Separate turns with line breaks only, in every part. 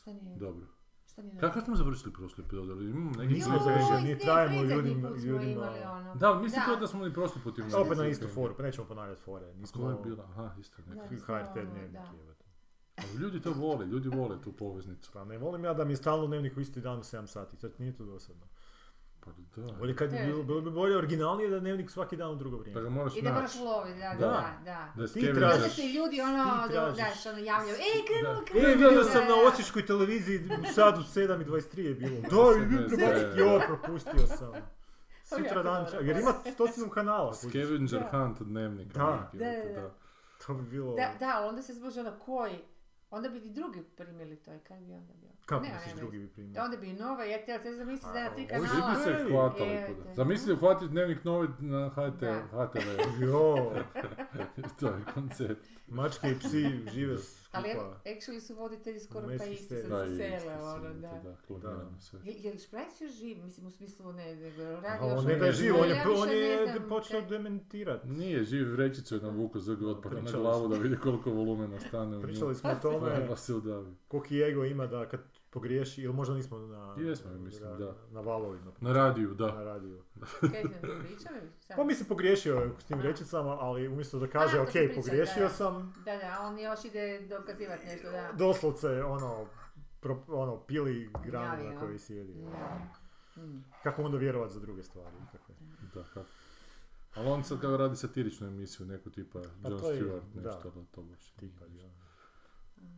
Šta nije?
Dobro.
Šta nije?
Kako smo završili prošli epizod? Ali imamo
Jo,
neki drugi
Nismo završili.
završaj?
mi
iz nje
trajemo
predzadnji
ljudima-
put smo
ljudima-
imali ono.
Da, ali mislim
Da.
to da smo i prošli put imali.
Opet na
neki
istu
temu.
foru, pa nećemo ponavljati fore. Nismo
Koja je bila? Aha, isto neka.
Da.
HRT
Ono,
dnevnik.
da.
jebote.
Ali Ljudi to vole, ljudi vole tu poveznicu.
Pa ne volim ja da mi je stalno dnevnik u isti dan u 7 sati, to nije to dosadno.
Pa da.
Bolje kad bi
Da.
bilo, bilo bi bolje originalnije da je dnevnik svaki dan u drugo
Da
vrijeme.
Pa ga moraš
I da moraš
naći.
loviti, da,
Da.
da, da.
Da je
Ti
Kevin
I
tražiš.
onda
Jaš.
se ljudi ono,
Ti
da,
tražiš.
znaš, ono javljaju, ej, krenulo,
Da.
E,
krenulo.
vidio
da,
sam na
da.
Osječkoj televiziji u sad u 7.23 je bilo.
Da,
Da,
ne
vidim,
znam.
jo, propustio sam. Sutra
Jako
dan,
dobro.
čak- jer ima stotinu kanala. kužiš.
Scavenger
Da.
Hunt dnevnika.
Da.
neki, eto,
Da, da, da.
To bi bilo...
Da, da, ali onda se zbože ono, koji? Onda bi i drugi primili to i kaj bi onda bio?
Kako
Nema,
misliš
nema
drugi bi
veze.
primio?
Da, onda bi i Nova i RTL, sad zamisli da na tri
A, ovi
Svi
kanala.
bi se
Ej,
hvatali.
jebote.
kuda. Zamisli uhvatiti dnevnik novi na HT,
Da.
HTV.
Jo,
to je koncept.
mačke i psi žive skupa.
Ali evo, actually su voditelji skoro pa
Mesni
isti,
ste.
sad
Da,
se
i
sele,
isto
ono,
sve,
da.
to klonirano sve.
Je, je li Šprajc još živ? Mislim, u smislu ne, nego
A
radi još...
On ne da je
nešto.
živ, on je,
Ja
on
više ne
je
znam
počeo
kaj-
dementirati.
Nije živ vrećicu je navuku zg otpada na
Pričali
glavu
smo.
da vidi koliko volumena stane u nju.
Pričali smo o tome
Pa se udavi.
koliki ego ima da kad pogriješi, ili možda nismo na,
Jesmo, mislim, da.
na valovima,
Na radiju,
na
da.
radiju.
Kaj ti nam pričali? Šta?
Pa mislim pogriješio je s tim
A.
rečicama, ali umjesto da
A,
kaže
to
ok,
si pričao,
pogriješio
da.
sam,
Da, da, on još ide dokazivati nešto, da.
doslovce ono, pro- ono pili granu
Javi,
na
ja.
kojoj sjedi.
Da. Mm.
Kako onda vjerovat za druge stvari? Kako je?
Da, kako. Ali on sad kao radi satiričnu emisiju, neku tipa
Pa
John
to je-
Stewart,
da.
nešto, ali to baš nije
Tipa,
ništa.
da.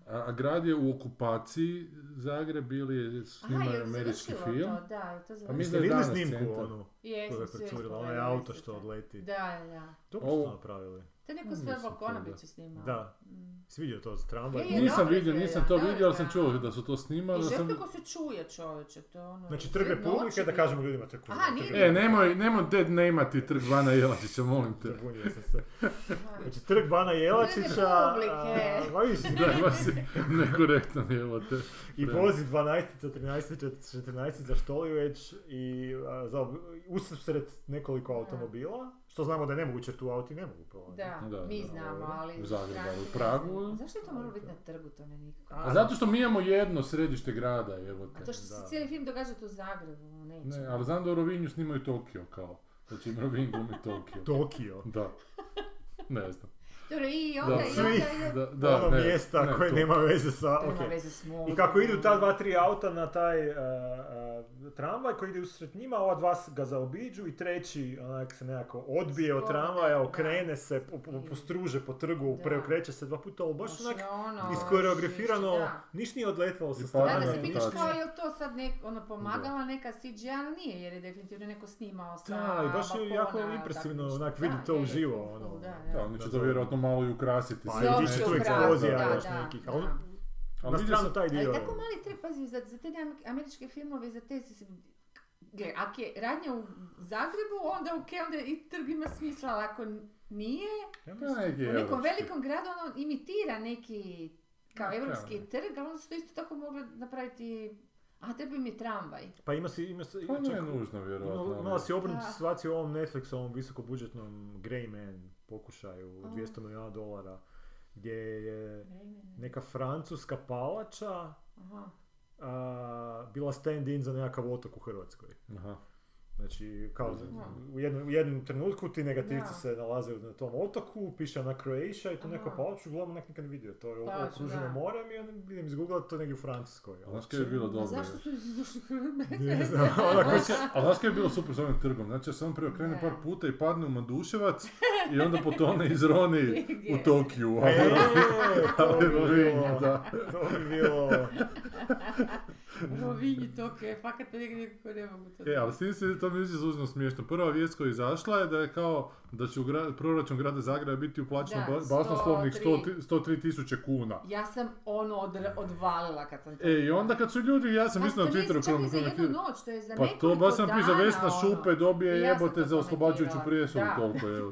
A, a grad je u okupaciji Zagreb ili
Aha,
snimaju
je
američki
završilo
film. Pa
to, da, je to završilo.
mislim
Jeste
da je
vidjeli
danas
snimku
centar.
onu
Jesam,
koja je
sve
procurila,
ispalo,
onaj
da,
auto
da,
što
da.
odleti?
Da, da.
Dobro
Ovo-
su napravili.
To je neko s
Pa Mislim
Velba
to, da.
Konobića snimao.
Da.
Mm.
Si vidio to s tramvajem?
Je, je,
Nisam
dobro
vidio,
izgleda,
nisam to
dobro
vidio, ali sam
izgleda.
čuo da su to snimali.
I
da sam-
žestoko se čuje čovječe, to je ono...
Znači
sve
trg
noći
Republike da
bi-
kažemo ljudima trg
Aha, nije
Republike.
E, nemoj, nemoj dead name-ati trg Bana Jelačića, molim te.
Zabunio sam se.
Aha.
Znači, trg Bana Jelačića,
Republike.
a, pa ma viš,
Da, baš si nekorektan jebote.
i vozi 12-ica, 13-ica, 14-ica Štoliveć i a, za, usred nekoliko automobila, što znamo da je nemoguće jer tu auti ne mogu prolaziti.
Da,
Da,
mi
da,
znamo,
dobro.
ali...
U Zagrebu,
stranci
ali u
ne
Pragu,
znaju.
a?
Zašto je to moralo biti na trgu, to meni nikako...
A,
A zato što mi imamo jedno središte grada, jebote.
A to što se
da.
cijeli film događa tu u Zagrebu, neće.
Ne, ali znam da u Rovinju snimaju Tokio, kao. Znači im Rovin glumi Tokio.
Tokio.
Da. Ne znam.
Dobro, i onda,
Da.
i onda...
Svi.
ide-
Da, da,
ono
ne,
mjesta
ne,
koje
to.
nema veze sa...
To ima
ok.
veze s mozgom.
I kako idu ta dva, tri auta na taj e, e, tramvaj koji ide usred njima, ova dva s- ga zaobiđu i treći onak se nekako odbije od
Sporo, da,
tramvaja,
da.
okrene se, po- po- postruže po trgu,
Da.
preokreće se dva puta, ali baš
Baš
onak
je ono,
iskoreografirano,
da.
niš nije odletalo sa
I pada
Da, da
Ono
se
je
vidiš
tačno.
kao je li to sad nek, ono, pomagala neka CGI, ali nije, jer je definitivno neko snimao sa
Da, i baš je
balkona,
jako
tako
impresivno,
nešto.
onak, vidi
Da,
to
je,
uživo,
cool,
ono.
cool, Da,
Da,
da.
oni će to vjerojatno malo i ukrasiti.
Pa
sve,
Za
i
opći
bit će tu
obraz,
eksplozija
da,
još
da,
nekih,
da.
ali
Ali
na
vidio
stranu
sam-
taj
Ali
dio.
tako mali treba, pazi, za, za te am- američke filmove, za te se... Gle, ako je radnja u Zagrebu, onda ok, onda i trg ima smisla, ali ako nije,
Ja mislim, neki
u nekom
europski.
velikom gradu ono imitira neki kao
Da,
evropski
realno.
trg, ali onda su to isto tako mogli napraviti, a treba im je tramvaj.
Pa ima si, ima si,
Pa
čak-
nije nužno, vjerojatno.
Ima-
ali-
Imala si obrnutu
Da.
situaciju u ovom Netflixu, ovom visokobudžetnom Grey Man pokušaju,
A.
200 milijuna dolara, gdje je neka francuska palača
Aha.
a, bila stand-in za nekakav otok u Hrvatskoj.
Aha.
Znači, kao
Da.
u jednom, u jednom trenutku ti negativci
Da.
se nalaze na tom otoku, piše na Croatia i tu neka
Aha.
palača, uglavnom nek nikad ne vidio, to je
Palaču,
okruženo
da.
morem i onda vidim izgooglat to je negdje u Francuskoj.
A Znaš kaj je bilo
A
dobro?
zašto su došli bez
Ne
veze?
znam, ona
A znaš- A znaš kaj je bilo super s ovim trgom? Znači, ja sam preokrene
Da.
par puta i padne u Manduševac i onda potone iz Roni u
Gdje?
Tokiju.
E, to bi
Ali Rovinju,
bilo,
da.
to bi bilo,
Rovinji to je, fakat to negdje nekako ne mogu to.
E, ali s tim se to mi je izuzno smiješno. Prva vijest koja je izašla je da je kao da će u gra- proračun grada Zagreba biti uplaćeno
Da,
ba- basnoslovnih
103
100 103 tisuće kuna.
Ja sam ono odra- odvalila kad sam to.
E, i onda kad su ljudi, ja sam
Pa
mislio na
to nisi
Twitteru
čak
krom-
i za jednu
komentirao.
noć, to je za
Pa to
nekoliko
baš sam pisao
dana,
Vesna
ono.
Šupe dobije
I ja sam
jebote
to
za oslobađajuću
komentirala.
prijesoru
Da.
toliko je.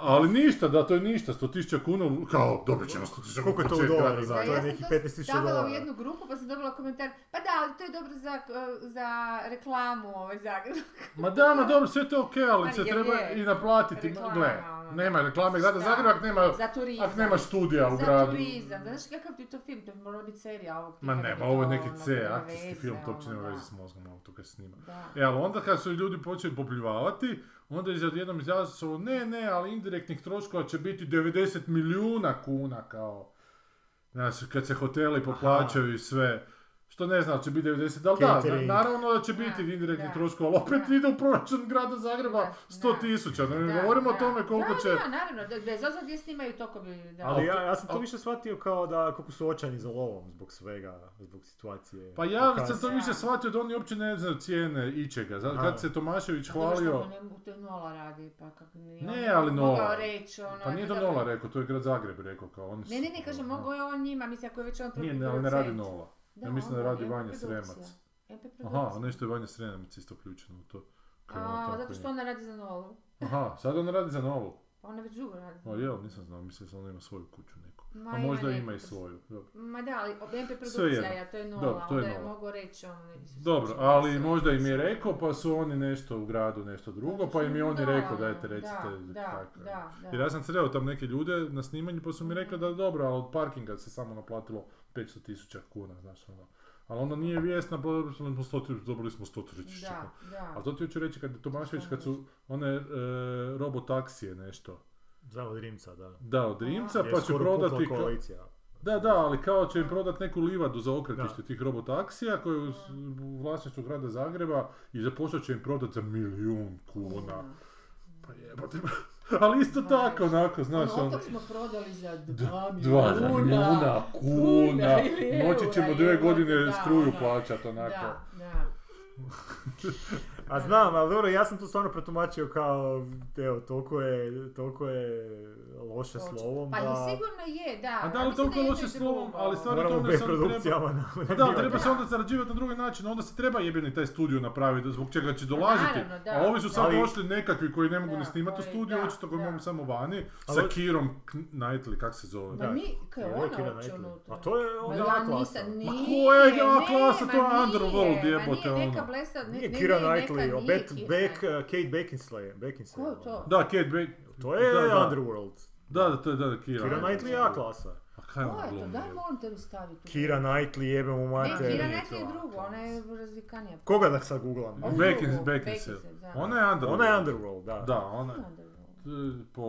Ali ništa, da to je ništa, 100.000 kuna, kao dobit ćemo 100.000 kuna.
Koliko je to u
početka
dolarima?
Da,
Zagreba.
to je
ja sam
nekih
to
15.000
stavila u
dolara.
jednu grupu pa sam dobila komentar, pa da, ali to je dobro za, eh, za reklamu ovaj Zagreb.
Ma da, ma dobro, sve to okej,
Ma
ali se
je,
treba
je.
i naplatiti.
Reklama,
Gle,
ono, ono.
Nema reklame grada
Da.
Zagreba, ako nema,
Za turizam.
ako nema studija u
za
gradu.
turizam. Znaš kakav ti to film, to bi morala biti serija ovog tipa.
Ma
da bi
nema,
to,
ovo je neki
ono,
C,
nema
akcijski
veze,
film, to uopće
ono,
nema
da.
veze s mozgom, ovo to kad se snima.
Da.
E, ali onda kad su ljudi počeli popljuvavati, onda iz odjednom izrazili su ne, ne, ali indirektnih troškova će biti 90 milijuna kuna, kao. Znači, kad se hoteli poplaćaju i sve. Što ne zna, će biti 90, da li da,
Catering.
na- naravno da će
Da,
biti indirektnih
da.
troškova, ali opet
Da.
ide u proračun grada Zagreba
Da,
100
da.
tisuća, da ne
Da,
E, govorimo o
da.
tome koliko
da,
će...
Da, naravno, da- bez obzira gdje snimaju to ko bi... Da.
Ali
Al-
ja, ja sam to
al-
više shvatio kao da kako su očani za lovom zbog svega, zbog situacije.
Pa ja
Pokaz-
sam to
Da.
više shvatio da oni uopće ne znaju cijene ičega. Zato
A.
kad se Tomašević
Pa dobro,
hvalio...
što mu ne- to je Nola radi, pa kako nije
Ne,
on
ali Nola.
Mogao reći, ono...
Pa nije to
da-
Nola rekao, to je grad Zagreb rekao kao oni su-
Ne, ne, ne, kažem, mogao je on njima, mislim, ako je već on
Nije, ne,
producent.
ali ne radi Nola.
Da,
ja mislim da
on
radi
MP
Vanja
produkcija.
Sremac.
MP
Aha,
produkcija.
nešto je Vanja Sremac isto uključeno u to. Kao ono
A,
tako
zato
je.
što ona radi za Nolu.
Aha, sad on radi za novu.
Pa ona već dugo radi.
O jel, nisam znao, mislim da on ima svoju kuću neku.
Ma,
A možda
neku
ima i
pres-
svoju. Dobro.
Ma da, ali ob- MP
Svejedno.
produkcija, ja, to je Nola,
Dobro, to je
onda je
Nola.
mogu reći ono... Isus,
Dobro,
znači,
ali
sve-
možda im
sve-
je rekao, pa su oni nešto u gradu, nešto drugo, pa im je on i
Da,
rekao, dajte
da,
recite
da,
kako je.
da, da.
Jer ja sam sreo tam neke ljude na snimanju pa su mi rekli
Mhm.
da je dobro, ali od parkinga se samo naplatilo 500 tisuća kuna, znaš ono. Ali onda nije vijest, naplatili smo 100 dobili smo 100 tisuća kuna.
Da, da.
Ali to ti hoću reći kad je Tomašević, kad su one e, robotaksije nešto
Zavod Rimca, da.
dao od Rimca,
Aha.
pa
Je
će
skoro
prodati...
pukla
ka-
koalicija.
Da, da, ali kao će im prodati neku livadu za okretište
Da.
tih robotaksija koje je u, s- u vlasništvu grada Zagreba i za posao će im prodati za milijun kuna. Pa jebote, ali isto
Da,
tako, onako, znaš,
ono,
ono-
otok smo prodali za
D-
dva
Dva za milijuna
milijuna.
kuna.
ili
Moći
eura,
ćemo dvije
jebote,
godine
da,
struju
ono.
plaćati onako.
Da, da.
A znam, ali dobro, ja sam to stvarno pretumačio kao, evo, toliko je, toliko je loše
Hoće.
slovom
Pa i
da...
sigurno je, da.
A da,
Ja
ali
mislim
toliko
je
loše
jedno i
slovom,
drugo.
ali stvarno-
Moramo
to ne
bez
sam
produkcijama na...
Pa Da, treba se onda zarađivati na drugi način, onda se treba jebeni taj studio napraviti zbog čega će dolaziti.
Naravno, da.
A ovi su
Da.
samo
Ali-
došli nekakvi koji ne mogu
Da,
ni snimati u
koji-
studiju,
da,
očito koji
da.
mogu samo vani, sa
Ali-
Kirom Kn- Knightley, kak se zove.
Ma
Da.
ni, kaj je
Je
ona
Kira
uopće
Knightley.
unutra?
A to je
Ma
ona
ja
klasa.
nisam, nije,
Ma koja je A
ne,
klasa,
ma
to je
nije,
Underworld,
ma
jebote,
nije neka
ono.
blesa, ne-
Nije
ne,
Kira
nije neka,
Knightley,
nije
o Bet,
Kira
Beck,
Knightley.
uh, Kate Beckinsale. Beckinsale. ono.
Ko je to?
Da, Kate Bake.
To je
da, da.
Underworld.
Da, da, to je da, da, Kira.
Kira Knightley je A klasa.
A kaj
Ko
ona
je to?
glumi?
Daj,
jebote?
molim te ustaviti.
Kira Knightley jebe mu
Ne,
mater.
Kira
nije
Knightley je
to.
drugo, ona je razvikanija.
Koga da sad googlam?
Ovu
Beck
drugu,
is- Beck is
Beckinsale,
it.
da.
Ona je Underworld.
Ona je Underworld, da.
Da, ona je.
Underworld.
E, Po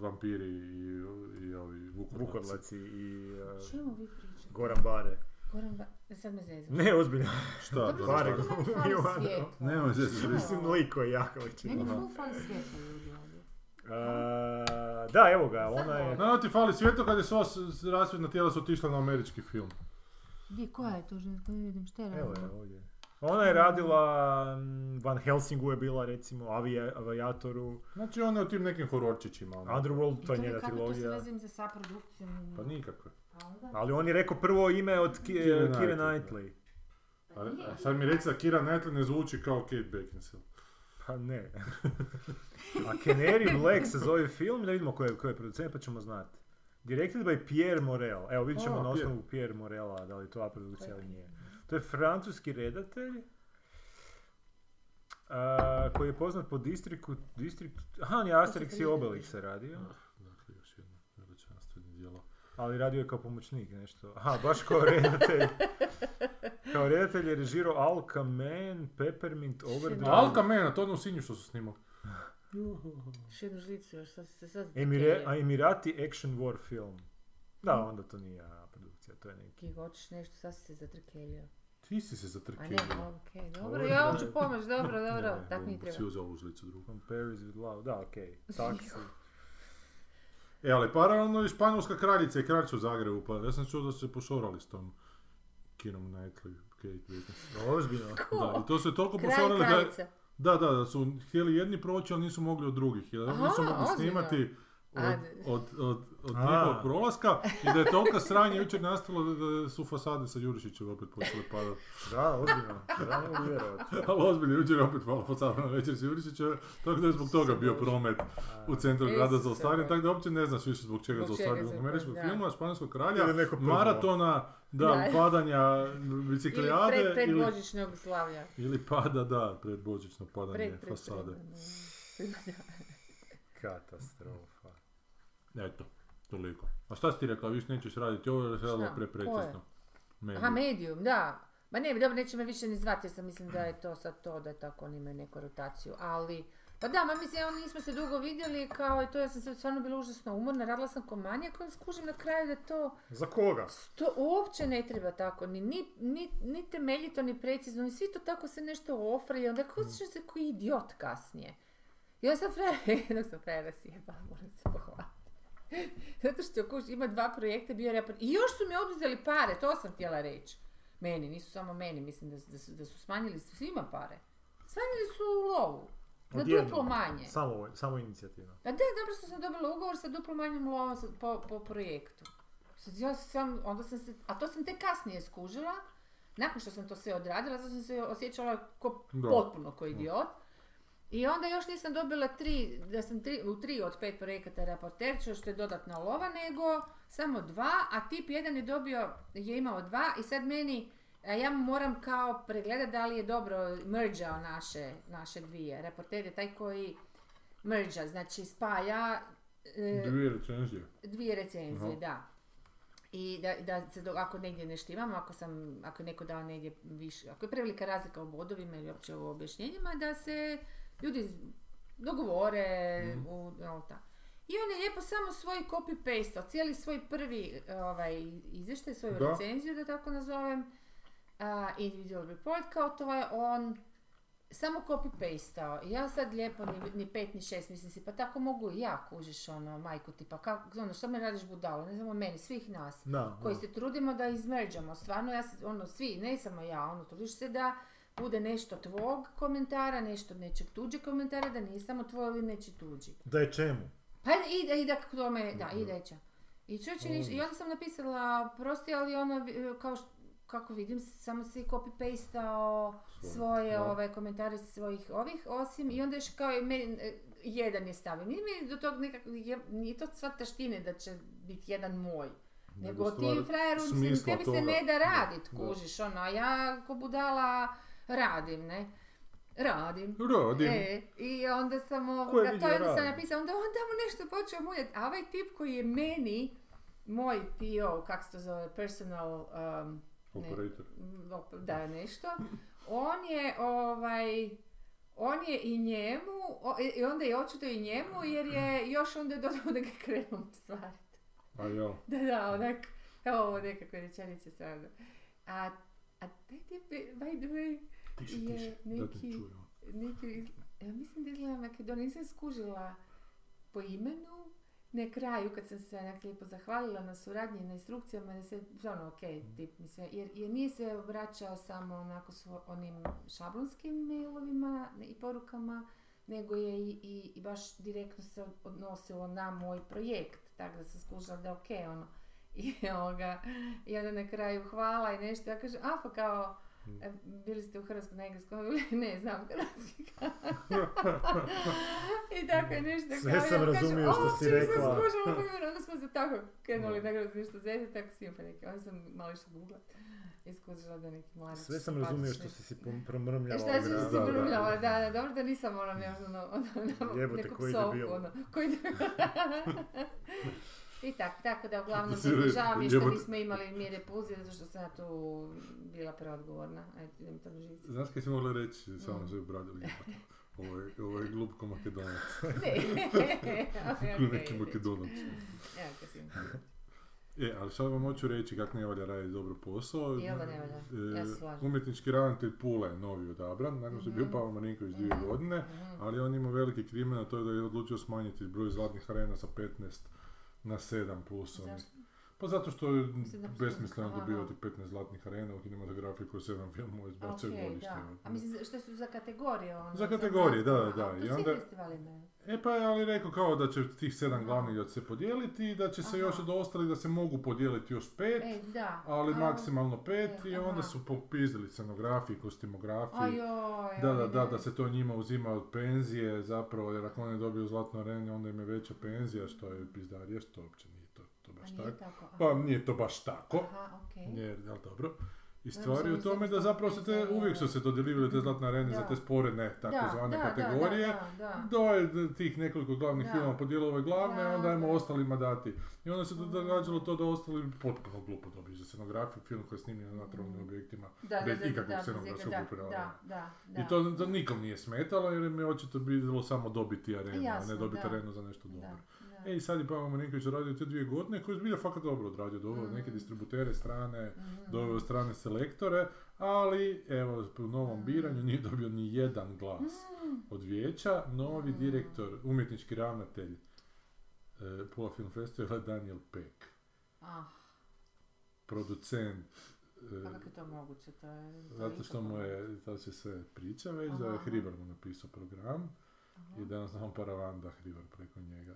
vampiri i, i ovi vukodlaci.
Vukodlaci i
O
uh,
Čemu vi pričate?
Goran Bare.
Goran Ba- Sad me zezaš.
Ne, ozbiljno.
Šta?
Dobro,
Bare
zašto
Bare.
meni
glumi
fali
u Underworld.
svijetlo?
Nemoj
Šta
se
je
zbrisati.
Mislim,
ovo?
lik koji je jak ličina.
Meni
Aha.
full fan svijetlo ljudi ovdje.
Uh, da, evo ga, ona je...
Naravno ti fali svjetlo kad je sva s- s- rasvjetna tijela su otišla na američki film.
Gdje, koja je to ženska? Ne vidim šta je
Evo je
radila.
ovdje. Ona je radila, mm, Van Helsingu je bila recimo, Avija- Avijatoru,
Znači ona je u tim nekim hororčićima. ono.
Underworld, to je
I
njena
kako to se
trilogija.
vezim za sa produkcijom?
Па
Pa nikakve.
Pa onda?
Ali on je rekao prvo ime od Ki-
Kira
eh, Kire
Knightley.
Knightley.
A, a sad mi reci da Kira Knightley ne zvuči kao Kate Beckinsale.
Pa ne. A Canary Black se zove film, da vidimo ko je, ko je producent, pa ćemo znati. Directed by Pierre Morel. Evo, vidjet ćemo
A,
na
Pierre.
osnovu Pierre Morela, da li je to A produkcija ili nije. To je francuski redatelj, a, koji je poznat po distriku, distrikt, aha, on je Asterix i
priznati.
Obelix je radio,
Dakle, još jedno veličanstveno djelo.
ali radio je kao pomoćnik, nešto, aha, baš kao redatelj. Kao redatelj je režirao Alkamen, Peppermint, Overdrive.
Alka mena, to ono u sinju što su snimali.
Još jednu žlicu još, sad se sad...
Emire, a Emirati action war film. Da, onda to nije A produkcija, to je neki.
Ki hoćeš nešto, sad si se zatrkelio.
Ti si se
A ne,
zatrkio.
okej, dobro,
Ovo
ja
je-
hoću pomoć, dobro, dobro, tak mi
Si
treba.
uzeo ovu žlicu drugu.
From Paris with Love, da, okej. Taksi.
E, ali paralelno i španjolska kraljica i kralj su u Zagrebu, pa ja sam čuo da su se pošorali s tom Kirom Knightley, Kate Beckinsale.
Ozbiljno.
Da, i to se toliko
Kralj,
pošorali da,
kraljica.
da, da, da su htjeli jedni proći, ali nisu mogli od drugih, jer
Aha,
nisu mogli
ozbiljno.
snimati od,
A,
od, od, od
A.
njihovog prolaska i da je toliko sranje jučer nastalo da- da su fasade sa Jurišićem opet počele padati.
Da, ozbiljno. Ja ne mogu vjerovat.
Ali ozbiljno, jučer je opet pala fasada na večer sa Jurišićem, tako da je zbog toga bio promet u centru
Isuse
grada zaostavljen,
Bože.
tako da uopće ne znaš više zbog čega
Zbog čega
zaostavljen.
se
Zbog
to-
američkog
da.
filma, španskog kralja,
Ili neko prdno.
maratona, da,
Da.
padanja
Ili
biciklijade
pred, pred
ili,
božićnog slavlja.
ili pada, da, predbožično padanje
Pred, pred,
fasade.
pred, da.
Katastrofa. Eto, toliko. A šta si ti rekla, više nećeš raditi ovo jer se radilo
Šta?
pre precizno. Mediji.
Aha, medium, da. Ma ne, dobro, neće me više ni zvati jer sam mislim da je to sad to, da tako oni imaju neku rotaciju, ali... Pa da, ma mislim, evo nismo se dugo vidjeli, kao i to, ja sam se stvarno bila užasno umorna, radila sam ko manje, kojem skužim na kraju da to...
Za koga?
To uopće ne treba tako, ni, ni, ni, ni temeljito, ni precizno, ni svi to tako se nešto ofra i onda kao osjećam se koji idiot kasnije. I onda sam frajera, jednog sam frajera sjebala, moram se pohvaliti. Zato što kuš, ima dva projekta, bio je repor... I još su mi oduzeli pare, to sam htjela reći. Meni, nisu samo meni, mislim da, da, su, da su smanjili svima pare. Smanjili su lovu. Na
Odjednom.
duplo manje.
Samo, samo inicijativno.
Pa da, dobro što sam dobila ugovor sa duplo manjom lovom sa- po, po projektu. Sad ja sam, onda sam se, a to sam te kasnije skužila, nakon što sam to sve odradila, zato sam se osjećala ko,
Da.
potpuno ko idiot. I onda još nisam dobila tri, da sam tri, u tri od pet projekata raporter, što- što je dodatna lova, nego samo dva, a tip jedan je dobio, je imao dva i sad meni, a E, ja moram kao pregledati da li je dobro merđao naše, naše dvije. Reporter je taj koji merđa, znači spaja e,
Dvije recenzije.
dvije recenzije,
Aha.
da. I da, da se do, ako negdje ne štimamo, ako sam, ako je neko dao negdje više, ako je prevelika razlika u bodovima ili uopće u objašnjenjima, da se ljudi z- dogovore
Mhm.
u, jel ta. I on je lijepo samo svoj copy-paste, cijeli svoj prvi ovaj, izvještaj, svoju
Da.
recenziju, da tako nazovem, a, individual report, kao to je on samo copy-pastao. I Ja sad lijepo ni, ni pet ni šest mislim si, pa tako mogu i ja kužiš ono, majku ti, pa kako, ono, što me radiš budalo, ne samo meni, svih nas.
Da,
Koji se trudimo da izmerđamo, stvarno, ja, se- ono, svi, ne samo ja, ono, trudiš se da bude nešto tvog komentara, nešto od nečeg tuđeg komentara, da nije samo tvoj ili neči tuđi.
Da je čemu?
Pa i da, i da k tome, da,
Mhm.
i da će. I čovječe, niš- i onda sam napisala, prosti, ali ono, vi- kao š- kako vidim, samo si copy-pastao
Svoje,
svoje
da.
ove, komentare sa svojih ovih, osim, i onda još kao i meni, e, jedan je stavio. Nije mi do tog nekako, je, nije to sva taštine da će biti jedan moj. Nego,
Nego stvar
ti frajeru, mislim,
smisla
tebi se
toga.
ne da
Da,
radit,
da.
kužiš, ono, a ja ko budala radim, ne? Radim.
Rodim.
E, I onda sam
Ko je
ovoga, to
vidio
je onda sam
rad?
napisala, onda onda mu nešto počeo muljati. A ovaj tip koji je meni, moj PO, kak se to zove, personal, um, ne,
Operator.
m, op- da nešto, on je ovaj, on je i njemu, o- i- i onda je očito i njemu, jer je još onda dodao da ga krenu stvariti.
A jel.
Da, da, onak, evo ovo nekakve rečenice stvarno. A, a taj tip, je, by the way,
Tiše, tiše.
je
Da ti
neki,
čuju.
neki, iz- ja mislim da izgleda Makedonija, nisam skužila po imenu, na kraju kad sam se onak lijepo zahvalila na suradnji i na instrukcijama, da se, ono, ok, tip mi sve, jer, jer nije se obraćao samo onako s onim šablonskim mailovima i porukama, nego je i, i, i baš direktno se odnosilo na moj projekt, tako da sam skužila da ok, ono, i evo ga, i onda na kraju hvala i nešto, ja kažem, a pa kao,
Mm.
e, bili ste u Hrvatskoj na engleskom, On veli, ne, znam hrvatski. I tako je nešto.
Mm. Sve
kao,
sam
ja kažem,
razumio što
"O,
si
čim sam
rekla."
skužila, pa dobro, onda smo se tako krenuli na grozi nešto zvijezde, tako si pa neki, onda sam malo išla googlat i skužila da je neki mladić.
Sve sam razumio što
simpatični.
si si pom- promrmljala.
E šta
u
si
Da,
si
da, da.
brumljala, da, da, dobro da nisam ono ne znam, ono, ono,
Jebote,
neku
koji
psovku,
debil.
ono, koji debil. I tak, tako da uglavnom
Si re-
se žao mi je što
jebote.
nismo imali mjere pulze, zato što sam ja tu bila preodgovorna, ajde idem tamo živci.
Znaš kaj si mogla reći,
Mm.
samo se obradili. Ovo je, ovo je glupko makedonac.
Ne,
Kako neki makedonac.
Evo ga si.
E, ali sad vam hoću reći kako ne valja raditi dobro posao.
I ovo ne valja, ja se
E,
slažem. Mhm.
umjetnički ravnatelj Pula je novi odabran, nakon što je bio Pavel Marinković dvije godine, ali on ima veliki krimen, a to je da je odlučio smanjiti broj zlatnih arena sa 15 na 7 plus onih.
Zašto?
Pa zato što je
da postoji-
besmisleno
aha.
dobivati 15 zlatnih arena u kinematografiji kroz 7 filmova izbacuje
Okej,
godišnje.
da. A mislim, što su za kategorije ono?
Za kategorije, da, da,
A,
da.
To
I
svi
onda-
festivali imaju.
E pa je ali rekao kao da će tih 7 glavnih da će se podijeliti i da će se
Aha.
još od ostalih da se mogu podijeliti još 5.
E, da.
ali
A,
maksimalno pet i
aha.
onda su popizdili scenografiji, kostimografiji.
Ajoj,
Da, da,
ajoj,
da, da se to njima uzima od penzije zapravo, jer ako on je dobio zlatno arenje, onda im je veća penzija, što je pizdarije, što uopće nije to, to
Pa
baš
nije
tako.
tako. aha.
Pa nije to baš tako,
Aha, okej.
jer, jel dobro. I stvar je u tome da zapravo se te, uvijek su se dodelivile te zlatne arene za
Da.
te sporedne takozvane
da, da,
kategorije.
Da, da, da.
Do je tih nekoliko glavnih
Da.
filmova podijelio ove glavne,
Da,
onda ajmo
da.
ostalima dati. I onda se događalo to da ostali potpuno glupo dobiju za scenografiju, film koji je snimljen na naturalnim objektima.
Da,
bez
da, da,
ikakvog
da, bez
scenografskog
ikakvog-
upravljanja.
Da, da, da.
I to, to nikom nije smetalo jer im je očito bilo samo dobiti arenu, a
Jasno,
ne dobiti
da.
arenu za nešto dobro.
Da, da.
E i sad je Pavel Marinković radio te dvije godine koje je zbilja fakat dobro odradio, doveo
Mm.
neke distributere strane,
Mhm.
doveo strane selektore, ali evo u novom
Mm.
biranju nije dobio ni jedan glas
Mm,
od vijeća, novi
Mm.
direktor, umjetnički ravnatelj e, Pula Film Festivala Daniel Peck,
ah,
producent e,
pa kako je to moguće? To je, to je
zato što mu je, to se sve priča već, da je
Aha.
Hribar mu napisao program
Aha.
i danas nam paravanda Hribar preko njega.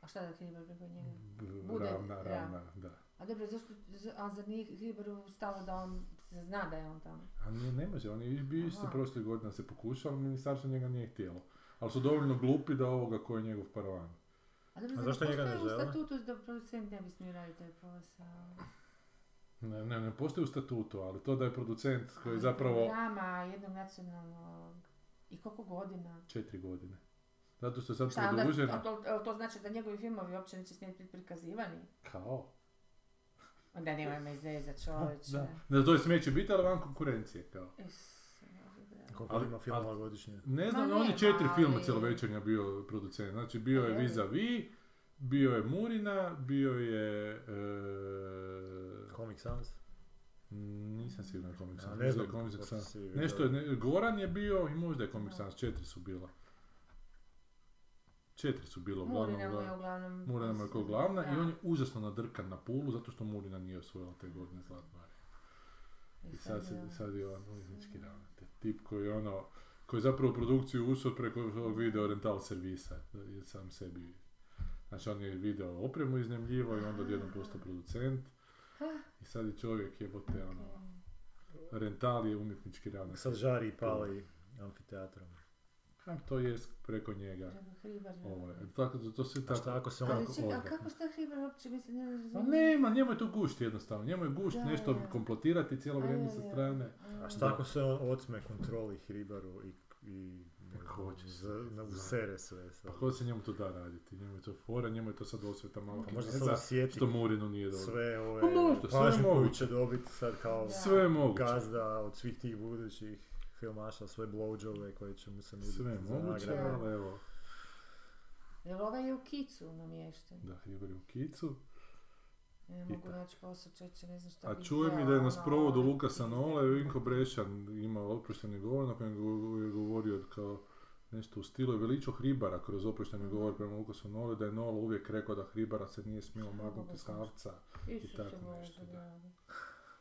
A šta da Hribar preko njega?
B-
Bude-
ravna,
da.
ravna, da.
A dobro, zašto, za- a zar nije Hribaru stalo da on se zna da je on tamo?
A ne, ne može, on je i bio isto
Aha.
prošle godine se pokušao, ali ministarstvo njega nije htjelo. Ali su dovoljno glupi da ovoga koji je njegov paravan.
A, dobro,
A
zar
zašto njega ne
postoji u
žele?
statutu da producent ne bi smio raditi taj posao?
Ne, ne, ne postoji u statutu, ali to da je producent koji je
Ali
zapravo
Programa jednog nacionalnog... I koliko godina?
četiri godine. Zato što je sad
Šta onda,
produžena.
a to, a to znači da njegovi filmovi uopće neće smjeti biti prikazivani?
Kao?
Onda nemoj me izrezat čovječe.
Da. Da, to je smeće biti, ali van konkurencije, kao.
Isuse, dobro.
Koliko
Ali-
ima filmova godišnje?
Ne
Ma
znam, on
nema,
je četiri filma
ali-
cjelovečernja bio producent. Znači, bio
A
je
je li?
Viza Vi, bio je Murina, bio je... e,
Comic Sans?
Mm, Nisam siguran Comic
Ja
Sans.
ne
možda je
znam
Comic
kako
Sans.
si vidio.
Nešto je, ne- Goran je bio i možda je Comic
Da.
Sans, četiri su bila. Četiri su bilo, uglavnom.
Murina mu je
da.
uglavnom...
Murina mu je kao glavna i
Da.
on je užasno nadrkan na pulu zato što Murina nije osvojila te godine zlatnu arenu. I sad, se,
je-
sad je on umjetnički ravnatelj. Tip koji je ono, koji je zapravo produkciju usao preko ovog video rental servisa. da je sam sebi Znači on je video opremu iznajmljivao i onda odjednom postao producent. I sad je čovjek jebote ono, rental je umjetnički ravnatelj.
Sad žari i pali amfiteatrom.
A to je preko njega.
Treba Hribar.
Ovo je. Tako da to sve
A
tako...
šta ako se
Kako Pa
on...
Ali čekaj, a
odvratno.
kako šta Hribar uopće mislim, ne
Ma
razumijem.
nema, njemu je to gušt jednostavno. Njemu je gušt
Da,
nešto
da.
komplotirati cijelo
A
vrijeme
je,
sa
je.
strane.
Mm.
A
Da.
šta ako se on otme kontroli Hribaru i... i
Pa
ne znam,
hoće se.
za- na usere sve sad.
Pa ko se njemu to da raditi? Njemu je to fora, njemu je to sad osveta malo
Pa možda sad
kineza,
osjeti
što Murinu nije dobro. Sve,
sve
Pa
ove
možda, sve je
pažnju koju
moguće.
će dobiti sad kao
Da.
je moguće.
gazda od svih tih budućih filmaša, sve blowjobove koje će mu se nuditi
Sve je
za
moguće,
nagradu.
ali evo,
Jel ovaj je u kicu namješten?
da Hribar je u kicu.
Ne
Pita.
mogu naći posao, čovječe, ne znam šta
A
bi
čujem i
htjela,
da je na
ono,
sprovodu
ovaj,
Lukasa
kicu.
Nole Vinko Brešan imao oprošteni govor na kojem go- je govorio kao nešto u stilu je veličao Hribara kroz oprošteni govor prema Lukasu Nole, da je Nola uvijek rekao da Hribara se nije smio
Samo
maknuti
ga
s
sam-
havca.
Isuse
tako
Bože,
nešto, da.
da.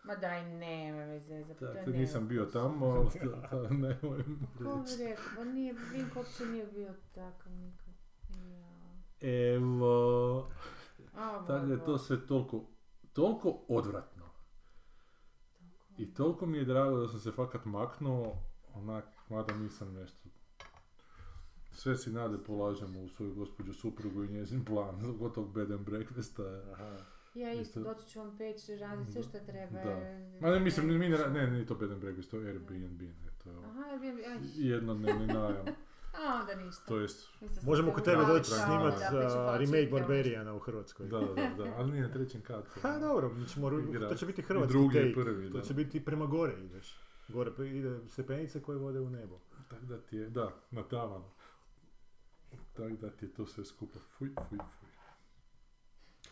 Ma daj, nemoj me zezat,
Da,
to je
te Dakle, nisam bio
neukusno.
tamo, ali to- to ne mojem
Pa Ko bi rekao, pa nije, Vinko uopće nije bio takav nikad. Ja.
Evo,
A,
tako da je
Bogo.
to sve toliko, toliko odvratno. I toliko mi je drago da sam se fakat maknuo, onak, mada nisam nešto. Sve si nade polažemo u svoju gospođu suprugu i njezin plan, gotovog bed and breakfasta.
Aha.
Ja isto,
Isto-
doći ću vam peći, radit sve što treba.
Da.
e,
Ma ne, mislim, mi ne, ne, nije to bed and breakfast, to je Airbnb, ne, to je ovo.
Aha, ja bi- aj,
jednodnevni najam,
a onda ništa.
to jest,
Mislim,
Možemo
sam
kod
se
tebe
uvali
doći
kao
snimat
da
a,
pričam pa
remake
čekam.
Barbarijana u Hrvatskoj.
da, da, da, ali nije na trećem katu.
Ha, dobro, mi ćemo, ru-
Igra.
to će biti
I
hrvatski
drugi i
take.
prvi,
to
da.
će biti prema gore ideš. Gore pa ide stepenice koje vode u nebo.
Tak da ti je, da, na tavan. Tak da ti je to sve skupa. Fuj, fuj, fuj.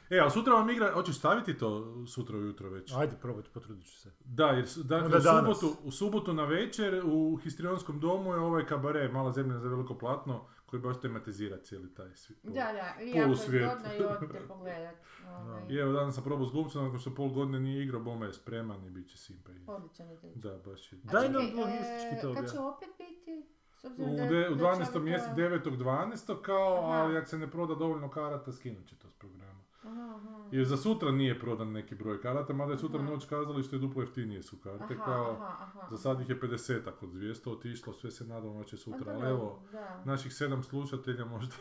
E, ali sutra vam igra, hoćeš staviti to sutra ujutro već?
Ajde, probaj, potrudit ću se.
Da, jer su- dakle,
Onda
u
danas.
subotu, u subotu na večer u Histrionskom domu je ovaj kabare, mala zemlja za veliko platno, koji baš tematizira cijeli taj svi. ovaj.
Da, da, i jako je
Polusvijet.
zgodno i odite pogledat. ovaj,
I evo danas sam probao s glumcem, nakon što pol godine nije igrao, bome je spreman i bit će simpa. i-
Odličan je dečko.
Da, baš je.
A
Daj
čekaj,
nam logistički
e,
toga.
Kad će opet biti? S obzirom
U,
da-
de, u
da
12.
čovjek,
mjesecu,
a,
9.12. kao,
Aha.
ali ako se ne proda dovoljno karata, skinut će to s programa.
aha, aha.
Jer za sutra nije prodan neki broj karata, mada je sutra
Aha.
noć kazalište i duplo jeftinije su karte,
Aha,
kao
aha, aha.
za sad ih je 50 od 200 otišlo, sve se nadamo da će
Pa
sutra, ali
dobro,
evo,
da.
naših sedam slušatelja možda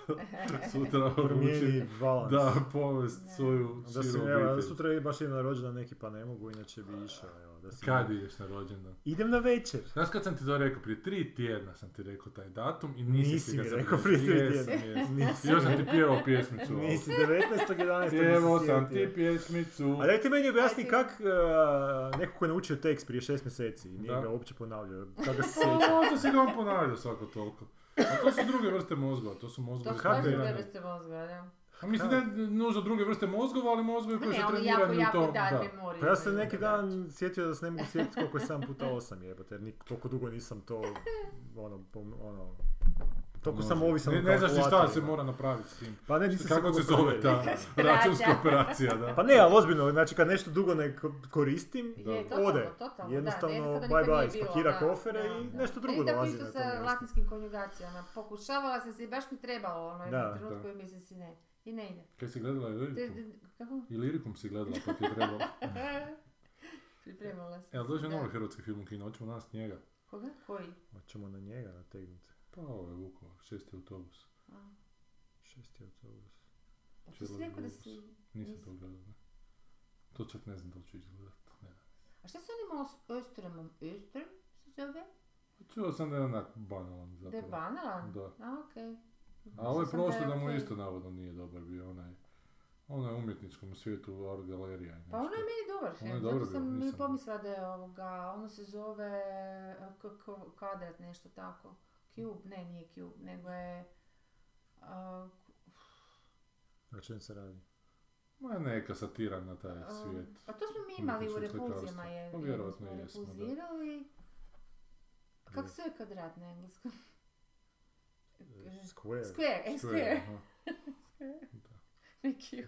sutra odluči
Promijeni balans.
da povest
Ne.
svoju
Da
siru
se, evo,
obitelj.
sutra je baš jedna rođena neki pa ne mogu, inače bi išao. Evo, da si...
Kad ideš na rođendan?
Idem na večer.
Znaš kad sam ti to rekao? Prije tri tjedna sam ti rekao taj datum i nisi,
Nisi
ti ga
mi
sad
rekao prije tri
Jesam,
tjedna.
jesam.
Nisi.
Još sam ti pjevao pjesmicu. ovu.
Nisi, 19.11.
Pjevao
mi se
sam ti
sjetio.
pjesmicu.
A daj ti meni objasni
Ajde.
kak uh, neko ko je naučio tekst prije šest mjeseci i nije
Da.
ga uopće ponavljao, kada se
Pa,
sjeća.
Možda se ga on ponavlja svako toliko. A to su druge vrste mozgova, to su
To
mozgovi
su
kako
baš
je
druge
trenirani.
vrste mozga, da.
A mislim ne nužno druge vrste mozgova, ali mozgovi
Pa
koji su
ne, oni jako,
trenirani u
jako
tom.
dan
Da.
memoriju.
Pa ja sam
imaju,
neki
da.
dan sjetio da se ne mogu sjetiti koliko je 7 puta 8 jebote, jer nik- toliko dugo nisam to, ono, pom- ono, toliko sam
Može.
ovisan
Ne,
o
ne znaš ni šta se
kalkulatorima.
mora napraviti s tim.
Pa ne, nisam
Kako
mogao
se zove ta
provjeriti.
računska
Rača.
operacija, da.
Pa ne, ali ozbiljno, znači kad nešto dugo ne ko- koristim,
Je, totalno,
ode.
totalno, da,
Jednostavno,
nekako
bye
nikad
bye,
nije bilo,
spakira
da,
kofere
da,
i
da.
nešto
E,
drugo
i tako
dolazi
isto
na
sa
to mjesto.
latinskim konjugacijama. Pokušavala sam se i baš mi trebalo ono
Da,
jednom trenutku
da.
i mislim si ne. I ne ide.
Kaj si gledala i
Te-
lirikum?
te- Kako?
I lirikum si gledala pa ti je trebalo.
Pripremala sam.
Evo,
se,
dođe
da.
novi hrvatski film u kino, hoćemo nas njega.
Koga? Koji?
Hoćemo na njega nategnuti.
Pa ovo je Vukovar, šesti autobus.
A,
Šesti autobus.
Pa to si
Čelo
rekao da
Globus.
si...
Nisam
Nisam.
to gledala, ne. To čak ne znam da li ću izgledat. Ne.
A šta se on imao s Östremom? Östrem se zove?
Čuo sam da je onak banalan
Da je
zapravo.
banalan?
Da.
A, okej.
A ovaj
Mislila sam
prostor da
je
mu
okej.
isto navodno nije dobar bio, onaj, onaj umjetničkom svijetu art galerija. i
Pa ono je
nešto.
meni dobar
Ono je
film,
dobro
zato
bio,
sam
nisam.
i pomislila da je ovoga, ono se zove e, k- k- kvadrat nešto tako. Cube, ne nije Cube, nego je... a,
Na čem Znači, se radi?
Ma neka satira na taj
a,
svijet. Ono
pa to smo mi imali u
umjetničkog
repulzijama,
slikarstva.
je,
Pa
jedno
vjerojatno
smo
jesmo, da.
repulzirali. Kako
Je.
se zove kvadrat na engleskom?
Square.
Square, e, square.
aha.
Ne cube,
Neki-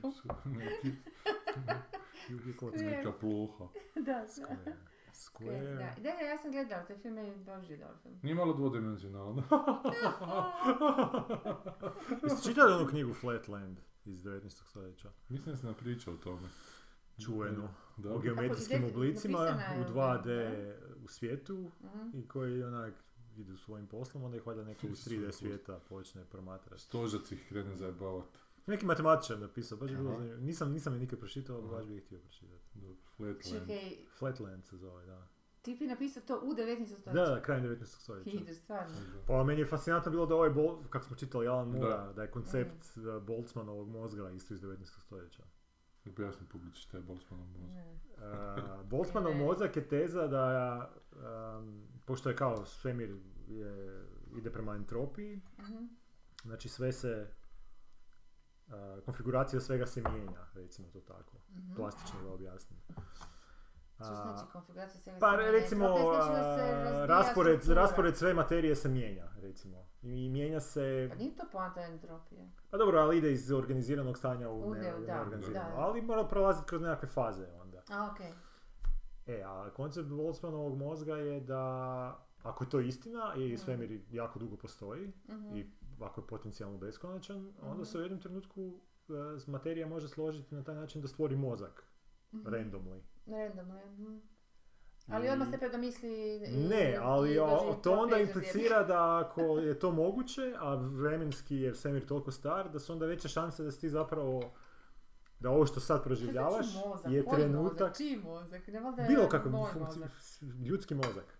Yuki Kotick.
Square.
Neka pluha.
da, da.
Square.
Square,
Square.
da. Da, da, ja sam gledala, taj film je baš je dobar film.
Nije malo dvodimenzionalno.
Jeste čitali onu knjigu Flatland iz 19. stoljeća?
Mislim da sam napričao o tome.
Čuvenu.
Da.
O geometrijskim
Kako je
oblicima
napisana je,
u
da,
2D u svijetu
Mhm.
i koji onak idu svojim poslom, onda ih valjda neko iz 3D svijeta počne promatrati.
Stožac ih krene zajebavat.
Neki matematičar napisao, baš je bilo
Aha.
zanimljivo. Nisam, nisam je nikad pročitao, ali
Aha.
baš bih htio pročitati.
Dobro, Flatland.
Čekaj,
Flatland se zove, da.
tip je napisao to u 19. stoljeću.
Da, da, krajem 19. stoljeća.
Hider, stvarno.
Pa meni je fascinantno bilo da ovaj, Bol, kako smo čitali Alan
Da.
Moore, da. je koncept e, Boltzmanovog mozga isto iz 19. stoljeća.
Objasni publici šta je Boltzmanov mozak.
Ne.
E, Boltzmanov
Ne.
mozak je teza da, em, pošto je kao svemir je, ide prema entropiji,
Mhm.
znači sve se, e, konfiguracija svega se mijenja, recimo to tako.
Mhm.
Plastično da objasnim.
Što
A,
znači konfiguracija svega
Pa
sebe?
recimo,
To znači da se
a,
razbija
raspored,
struktura.
raspored sve materije se mijenja, recimo. I mijenja se,
Pa nije to poanta entropije.
pa dobro, ali ide iz organiziranog stanja u,
U
ne-
neo- da,
neorganizirano.
da.
Ali mora prolaziti kroz nekakve faze onda.
A, okej.
E, a koncept Boltzmanovog mozga je da, ako je to istina i
Mhm.
svemir jako dugo postoji,
Mhm.
i ako je potencijalno beskonačan, onda
Mhm.
se u jednom trenutku e, s- materija može složiti na taj način da stvori mozak,
Mhm.
randomly.
Randomno je. mhm. Ali
I-
odmah se predomisli i- i-
Ne, ali
i znači,
o-
dođe
to
do
onda
preduzetja.
implicira da ako je to moguće, a vremenski je svemir toliko star, da su onda veće šanse da si ti zapravo, da ovo što sad
Što znači
proživljavaš
mozak?
je
Koji
trenutak,
Mozak? Čiji mozak? Ne valjda je
bilo kakav
moj
funkci-
mozak.
ljudski mozak.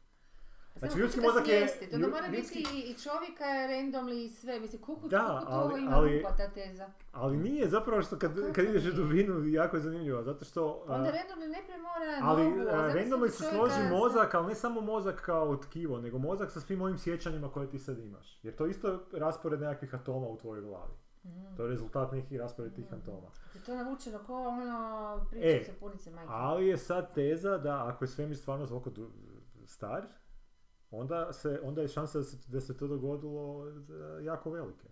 Samo
znači, ljudski
pitanje
mozak je-
svijesti, To da
lju-
mora
ljudski-
biti i- i čovjeka je randomly i sve. Mislim, koliko,
Da,
koliko to
ali-
ima
ali-
rupa ta teza?
Ali nije, zapravo što kad, kad ideš u dubinu, jako je zanimljivo, zato što... a,
Onda randomly ne premora
Ali
nogu, a
a,
zamisli
randomly
ti
se
čovjeka
složi
sa-
mozak, ali ne samo mozak kao tkivo, nego mozak sa svim ovim sjećanjima koje ti sad imaš. Jer to je isto raspored nekakvih atoma u tvojoj glavi.
Mhm.
To je rezultat nekih raspored tih
Mhm.
atoma.
Je to navučeno ko ono priča
E,
sa punice majke.
Ali je sad teza da ako je svemir stvarno toliko du- star, onda, se, onda je šansa da se, da se to dogodilo e, jako velike.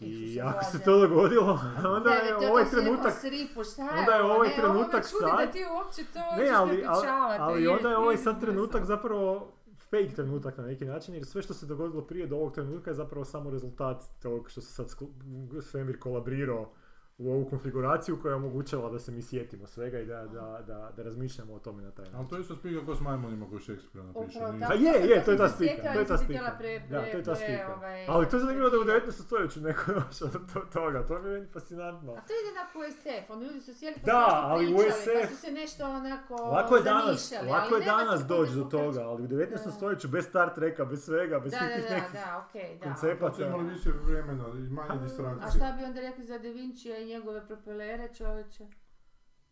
I
Isuse
ako se
Bože.
to dogodilo, onda
Ne, ne, to-
je
to
ovaj
si
trenutak
rekao, sripu, šta
onda je
ovo,
ovaj
ne,
trenutak
ovo me čudi
sad-
da ti uopće to
Ne,
hoćeš
ali, ali,
napričavati,
ali
je,
onda je ovaj
jezivo
sad
mi
trenutak
sad.
zapravo fake trenutak na neki način, jer sve što se dogodilo prije do ovog trenutka je zapravo samo rezultat tog što se sad sklu- svemir kolabrirao u ovu konfiguraciju koja je omogućava da se mi sjetimo svega i da, da, da, da razmišljamo o tome na taj
Ali
način.
to je isto spika kao s majmonima koji Shakespeare napiše.
Upravo
nije-
tako.
Pa
to
je,
sam-
je,
to
to je
sam
ta
se
slika,
sjetila,
to je ta
nisam
slika.
htjela pre-
Da, to je ta
pre-
slika.
ovaj,
Ali to je zanimljivo da je u 19. stoljeću neko je došao do toga, to mi je meni fascinantno.
A to ide na USF, ono ljudi su sjeli pa
Da,
su nešto
ali
pričali,
USF
pa su se nešto onako
Lako je danas,
zamišljali,
lako je
ali nema
danas
ti
doći do
nekog
toga, ali u 19.
Da.
stoljeću bez Star Treka, bez svega, bez
Da,
svih
da,
tih
da,
nekih
da, okej, da.
Zato
koncepata.
imali Pa više vremena i manje
A
distrakcije.
šta bi onda rekli za Da Vincija i njegove propelere, čovječe?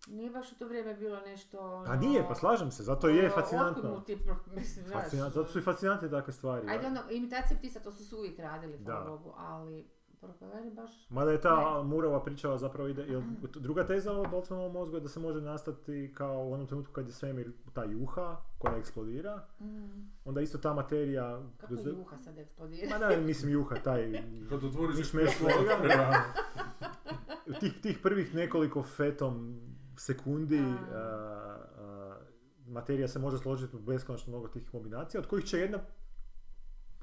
Nije baš u to vrijeme bilo nešto...
Pa
ono,
nije, pa slažem se, zato je
ono, otkud
fascinantno.
mu ti pro- mislim, znaš,
Fascinan- zato su i fascinantne takve stvari.
Ajde,
da.
ono, imitacije ptica, to su se uvijek radili, hvala
Da.
Bogu, ali propeleri baš...
Mada je ta
Ne.
Murova pričava zapravo ide, jel, druga teza o Boltzmanovom mozgu je da se može nastati kao u onom trenutku kad je svemir ta juha koja eksplodira,
Mm,
onda isto ta materija...
kako juha sad eksplodira?
Ma da, mislim juha, taj...
Kad otvoriš
Niš
ekspres,
mešta svega.
otkriva.
Tih, tih prvih nekoliko fetom sekundi
A.
a, a, materija se može složiti u beskonačno mnogo tih kombinacija, od kojih će jedna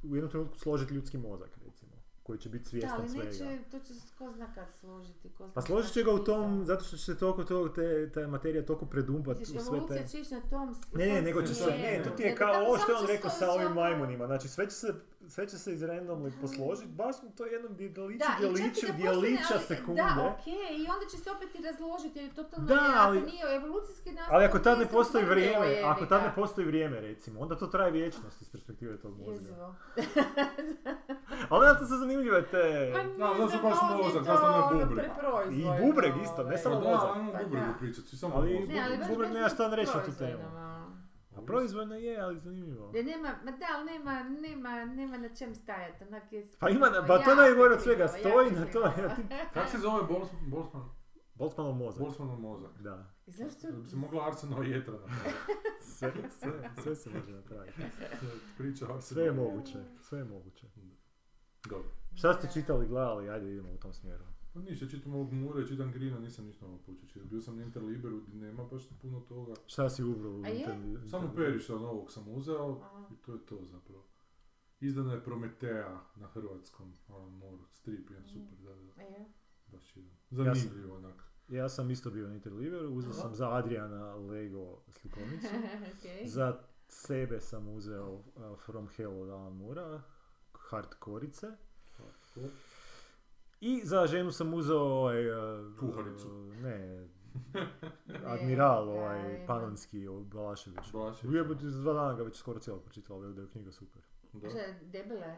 u jednom trenutku složiti ljudski mozak, recimo, koji će biti
Da,
svjestan
ali
svega.
neće, to će se ko zna kad složiti, ko zna
Pa složit
kad
će ga u
pita.
tom, zato što će se toliko tog, te, ta materija toliko predumpat u
Misliš,
sve te...
evolucija će ići na tom s-
Ne, ne,
tom
nego će se, ne,
smjeru.
to ti je
Nego
kao
tamo
ovo
samo
što je on
će
rekao
se
sa ovim
svako-
majmunima, znači sve će se, sve će se iz randomly posložiti, baš to je jednom djeliću,
Da, i čak i
djeliću,
da
djelića
postane, ali-
sekunde.
Da, okej, i onda će se opet i razložiti, jer je totalno,
Da,
da,
ali-
ako nije evolucijski nastavak,
Ali ako tad ne
nije ovaj se
postoji
dogodilo,
vrijeme,
jebi
ako tad
ga.
ne postoji vrijeme recimo, onda to traje vječnost iz perspektive tog mozga.
Jezivo.
Ali onda to su zanimljive te...
Pa
E, Da,
ne
znaš
znam,
baš
on je
mozak,
to
znaš da ne
ono
bubreg.
preproizvoljno,
I bubreg isto, ne
ovaj.
Pa
samo
da,
mozak.
ajmo
Pa
Google
da.
pričati, svi samo
Ali-
mozak.
Ne, ali baš
Bubreg
baš
nema šta reći na tu
proizvoljno,
temu.
ono.
A proizvoljno je, ali zanimljivo.
Da nema, ma da, ali nema, nema, nema na čem stajati, onak je...
Pa ima,
sklimava,
pa to
jako
najgore od svega,
sklimava,
stoji
jako
na to,
sklimava.
ja ti-
Kak se zove Boltzmann- Boltzmann-
Boltzmanov mozak.
Boltzmannov mozak?
Da.
I zašto...
Da bi se mogla Arsenova jetra napraviti.
Sve, sve, sve se može napraviti.
Priča Arsenova.
Sve je moguće, sve je moguće.
Dobro.
Šta ste čitali, gledali, ajde idemo u tom smjeru.
Pa ništa, čitam ovog Mure, čitam Grina, nisam ništa novo počeo. Bio sam na Interliberu gdje nema baš puno toga.
Šta si ubrao u
A je?
intervju?
Samo Periša novog sam uzeo
Aha.
i to je to zapravo. Izdana je Prometea na hrvatskom, Alan Moore, strip, jedan super, da, da,
E, je.
baš jedan. Zanimljiv onak.
Ja sam isto bio na Interliberu, uzeo sam za Adriana Lego slikovnicu.
Okej.
Za sebe sam uzeo uh, From Hell od Alan Moora, hardkorice.
Tako.
I za ženu sam uzeo ovaj... uh,
Kuharicu.
Ne, Admiral,
E, da,
ovaj
ima.
panonski ovaj, Balašević.
Baš je.
Ujebote, za dva dana ga već skoro cijelo pročitala, ali da je knjiga super.
ono, Da.
Šta je, debele?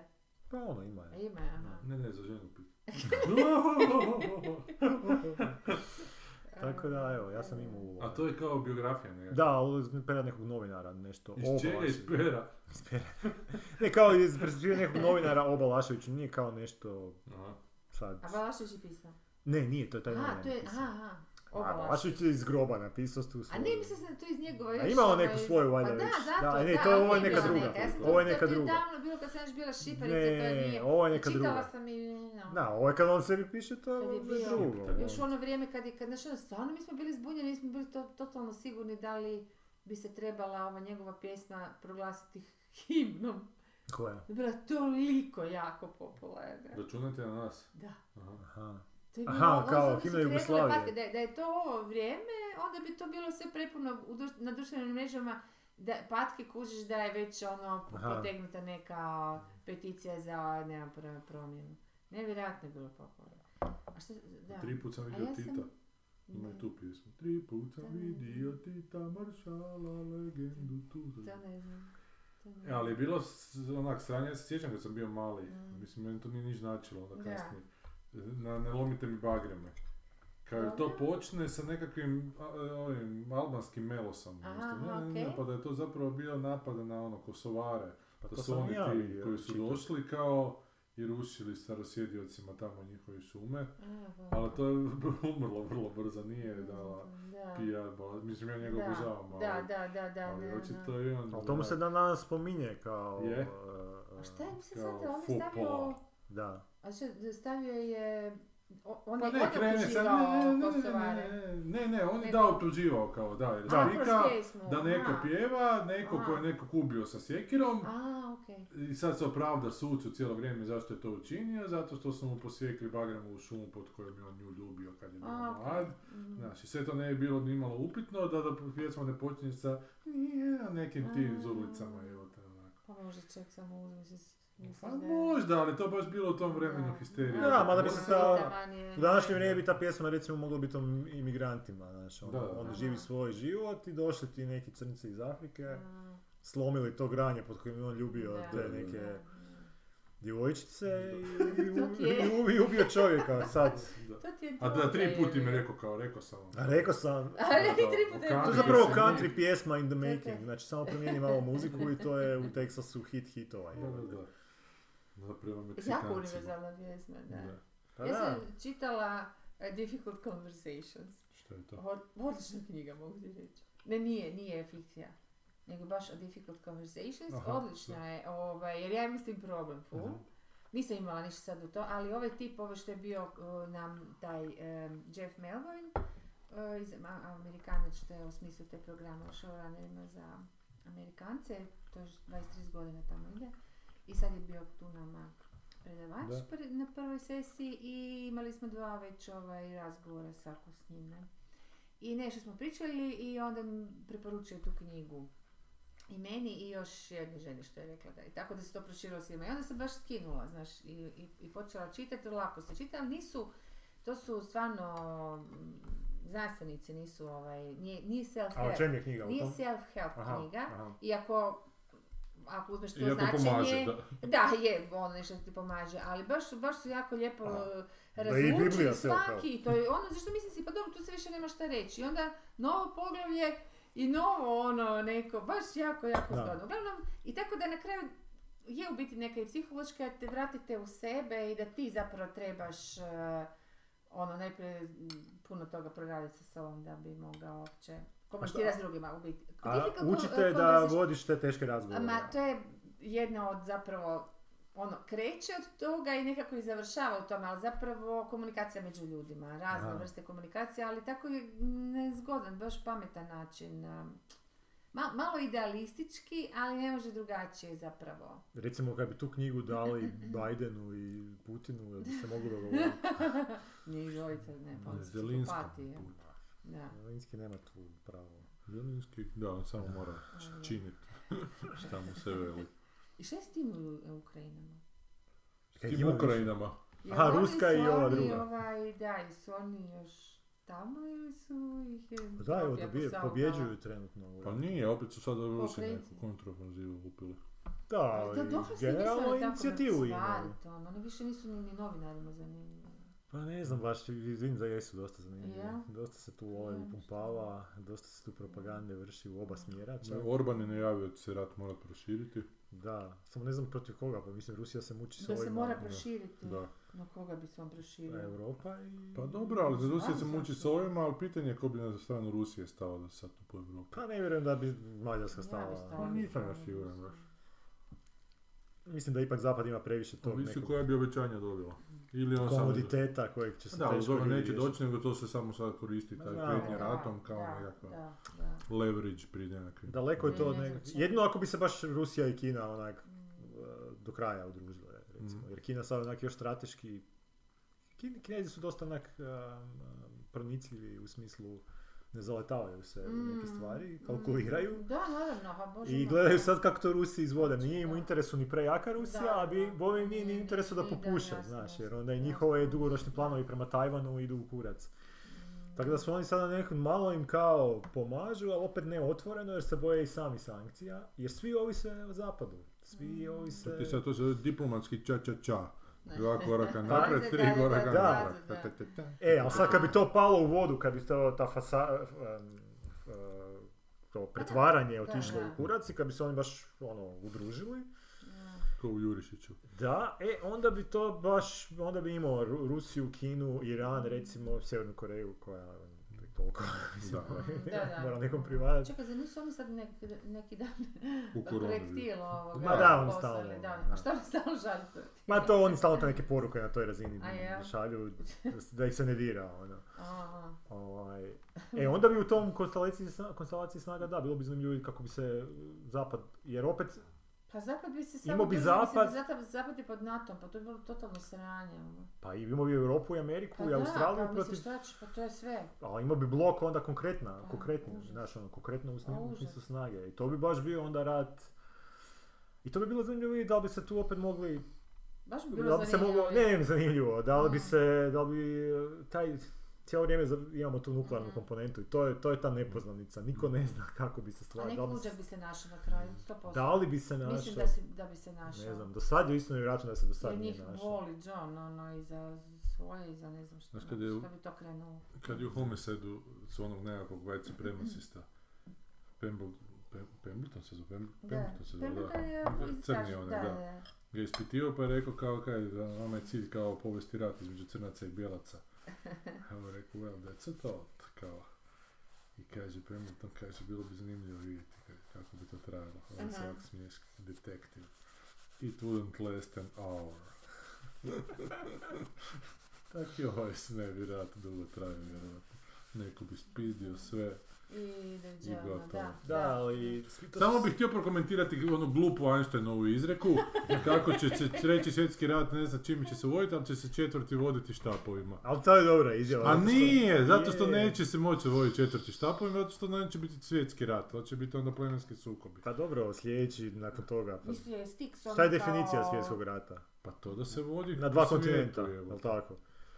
Pa ono ima je.
Ima, aha.
Ne, ne, za ženu pit.
e,
Tako da, evo, ja sam imao ulogu.
A to je kao biografija nekako.
Da, ali iz pera nekog novinara, nešto.
Iz
o
čega iz
Balaševiću.
pera?
Iz pera. ne, kao iz perspektive nekog novinara o Balaševiću, nije kao nešto
Aha.
sad...
A Balašević je pisao.
Ne, nije, to je taj
Aha,
novinar.
to je,
napisao.
aha, aha.
A
Obala.
Balašević je iz groba napisao tu
A
svoju-
ne, mislim sam da to iz njegova
A
još...
imao
ono,
neku
iz-
svoju, valjda
Pa da,
već.
zato,
Da, ne,
da,
to ovo je
ali
neka
bila
druga.
neka. Ja sam
Ovo je
to-
neka
to
druga.
je davno bilo kad sam još bila šiparica, to je
Ne,
nije...
ovo je neka
Čitala
druga.
sam i... no.
Da, ovo je kad on sebi piše, to je
Kad je
ono je
bio-
drugo.
Još u ono vrijeme kad je, kad, znaš, ono, stvarno mi smo bili zbunjeni, nismo bili to, totalno sigurni da li bi se trebala ova njegova pjesma proglasiti himnom.
Koja?
Je bila toliko jako popularna.
Računajte na nas.
Da.
Aha.
Aha.
To je
Aha,
bilo, ono,
kao
zato su
himna
krenule,
Jugoslavije.
pazite, Da, je- da je to ovo vrijeme, onda bi to bilo sve prepuno u druš- na društvenim mrežama da patke kužiš da je već ono
Aha.
potegnuta neka peticija za nemam pr- promjenu. Nevjerojatno je bilo popularno. A što, da.
Tri put sam
A
vidio
ja sam-
Tita. Ima
Ne,
i tu pjesmu. Tri put sam
Da.
vidio Tita Maršala, legendu tu.
To ne znam. To ne
E,
znam.
ali je bilo s- onak sranje, ja se sjećam kad sam bio mali.
Mm.
Mislim, meni to nije niš značilo onda
Da.
kasnije. Na, ne lomite mi bagreme. Kao jer to
Dobro.
počne sa nekakvim a, e, ovim albanskim melosom.
Aha,
nešto. Ne, ne, ne,
okej.
pa da je to zapravo bio napad na ono kosovare.
Pa
Da
to
su
sam
oni
i ja
ti
vidio,
koji su
čitao.
došli kao i rušili starosjediocima tamo njihove šume.
A, pa.
Ali to je umrlo vrlo brzo, nije dala
Da.
PR bala. Mislim, ja njega obožavam, ali,
Da, da, da, da,
ali
da, da.
očito je on...
Ali to mu se dan danas spominje kao...
Je.
uh,
A šta je, mislim,
Kao
sad on je
faux pas.
stavio...
Da.
A što, stavio je o- on
Pa
je
ne,
on
krene
je
sad, ne,
optuživao
ne, ne, ne,
Kosovare.
ne, ne, ne, on je
Nego-
da optuživao kao, da, jer
A,
da,
kroz pjesmu,
da neko
aha.
pjeva, neko
Aha.
ko je nekog ubio sa sjekirom,
A, okej.
i sad se opravda sucu cijelo vrijeme zašto je to učinio, zato što su mu posjekli bagremu u šumu pod kojom je on nju ljubio kad je bio
A, okej.
mlad.
Mhm.
Znači, sve to ne bi bilo ni malo upitno da, da pjesma ne počinje sa "Nije", nekim tim
A.
zulicama ili tako.
Pa može čovjek samo uzmi se s- misliš
Pa
da je-
možda, ali to baš bilo u tom vremenu
Da.
histerija.
Da, mada bi se ta-
Taman je-
U današnje vrijeme bi ta pjesma recimo mogla biti o imigrantima, znaš,
Da,
ono,
da.
oni
Aha.
živi svoj život i došli ti neki crnci iz Afrike,
A,
slomili to granje pod kojim je on ljubio
Da,
te
da,
neke
da.
djevojčice i,
To ti je.
i ubi- i ubio čovjeka sad.
Da.
To ti je
A da, tri
droga,
puta mi
jebi.
rekao kao, rekao sam vam.
A rekao sam,
A, ne, tri puta je
To je
to je
rekao.
zapravo
Mislim,
country
nije.
pjesma in the
To je
making,
to.
znači samo promijeni malo muziku i to je u Teksasu hit hitova.
Da, da, da. Da, prema
Jako
Meksikancima.
univerzalna pjesma, da.
Da.
Pa
Ja
da,
sam čitala eh, Difficult Conversations.
Što je to?
Od- Odlična knjiga, mogu ti reći. Ne, nije, nije fikcija. Nego baš o Difficult Conversations.
Aha,
Odlična je, ovaj, jer ja mislim problem full.
Mhm.
Nisam imala ništa sad u to, ali ovaj tip, ovaj što je bio eh, nam taj em, Jeff Melbourne, eh, iz Ma- Amerikanac što je osmislio te programe u showrunnerima za Amerikance, to je 23 godina tamo ide. I sad je bio tu nama predavač
Da.
pr- na prvoj sesiji i imali smo dva već ovaj, razgovora svako s njim. ne. I nešto smo pričali i onda mi preporučio tu knjigu. I meni i još jednoj ženi što je rekla da je. Tako da se to proširilo svima. I onda sam baš skinula, znaš, i, i, i počela čitati, lako se čita, ali nisu, to su stvarno mm, znanstvenici, nisu ovaj, nije, nije
a o
self-help.
čem je knjiga? O
Nije
tom?
self-help
Aha,
knjiga,
aha.
iako ako uzmeš to
I ako
značenje,
pomaže, da.
da, je, ono nešto ti pomaže, ali baš, su- baš su jako lijepo
A.
e,
Da i
razlučili
Biblija se
svaki, to je ono, zašto mislim si, pa dobro, tu se više nema šta reći, i onda novo poglavlje i novo ono neko, baš jako, jako
Da.
zgodno. Uglavnom, i tako da na kraju je u biti neka i psihološka, te vratite u sebe i da ti zapravo trebaš e, ono, najprije m, puno toga proraditi sa sobom da bi mogao uopće komunicirati s drugima u biti.
A
Difficult co-
učite da
conversation-
vodiš te teške razgovore.
Ma, to je jedna od zapravo, ono, kreće od toga i nekako i završava u tome, ali zapravo komunikacija među ljudima, razne
Aha.
vrste komunikacije, ali tako je nezgodan, baš pametan način. um, ma- malo idealistički, ali ne može drugačije zapravo.
Recimo kad bi tu knjigu dali Bidenu i Putinu, jel bi se moglo dogovoriti?
Ni dvojica, ne, pa oni su
Zelinska.
psihopati, je. Da.
Linski nema tu pravo.
Zelinski, da, on samo mora
Ono.
činiti šta mu se veli.
I šta je s tim u- u Ukrajinama?
S
Kaj
tim
E, ima
Ukrajinama.
Jel
Aha,
oni
ruska
su
i ova
oni,
druga.
Ovaj, da, i su oni još tamo ili su ih... je
Pa Da, evo,
Etijopija
dobije,
posao
pobjeđuju trenutno. u
Pa
ratu.
nije, opet su sad Rusi
Ukrajinci.
neku kontrofanzivu upili.
Da,
Ali to
ali
dosta se
Pa, generalno
nisu tako
inicijativu imaju.
nacvarit, ono, Oni više nisu ni, ni novinarima zanimljivi.
Pa ne znam, baš vidim da jesu dosta zanimljivi.
Ja?
Dosta se tu ovaj
Nemam
upumpava, dosta se tu propagande vrši u oba smjera. čak.
Orban je najavio da će se rat mora proširiti.
Da, samo ne znam protiv koga, pa mislim Rusija se muči s
Da se
ovima,
mora
ono,
proširiti.
Da.
No koga bi se on proširio?
Europa i...
Pa dobro, ali Rusija se
Stvarno
muči s
zašto?
ovima, ali pitanje je ko bi na stranu Rusije stao da sad tu po Evropi.
Pa ne vjerujem da bi Mađarska
Ja bi
stala.
stala.
Pa nisam ja siguran baš.
Mislim da ipak Zapad ima previše tog
Ovisi
nekog
koja bi obećanja dobila. Ili on samo...
komoditeta kojeg će se
Da, uz
teško
ovo neće
riješiti.
doći, nego to se samo sad koristi,
Ma
taj
znam.
prijetnje
Da,
ratom kao
da,
nekakva
Da, da.
leverage pri nekakvim.
Daleko je to od
Ne, ne
nekog...
znam čemu.
Jedino ako bi se baš Rusija i Kina onak
Mm,
e, do kraja udružile, recimo.
Mhm.
Jer Kina sad onak još strateški... Kin- Kinezi su dosta onak um, um, pronicljivi u smislu ne zaletavaju se u neke
mm,
stvari,
mm.
kalkuliraju.
Da, naravno, pa bože.
I
moj.
gledaju sad kako to Rusi izvode. Nije im u interesu ni prejaka Rusija,
Znači Da,
a bi
da.
bovim nije ni
Ni-
u interesu da
ni da,
popuše,
jasno,
znaš,
jasno.
jer onda i njihove dugoročni planovi prema Tajvanu idu u kurac.
Mm,
Tako da su oni sada nekom malo im kao pomažu, ali opet ne otvoreno jer se boje i sami sankcija, jer svi ovise o zapadu. Svi
Mm.
To
ovise...
ti sad to se zove diplomatski ča ča ča.
Ne.
Dva koraka naprijed, tri koraka
da, da,
natrag.
da.
Ta, ta, ta, ta.
E, ali sad kad bi to palo u vodu, kad bi to ta fasa... em, f- e, to pretvaranje otišlo
da.
u kurac i kad bi se oni baš ono udružili,
da.
Ko u Jurišiću.
Da, e, onda bi to
Mm.
baš, onda bi imao Ru- Rusiju, Kinu, Iran, recimo Sjevernu Koreju koja ono, koliko. Mislim,
Da, da.
Mora nekom privadati.
Čekaj, zar nisu oni sad neki, neki dan
u koroni.
projektil ovoga
Ma
da, oni
poslali,
stalno,
Da.
da.
A šta oni stalno žalju protiv?
Ma to oni stalno te neke poruke na toj razini
A jel?
šalju, da, s- da ih se ne dira, ono.
Aha.
Ovaj, E, onda bi u tom konstelaciji, sna- konstelaciji snaga, da, bilo bi zanimljivo i kako bi se e, zapad, jer opet,
Pa zapad bi se samo...
Imao bi
držao
zapad-
Se, zapad, zapad je pod NATO-om, pa to je bilo totalno sranje. ono.
pa i imao bi Europu i Ameriku
Pa
i
da,
Australiju
pa
protiv,
mislim šta će, pa to je sve.
a imao bi blok onda konkretna,
Pa,
konkretni,
užas.
znaš, ono, konkretno u
Pa, užas.
smislu snage. I to bi baš bio onda rat, i to bi bilo zanimljivo i da li bi se tu opet mogli
Baš bi
Da
bilo
bi se moglo,
zanimljivo.
ne, ne, zanimljivo, da li bi
Mm.
se, da li bi e, taj, cijelo vrijeme za- imamo tu nuklearnu
Mm.
komponentu i to je, to je ta nepoznanica, niko ne zna kako bi se
A
stvari, da
neki
li bi
luđak
se,
bi se našao na kraju, 100%.
da li bi se
Mislim
našao,
da, se, da bi se našao.
ne znam, do sad je isto nevjerojatno da se do sad
Jer
nije
njih
našao.
voli John, ono, i za svoje, i za ne znam što,
Znaš kad je u-
što bi to krenulo.
Kad je u Homisedu s onog nekakvog white supremacista,
Mhm.
Pembl- Pem- Pembleton se zove, Pem- Pembleton se zove,
Pemberton je
da. Crni
istraž- da,
onaj, da.
da.
ga je ispitivao pa je rekao kao kaj, nama je cilj kao povesti rat između crnaca i bijelaca. Evo rekao, well, that's a thought, kao. I kaže, Pemberton kaže, bilo bi zanimljivo vidjeti ka- kako bi to trajalo. On se
Aha.
ovak smiješka, detective. It wouldn't last an hour. Tak i ovaj se ne bi rat dugo trajao, vjerojatno. Neko bi spizdio sve.
I The
I
John,
gotovo.
da.
Da, ali...
Samo bih htio prokomentirati onu glupu Einsteinovu izreku, kako će se treći svjetski rat, ne znam čime će se voditi, ali će se četvrti voditi štapovima.
Ali to je dobra izjava.
A
zato što-
nije, zato što
Je.
neće se moći voditi četvrti štapovima, zato što neće biti svjetski rat, to će biti onda plemenski sukobi.
Pa dobro, sljedeći nakon toga. Pa...
Mislio je Stix, ono
Šta je
kao-
definicija svjetskog rata?
Pa to da se vodi
Na dva
po svijetu,
kontinenta,
jebote.
jel tako?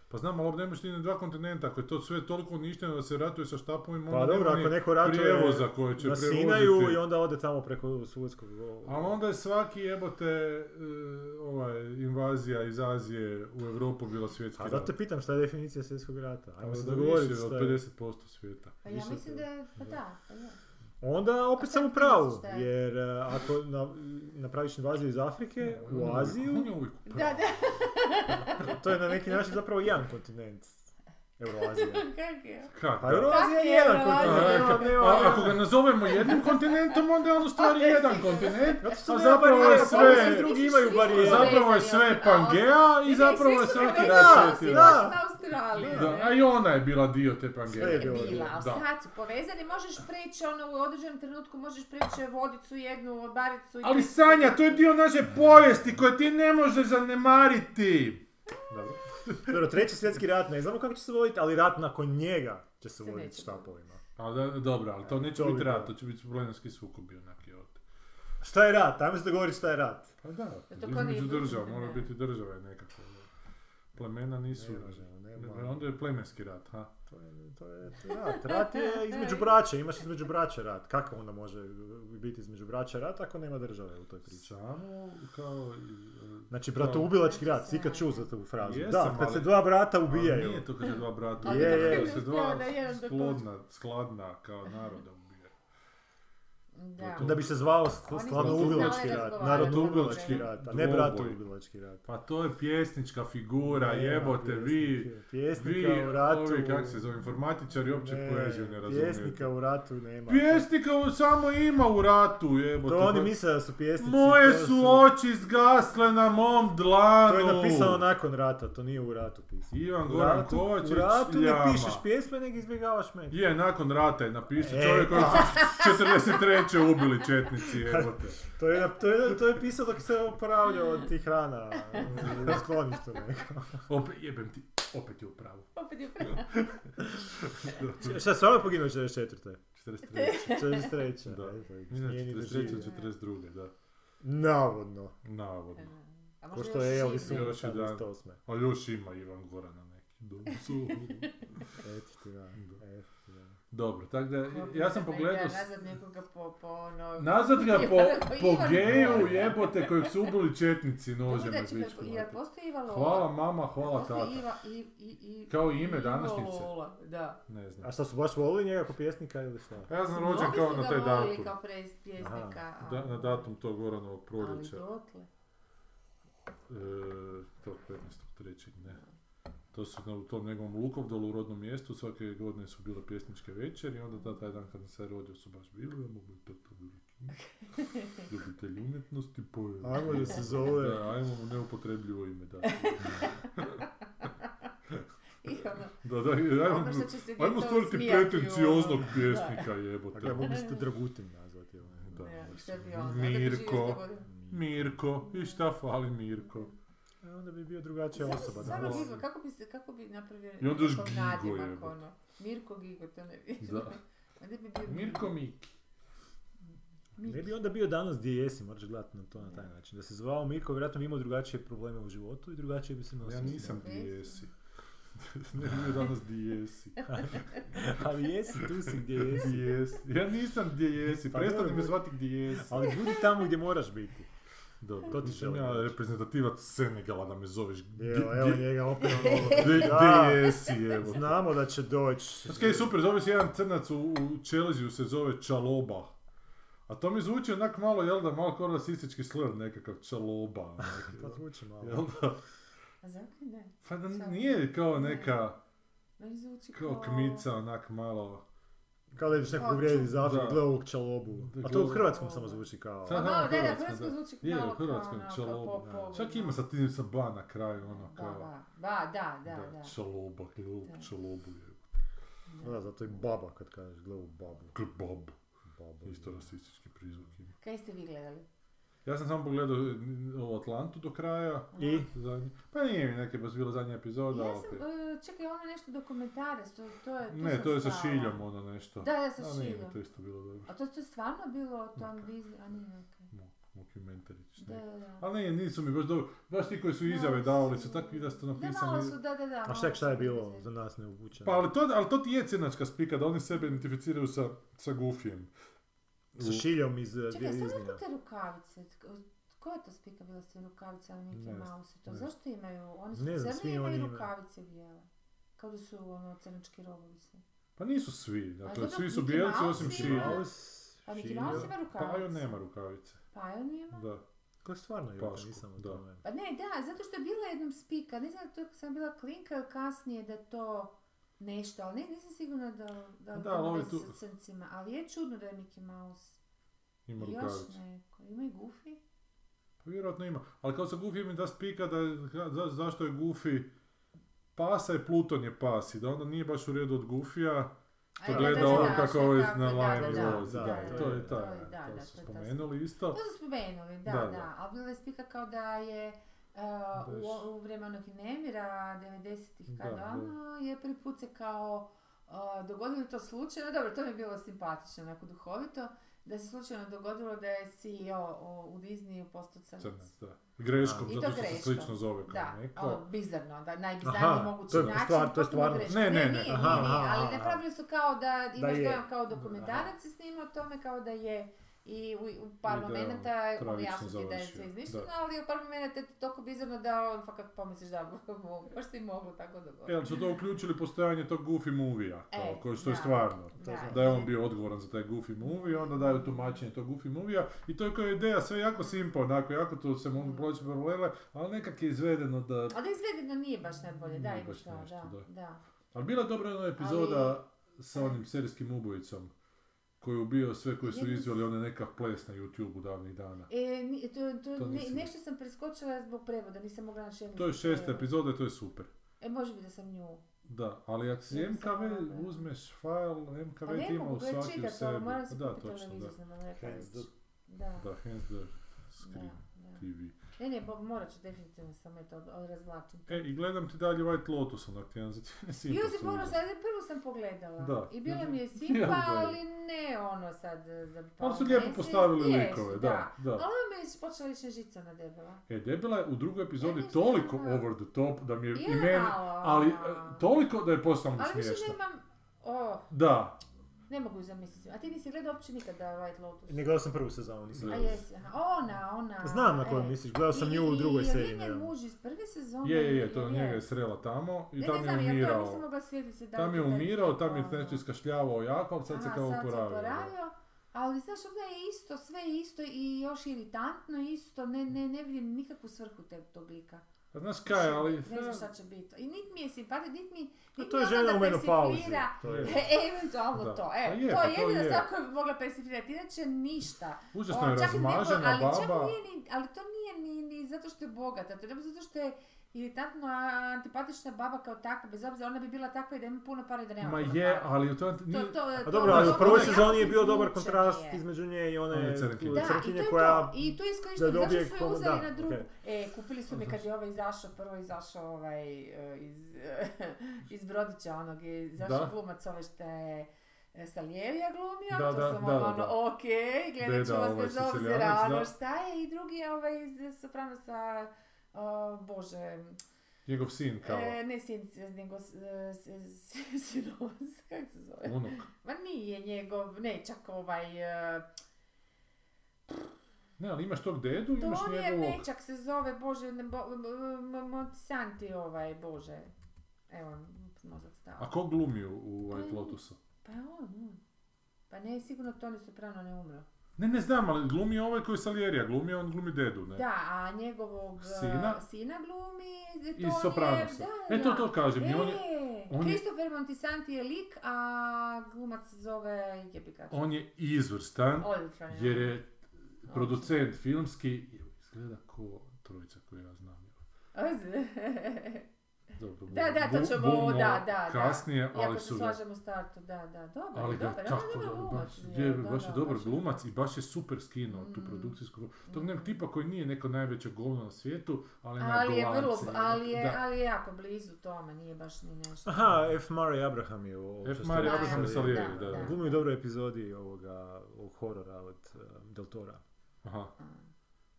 Pa znam, ali ne možeš ti na dva kontinenta, ako je to sve toliko uništeno da se ratuje sa štapovima,
Pa
onda
dobro,
Ono, nema ni
ako neko ratuje
prijevoza koje će
Na Sinaju
prevoziti.
i onda ode tamo preko Suetskog.
Ali onda je svaki jebote e, ovaj, invazija iz Azije u Europu bila svjetski
A
rat.
Pa zato te pitam šta je definicija svjetskog rata? Ajmo
Pa
se
da
dogovoriti
više od
šta je.
50% svijeta.
Pa ja
Više
mislim
to.
da je, pa da, pa da.
Onda
A
opet sam u
sad
pravu,
Pa misliš da je?
jer e, ako na- napraviš invaziju iz Afrike
On je
u
uvijek-
Aziju,
on je uvijek Ono, u pravu.
Da, da,
to je na neki način zapravo jedan kontinent. Euroazija.
kak je?
Kak,
Pa
da?
Euroazija
Kak
je
je
jedan
Euroazija?
kontinent, nema- ono-
A,
nema-
ako ga nazovemo jednim kontinentom, onda je on u stvari jedan kontinent.
Zato što
A
nema
zapravo je
barijera,
sve-
pa svi drugi
Svi-
imaju
I
svi
barijere.
su-
zapravo je sve Pangea i zapravo je svaki
povezani,
rat
da,
svijeti
da.
rat.
na Australiji.
Da, a i ona je bila dio te Pangea.
Sve je
Je
bilo.
bila, ali
Da.
sad su povezani, možeš preći ono u određenom trenutku, možeš preći vodicu jednu, baricu i...
Ali Sanja, to je dio naše povijesti koje ti ne možeš zanemariti.
Dobro. Dobro, treći svjetski rat, ne znamo kako će se voditi, ali rat nakon njega će se
Se
voditi
neće
štapovima.
A da, dobro, ali to neće
To bi
biti rat, to
bilo.
će biti problemski sukobi onaki od.
Šta je rat? Ajmo se dogovoriti šta je rat.
Pa da,
Da to kao
između
nije-
država, mora
ne.
biti države nekako. Plemena nisu...
Ne može, nema.
Ne, Onda je plemenski rat, ha?
To je, to je to je rat. Rat je između braća, imaš između braća rat. Kako onda može biti između braća rat ako nema države u toj priči?
Samo kao...
Znači,
Znači,
bratoubilački rat, svi kad
sjajno.
ču za tu frazu.
Jesam,
da, kad
ali-
se dva brata
ubijaju.
ubijaju.
Nije to kad se dva brata
Ali
Je,
ubijaju,
je.
kad se dva
Da, jedan do
sklodna, skladna kao naroda ubijaju.
Da.
to-
Da bi se zvao
Oni su znali
ubilački rat,
razgovarati.
narodoubilački rat, a
Dvoboj.
ne bratoubilački rat.
Pa to je pjesnička figura, jebote, vi...
Pjesnike- Pjesnika
Vi,
u ratu...
ovi, kak se zove, informatičari uopće
Ne,
poeziju ne razumiju.
Pjesnika u ratu nema.
Pjesnika u- samo ima u ratu, jebote. pa-
To oni misle da su pjesnici.
Moje
to
su oči zgasle na mom dlanu.
To je napisano nakon rata, to nije u ratu pisano.
Ivan
U
Goran
ratu-
Kovačić,
U ratu ne
Ljama.
pišeš pjesme, nego izbjegavaš meni.
Je, nakon rata je napisao
E,
čovjek koji
pa.
su 43. ubili četnici, evo te.
To je, to je, to je pisao dok se oporavljao od tih rana u- u skloništu neko.
Opet, jebem ti, opet je u pravu.
Opet je prvo.
Šta, stvarno je poginuo 44.
43.
43.
Da.
eto,
Mislim,
nije
43.
ni doživio.
doživio.
42. da.
Navodno.
Navodno.
A
Ko
možda
što je
još
Elvis
šire.
Još
umro
je dan.
78.
Ali još ima Ivan Gorana neki. Dobro, su.
Eto ti da,
Da.
eto ti da.
Dobro, tako da,
Možda
ja sam
da ide
pogledao... s-
pa Nazad nekoga po, po ono...
Nazad ga po,
Ivan
po
Goran.
geju jebote kojeg su ubili četnici nožem
Pogledat
na
ću ga,
zvičku.
jel postoji Iva Lola?
Hvala mama, hvala
Postoji
tata.
Iva- i, i, i,
Kao ime
Iva
današnjice.
Lola, da.
Ne znam.
A šta su baš volili njega kao pjesnika ili šta?
Pa Ja sam
Mnogi
rođen kao
su
na
ga
taj
volili
datum.
kao prez- pjesnika,
Da,
ali-
na datum tog Goranovog
Ali
proljeća.
dotle.
E, tog 15.3. ne. To su na- u tom njegovom Lukovdolu u rodnom mjestu, svake godine su bile pjesničke večeri i onda ta, taj dan kad sam se rodio su baš bili, ja mogu biti tako veliki. Ljubitelj umjetnosti, pojeli.
Ajmo da se zove-
Da, ajmo mu neupotrebljivo ime, da.
I ono,
Da, da, ajmo,
ono što će se
Ja, ajmo
djeca
stvoriti
osmijati u
pretencioznog
ovom.
pjesnika,
A
jebote.
ga mogli ste Dragutin nazvati. Ovaj.
Da,
Da, ne,
Ja, mislim,
šta bi on,
Mirko, Mirko, i šta fali Mirko?
E, onda bi bio drugačija osoba. da.
Samo
da.
Gigo, kako bi, se, kako bi napravio
I onda još
nekakav
Ja, Gigo
nadimak,
jebote.
ono. no? Mirko Gigo, to ne bi.
Da.
Onda bi bio
Mirko Miki.
Miki.
Ne bi onda bio danas gdje jesi, moraš gledati na to na taj način. Da se zvao Mirko, vjerojatno bi imao drugačije probleme u životu i drugačije bi se nosio.
Ja
s njim.
nisam
Vezi.
dijesi. ne bi bio danas dijesi.
Ali jesi, tu si gdje jesi.
Dijesi. Ja nisam gdje jesi.
Pa
Prestani
dobro.
me zvati gdje jesi.
Ali budi tamo gdje moraš biti.
Dobro,
To ti
mislim,
želim
ja
reći.
reprezentativac Senegala da me zoveš. Gdje
Evo, evo
gdje-
njega opet
gdje-
Da.
gdje jesi, evo.
Znamo da će doći.
Znaš kaj je super, zove se jedan crnac u, u Čeleziju se zove Čaloba. A to mi zvuči onak malo, jel da, malo kao rasistički slur nekakav, Čaloba. neki,
Pa zvuči malo.
jel da?
A zakaj ne?
Pa da nije kao neka,
Meni zvuči kao...
kao kmica, onak malo.
Kao da ideš nekog
Pa,
vrijedi za
da.
Afriku, gle ovog čalobu.
Da,
A to u
gle-
hrvatskom samo zvuči kao...
Pa
Sad-
malo, da, da,
Hrvatska,
hrvatsko
da.
zvuči
Je,
malo
u Hrvatskoj
kao ono,
Čaloba.
kao
da.
pop,
Čak
ono.
ima sa tim sa ba na kraju, ono
Da,
kao.
da, ba, da, da, da.
Čaloba, gle ovog
Da.
Čalobu je.
Da, zato i baba kad kažeš, gle ovu babu.
Gle bab,
babu.
isto rasistički prizvuk ima.
Kaj ste vi gledali?
Ja sam samo pogledao eh, ovu Atlantu do kraja.
I?
Zadnji. Pa nije mi neke baš bila zadnja epizoda.
Ja
ali
sam,
okej.
e, čekaj, ono nešto dokumentarac, to, to je... tu
Ne,
sam
to je sa
stala.
šiljom ono nešto.
Da, da, sa
A nije mi
šiljom.
to isto bilo dobro.
A to, to je stvarno bilo o tom
Ok.
Disney, a nije, okej.
Dokumentarić.
Da, da, da.
Ali ne, nisu mi baš dobro. Baš ti koji su izjave
Malo
davali
su-
su takvi da ste
Da, malo su,
napisani.
da, da, da.
A
malo
šta, šta je
su
bilo
bili
za nas neupućeno?
Pa ali to, ali to ti je crnačka spika, da oni sebe identificiraju sa, sa Gufijem.
Sa šiljom iz eh,
Čekaj, sad
Disneya.
otkud te rukavice? Tko- Ko je to spika bila s tim rukavicama
Ne
Mickey
znam,
Mouse? To
ne znam.
zašto imaju? Oni su
Ne znam,
crni
svi
i
oni
imaju
imaju.
rukavice bijele. Kao da su ono crnički robovi sve.
Pa nisu svi, dakle,
dobro,
svi su
Mickey
bijelci
Mouse
osim
ima-
šilja.
Mouse,
A Mickey
Šilja.
Mouse ima rukavice.
Pa joj nema rukavice.
Pa joj nema.
Da.
Gle, stvarno je,
Pašku,
nisam o
da.
tome.
Pa ne, da, zato što je bila jednom spika. Ne znam da to sam bila klinka ili kasnije da to nešto, ali ne, nisam sigurna da, da,
Pa Da,
da
ali ovo je
veze
tu-
sa crncima. Ali je čudno da je Mickey Mouse. I
Ima
još
rukavice.
neko. Ima i Goofy.
Pa vjerojatno ima. Ali kao sa Goofy mi da spika da, je- za- zašto je Goofy pasa je Pluton je pas i da onda nije baš u redu od Goofija.
A
To
da,
gleda
da,
ovo
da,
kako
šta
je
tako,
na
da,
lajnu
da, da,
vozi. Da,
da,
to je
da,
taj.
da, da,
To
da,
su
to je ta
spomenuli isto.
To su spomenuli, da,
Da,
da.
da.
Ali bila je spika kao da je uh, u,
Baš.
u vrijeme onog nemira, 90-ih,
Da,
kada
da.
ono je prvi put se kao uh, dogodilo to slučajno, dobro, to mi je bilo simpatično, onako duhovito, da se slučajno dogodilo da je CEO o- u Disneyu postao crnac.
Crnac, da. Greškom,
I to
zato što se
greškom.
slično zove kao
Da,
neko.
ono, bizarno, da, najbizarniji
Aha,
mogući
to je
način.
stvar- to je
potpuno
stvarno-
greškom.
Ne, ne, ne,
nije,
aha,
nije, nije,
aha,
ali
aha.
napravili su kao da imaš
je.
dojam kao dokumentarac i snima o tome kao da je i u, u par
I da je on
momenata, ono, jasno
tragično
ti da je
završio,
sve izmišljeno,
da.
ali u par momenata je to toliko bizarno da on fakat pomisliš da mogu, baš se i mogu tako dogoditi.
Jel E, su to uključili postojanje tog Goofy movie-a, kao,
E,
koji- što je
da.
stvarno.
Da.
Da je on bio odgovoran za taj Goofy movie, i onda daju tumačenje tog Goofy movie-a i to je kao ideja, sve jako simpo, onako, jako tu se mogu proći paralele, ali nekak je izvedeno da...
Ali izvedeno nije baš najbolje, da,
Nije
imaš
baš
to,
nešto,
da,
da.
da.
Ali bila je dobra jedna epizoda sa onim serijskim ubojicom koji je ubio sve koji su
Jedno s-
izveli one neka ples na YouTube-u davnih dana.
E, ni- to, to,
To
ne-
nisam.
nešto sam preskočila zbog prevoda, nisam mogla naći jednu
To je
zbog
šesta
prevoda.
epizoda i to je super.
E, može biti da sam nju...
Da, ali ako si
Ja bi samo
MKV
mogla.
uzmeš file,
Pa
MKV ti
ne
ima u
mogu, to je
svaki u
čitat, ali
sebi.
moram se ono
Da,
kupiti
točno, da.
televizor, sam vam rekla
Hands
već.
the-
Da,
Da, hands the
da,
screen
da.
TV.
Ne, ne, bo- morat ću definitivno sam eto od- od- razvlačim.
E, i gledam ti dalje White Lotus, onak ti jedan za tjedan simpa
Josip
se uzeo.
Boros, sad prvo sam pogledala.
Da.
I bilo mi je
Ja,
simpa,
da.
ali ne ono sad e, za pa
Ali su
ono,
lijepo
jesu,
postavili
jesu,
likove, da, da.
Ali ovo mi je počela više žica na debela.
E, debela je u drugoj epizodi
Ja nisam
toliko
znala.
over the top da mi je i
Jao.
meni, ali e, toliko da je postalo mi
Ali više
smiješno.
nemam, o,
Da,
ne mogu ju zamisliti. A ti nisi gledao uopće nikada White Lotus?
Ne gledao sam prvu sezonu, nisam
A
gledao.
jesi, aha, ona, ona.
Znam na koju
e.
misliš, gledao sam nju u
I-
drugoj
i- i
seriji.
njen
ne.
muž iz prve sezone.
je, je, je, to
jel
njega je srela tamo i
Oh, Ne,
tam
ne
je
znam, ja to nisam
umirao.
mogla sjetiti se da
Tam
li
je
to taj
umirao,
tip,
tam je
ono.
nešto iskašljavao jako, ali sad se
Aha,
kao uporavio. da.
oporavio, Ali znaš, onda je isto, sve je isto i još iritantno isto, ne, ne, ne vidim nikakvu svrhu te, tog lika.
Pa znaš kaj, ali...
Ne znam šta će biti. I nit mi je simpatično, nit mi...
Pa
Nit
to je
mi ona
žena
da E,
u menopauzi.
persiflira-
To je.
Eventualno
Da.
to,
Pa
e,
je,
to
pa
je
to
jedina
je.
stvar koju bi mogla persifrirati, inače ništa.
Užasno
Ono,
je
čak i neko-
razmažena
ali čak
baba.
nije ni- ali to nije ni, ni zato što je bogata, to je zato što je iritantno antipatična baba kao takva, bez obzira, ona bi bila takva i da ima puno para i da nema
Ma
puno
je,
para.
ali u to...
To,
nije-
to,
A
to-
dobro,
to-
ali u
to-
prvoj
to-
sezoni je bio
jako
dobar
izvučen
kontrast
je.
između nje i
One
one
crnkinje.
Da, i to
crkinje
je
koja...
to. I tu je
da
iskorišteno, zato
dobije
što su je
komu-
uzeli
da,
na drugu.
okej.
E, kupili su mi kad je ovaj izašao, prvo je izašao ovaj e, iz, iz Brodića onog, je izašao
Da.
glumac ovaj što je e, Saljevija glumio,
Da,
to
da,
sam
da, da,
ono,
da.
ok, gledat ću
Deda,
vas
ovaj,
bez obzira,
Sicilianac, da.
ono šta je, i drugi je ovaj iz Sopranosa, o, bože,
Njegov sin, kao
e, ne sin, nego s- e, s- s- sinovac, kako se zove?
unuk.
Ma nije njegov, ne, čak ovaj, e,
Ne, ali imaš tog dedu, imaš
To on je
njegovog...
Mečak se zove, bože, ne, bo, m- m- Monsanti ovaj, bože. Evo, mozak stao.
A ko glumi u, u
Pa
White
je-
Lotusu?
Pa je on, on. Pa ne, sigurno Toni Soprano ne umro.
Ne, ne znam, ali glumi ovaj koji je Salierija glumi, on glumi dedu, ne?
Da, a njegovog e,
Sina?
sina glumi
I
Toni
Sopranosa.
je, da,
E, to,
da.
to kažem, i
E,
on je, on je-
Christopher Montisanti je lik, a glumac se zove, jebi ga.
on je izvrstan,
Odličan je. ono.
jer je producent filmski, izgleda ko trojica koju ja znam. Dobro,
Da, da, to
bu-
ćemo,
bumno
da, da, da.
kasnije, ali
Iako se
su ga,
slažemo u startu, da, da, dobro,
ali ga
dobro,
tako,
dobar
dobro,
glumac
baš, je, baš je
da,
dobar
baš je
glumac i baš je super skinuo tu
Mm.
produkcijsku. Tog nekog tipa koji nije neko najveće govno na svijetu, ali, na
Ali je vrlo,
glance,
ali je,
da.
ali je jako blizu tome, nije baš ni nešto.
Aha, F. Murray Abraham je u
F. Murray
Abraham je
Salieri, da,
da.
Glumi u dobroj epizodi ovoga, ovog horora od um, Del Tora.
Aha.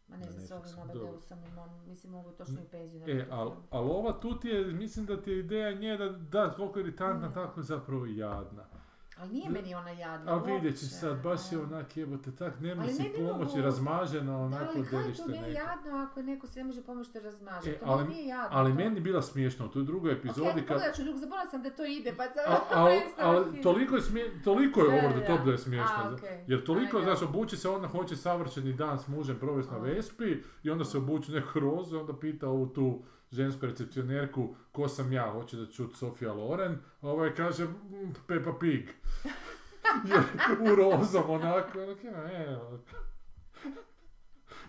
Ma ne
Na
znam, s ovim
Netflixu,
Amadeusom imam, mislim mogu točno i penziju na
E, ali al ova tu ti je, mislim da ti je ideja nje da, da koliko je iritantna,
Mm.
tako je zapravo i jadna.
Ali nije meni ona jadna,
Ali vidjet ćeš
uopće,
sad, baš je
ono.
onak jebote, tak ne
Ali
mi si
ne, ne
pomoći,
mogu.
razmažena,
Da,
onako
ali kaj je
delište
to meni
neko.
jadno ako neko se ne može pomoći da razmaže,
E,
to
ali-
meni nije jadno.
Ali
to.
meni je bila smiješna u toj drugoj
Ok,
epizodi
ajde,
kad...
pogledat ću drugu, zaboravila sam da to ide, pa sam...
A- ali,
prestala
ali
skidati.
toliko je, smije, toliko je
Da,
over
da,
the top
da.
da je smiješno.
A,
za-
okej.
Jer toliko,
Ajde.
znaš, obuči se, ona hoće savršeni dan s mužem provesti na
A.
Vespi i onda se obuči u neku rozu i onda pita ovu tu žensku recepcionerku ko sam ja, hoće da čut Sofia Loren, a ovaj kaže "Mm, Peppa Pig. Jer u rozom onako, onak, ja, e, onak.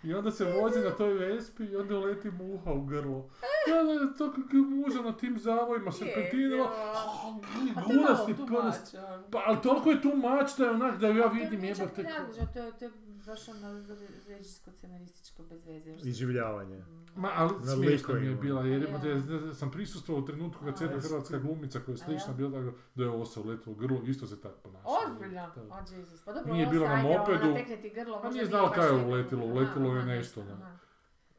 I onda se vozi na toj Vespi i onda uleti muha u grlo. Ja, ne, to kako je muža na tim zavojima
Je,
serpentinama,
je. A to je
gura
malo
ono, si prst.
tumač, ono.
Pa, ali toliko je tu mač da je onak da ju ja vidim
To je čak i
jebate.
nadležno, to je, to je baš ono re- režijsko, scenarističko, bez veze. još.
Iživljavanje.
Ma, ali
Na
smiješna mi je
likovima.
bila, jer
Ja.
jebote, z- sam prisustvovao u trenutku kad
A,
jedna
jest.
hrvatska glumica koja je
A,
slična
ja?
bila da, da je osa uletila u grlo, isto se tako ponašala.
Ozbiljno?
Da.
O, Jesus. Pa dobro,
Nije
ovo
bilo na
sajde, ono,
mopedu.
natekne ti grlo,
Pa
možda
nije znao
baš
kaj je
nekako-
uletilo,
Aha,
uletilo je
aha,
nešto, da.
aha.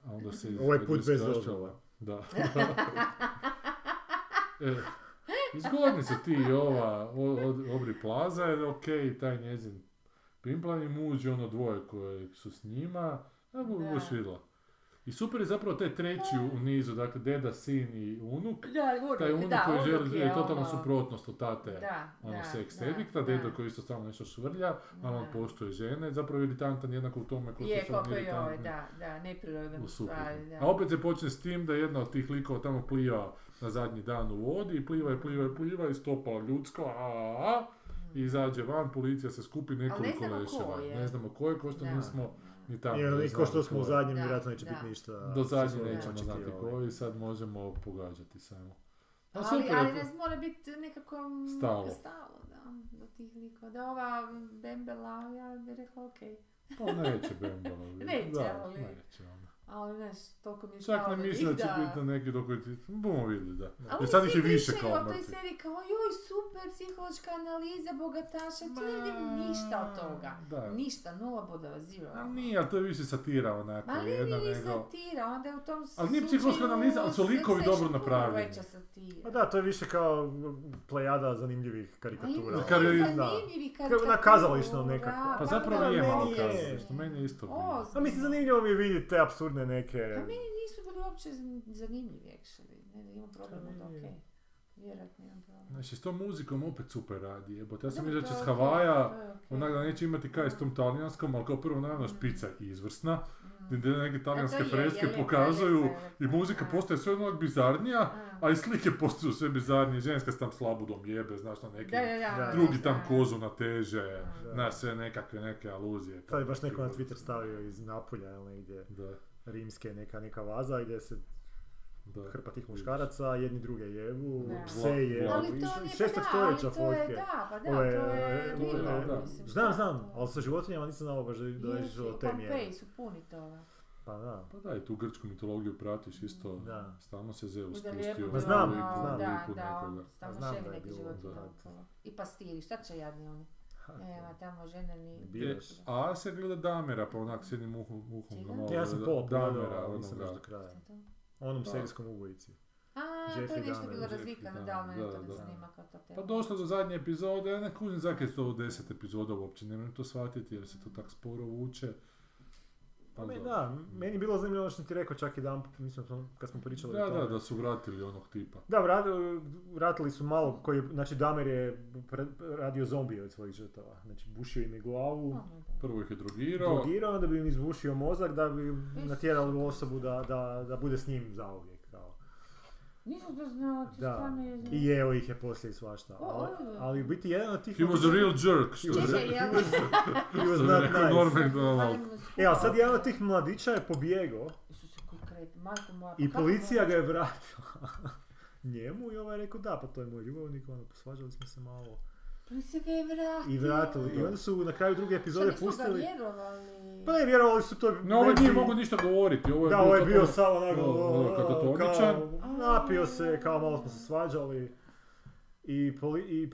A onda se
Ovaj put bez
iskašćala.
dozvola.
Da. e, zgodni su ti i ova o- od- Aubrey Plaza, je ok, i taj njezin pimplani muž i ono dvoje koje su s njima, ja bu,
Da.
buš vidjela. I super je zapravo taj treći u nizu, dakle deda, sin i unuk,
Da, unuk,
taj unuk
da,
koji
unuk
želi
je
je totalno
ono-
suprotnost od tate.
Da,
Ono
da,
seks
da,
edikta,
da.
dedo koji isto samo nešto švrlja, ali on
Da.
poštuje žene, zapravo je iritantan jednako u tome koji
Je,
su
koliko
oni
je ovo,
iritantni
da, da, neprirodan
u
u stvari, da.
suprotnom. A opet se počne s tim da jedna od tih likova tamo pliva na zadnji dan u vodi i pliva i pliva i pliva i stopa ljudska, a, a, a, i izađe van, policija se skupi nekoliko
Mm. znamo ko
leševa.
je.
Ne znamo ko je, ko što
Da.
nismo ni tamo.
Jer
ne
i ko
znamo
što smo
ko
u
je.
zadnjem,
Da,
vjerojatno neće
da.
biti ništa.
Do
što
zadnje
smo
nećemo znati
očekivali.
koji, sad možemo pogađati samo. A
Ali,
super je
ali
to.
nas mora biti nekako mm,
Stalo.
stalo da, do tih likova. Da ova Bembela, ja bih rekla okej.
Pa neće Bembala.
Neće,
da,
ali-
Neće, ono.
Ali znaš, toliko mi je
Čak
stalo
ne
do
mislim da
njih
će biti na neki dok Bomo vidjeli, da.
Ali
Jer
oni
sad ih
svi
je više
pričaju
kao
o toj
mrtvi.
seriji kao joj super psihološka analiza bogataša, tu ne vidim ništa od toga.
Da.
Ništa, nula bodova, zero.
A nije, ali to je više satira onako,
Ma nije
jedna
ni
nego...
satira, onda je u tom
Ali nije psihološka analiza, ali su likovi dobro napravljeni.
Veća satira.
Pa da, to je više kao plejada zanimljivih karikatura.
Ali
Kar-
nije
da.
zanimljivi
Kao na kazališno nekako.
da,
Pa zapravo
da,
je
meni
malo
je-
kazališno, meni je isto Pa bilo.
Ozbiljno. Pa
A Pa mislim, zanimljivo mi je vidjeti te apsurdne neke...
A meni nisu bili uopće zanimljivi, actually. Ne, imam problem, onda okej. Vjerojatno imam problem.
Znači, s tom muzikom opet super radi, jebote. Ja sam mislio da će
Dobro,
s
to je okej,
Havaja,
to je okej.
onak da neće imati kaj s tom talijanskom, ali kao prvo naravno
Mm.
špica je izvrsna,
Mm.
gdje neke talijanske
je, je
freske
lijepa,
pokazuju
lijepa,
i
lijepa,
muzika
da.
postaje sve onak bizarnija,
A.
a i slike postaju sve bizarnije, ženska se tam slabudom jebe, znaš, na neki
Da, da, da,
Da.
ono,
drugi
da.
tam kozu nateže,
Da.
na sve nekakve neke aluzije.
Sad je baš neko na Twitter stavio iz Napulja ili negdje
Da,
rimske neka neka vaza gdje se
da.
hrpa tih muškaraca, jedni druge jevu,
Da.
pse jevu,
Ali
iz
to nije,
iz
pa
šestog
da, ali
stoljeća
to je,
fotke.
da, pa da,
Ove,
to
e,
je
da,
bilo,
da.
mislim.
Znam,
šta
znam,
to?
ali sa životinjama nisam znao baš da da je
Jesu,
išlo do te mjere.
Pompeji su puni toga.
Pa da.
Pa da, i tu grčku mitologiju pratiš isto,
Da.
stalno se Zeus
Uzda
spustio
lijepo
u
Ma znam,
bilo,
liku-
znam.
da,
liku
da, on
nekoga.
tamo
znam
ševi
da je
neke
bilo,
životinje
da.
okolo. I pastiri, šta će jadni oni?
Ha,
Nema
to.
tamo žene ni...
E,
Biraš.
Šta
a se gleda Damera, pa onak s jednim uhom, uhom ono, ga
Čega?
malo
Ja sam
gleda.
pola
Damera,
pogledao, ali nisam baš
onoga.
do kraja.
je to?
Onom
Da.
serijskom ubojici.
A, to je
Jeffrey
nešto
Dahmer,
bilo
Jeffrey
razvikano, da,
Dahmer,
ali mene
da,
to ne
da.
zanima kao ta
Pa
tema.
došlo do zadnje epizode, ja ne kužim zakaj je to u deset epizoda uopće, ne mogu to shvatiti jer se to tak sporo vuče.
Pa me,
dobro.
da, meni je bilo zanimljivo ono što sam ti rekao čak i dan, mislim kad smo pričali o
Da,
tome.
da, da su vratili onog tipa.
Da, vrat- vratili su malo, koji, je- znači Damer je pre- radio zombije od svojih žrtava. Znači bušio im je glavu,
Ono je dobro.
Prvo ih je drogirao,
drogirao, onda bi im izbušio mozak da bi
E,
natjerali osobu da, da, da bude s njim zauvijek. Kao.
Nisam to znala, to
Da,
stvarno je...
i jeo ih je poslije i svašta.
O,
Ali,
ono.
ali u biti jedan od tih...
he was a real jerk, što
He was-
Čekaj,
je
jel?
he was
što
not
bi rekao
nice.
Norm Macdonald.
E, ali sad jedan od tih mladića je pobjegao
Isuse, koji kret, majko moja, pa
i
kako
policija ga je vratila njemu i ovaj je rekao da, pa to je moj ljubavnik, ono, posvađali smo se malo.
Policija ga je vratila.
I vratili. I onda su na kraju druge epizode pustili...
Šta Pa nisu ga vjerovali?
Pa ne, vjerovali su to...
No, ovo
neki-
nije mogu ništa govoriti, ovo je
Da, ovo je
tako-
bio samo onako, ono,
ovo, ovo, katatoničan.
kao, napio se, kao malo smo se svađali. I, poli, i, uh,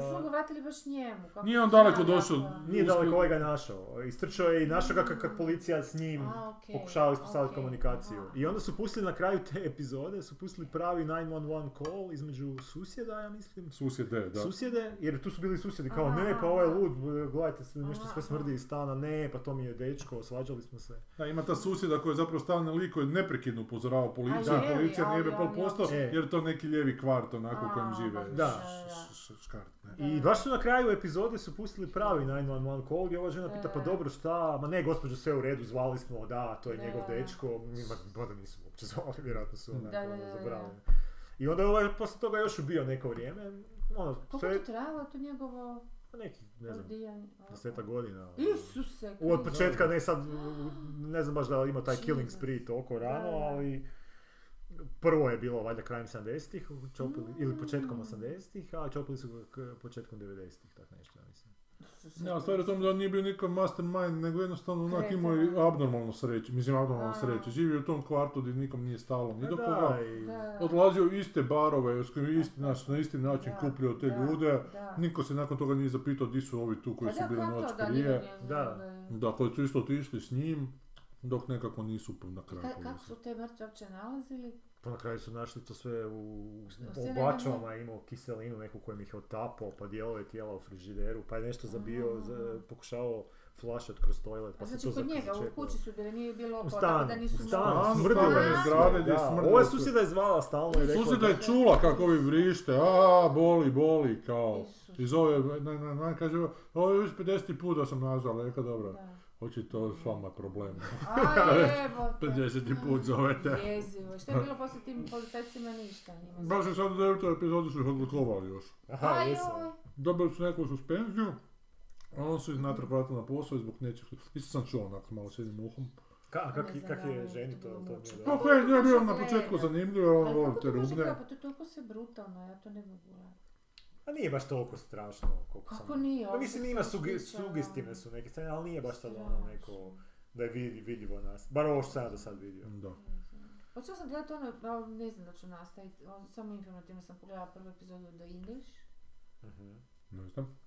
Da su ga vratili baš njemu. kako
Nije on
se
daleko
zna,
došao.
kako-
nije daleko ovaj ga našao. Istrčao je i našao ga kako policija s njim
A, okej,
pokušava ispostaviti
okej,
komunikaciju.
aha.
I onda su pustili na kraju te epizode, su pustili pravi 911 call između susjeda, ja mislim.
Susjed je, da.
Susjede, jer tu su bili susjedi kao
Aha,
ne, pa
aha.
ovaj lud, gledajte se, nešto
Aha,
sve smrdi iz stana, ne, pa to mi je dečko, svađali smo se.
Da, ima ta susjeda koja je zapravo stalni lik koji neprekidno upozorava policiju,
A
a
je li,
policija
ali
nije
oni
pol posto,
uopće-
jer je to neki lijevi kvart onako u kojem
A,
žive.
baš,
Da.
da, da.
š- š- Škart, ne.
I
Da.
baš su na kraju epizode su pustili pravi 911 call gdje ova žena
Da.
pita pa dobro šta, ma ne gospođo sve u redu, zvali smo, da, to je
Da.
njegov dečko, ma boda nisu uopće zvali, vjerojatno su onako
Da, da,
ono,
da, da.
zaboravili. I onda je ovaj poslije toga još ubio neko vrijeme, ono,
Koliko
sve,
je to trajalo to njegovo
neki, Pa ne znam,
rodijanje?
deseta godina. ono.
Isuse!
U, Od
Kriste.
početka, ne sad, ne znam baš da li ima taj killing spree toliko rano,
Da, da.
ali prvo je bilo valjda krajem 70-ih, čopili,
Mm.
ili početkom 80-ih, a čopili su ga k- početkom 90-ih, tako nešto, ja mislim.
Isuse,
Ne, a stvar je u tom da on nije bio nikakav mastermind, nego jednostavno onak
Kretan.
imao i abnormalnu sreću, mislim abnormalnu
A.
sreću, živio u tom kvartu gdje nikom nije stalo ni
Pa
do
da,
koga,
i-
Da,
odlazio u iste barove, s kojim isti, znaš, na isti način
Da,
kupljao te
da,
ljude,
da.
niko se nakon toga nije zapitao di su ovi tu koji
Pa
su
da,
bili
kako
noć
da
prije,
nije-
Da.
da, koji su isto otišli s njim, dok nekako nisu na kraju
Ka- Kako
povezali.
su te mrtve uopće nalazili?
Pa na kraju su našli to sve u,
Sve
u
na
bačvama, imao kiselinu neku kojom ih je otapao, pa dijelove tijela u frižideru, pa je nešto zabio,
A.
za- pokušavao flašat kroz toilet,
A
pa se
znači
to
kod njega, u
začepilo.
kući su bile, nije bilo
U
opao, tako
stanu,
Pa da
u
nisu mogli.
stanu,
mogli.
smrdilo
Stanu,
je sve,
zgrade gdje je
da.
smrdilo
Ova
sve.
susjeda je zvala stalno i rekla
Susjeda
da...
je čula kako ovi vrište, a boli, boli, kao.
Isus.
I zove, na, na, na, kaže, ovo je već 50. put da sam nazvala, rekao, dobro,
Da.
očito s vama je problem.
A jebo
50. put zovete.
Jezivo, što je bilo poslije tim policajcima ništa? njima
Baš je sad u 9. epizodu su ih odlikovali još.
Aha,
Ajoj.
jesam.
Dobili su neku suspenziju, a onda su ih natrag vratili na posao i zbog nečeg. Isto sam čuo onako malo s jednim uhom.
Ka, kak,
Ne znam,
kak
da,
je
ne,
ženi
to
to, to
je
mi je
mučno.
da.
Pa gle, nije bio na
Gleda.
početku zanimljivo, on
Ali
voli
kako
te
to može
rubne.
gledati, pa to je toliko sve brutalno, ja to ne mogu gledati.
A Pa nije baš toliko strašno koliko sam...
Kako nije?
Pa
Ovo
mislim
se ono?
ima
sve
suge,
priča,
sugestivne su neke scene, ali nije baš sad ono neko da je vidi- vidljivo nas. Bar ovo što sam ja do sad vidio.
Da.
Počela sam gledati ono, ali ne znam da ću nastaviti, ono, samo informativno sam pogledala prvu epizodu The English.
Mhm.
Ne znam.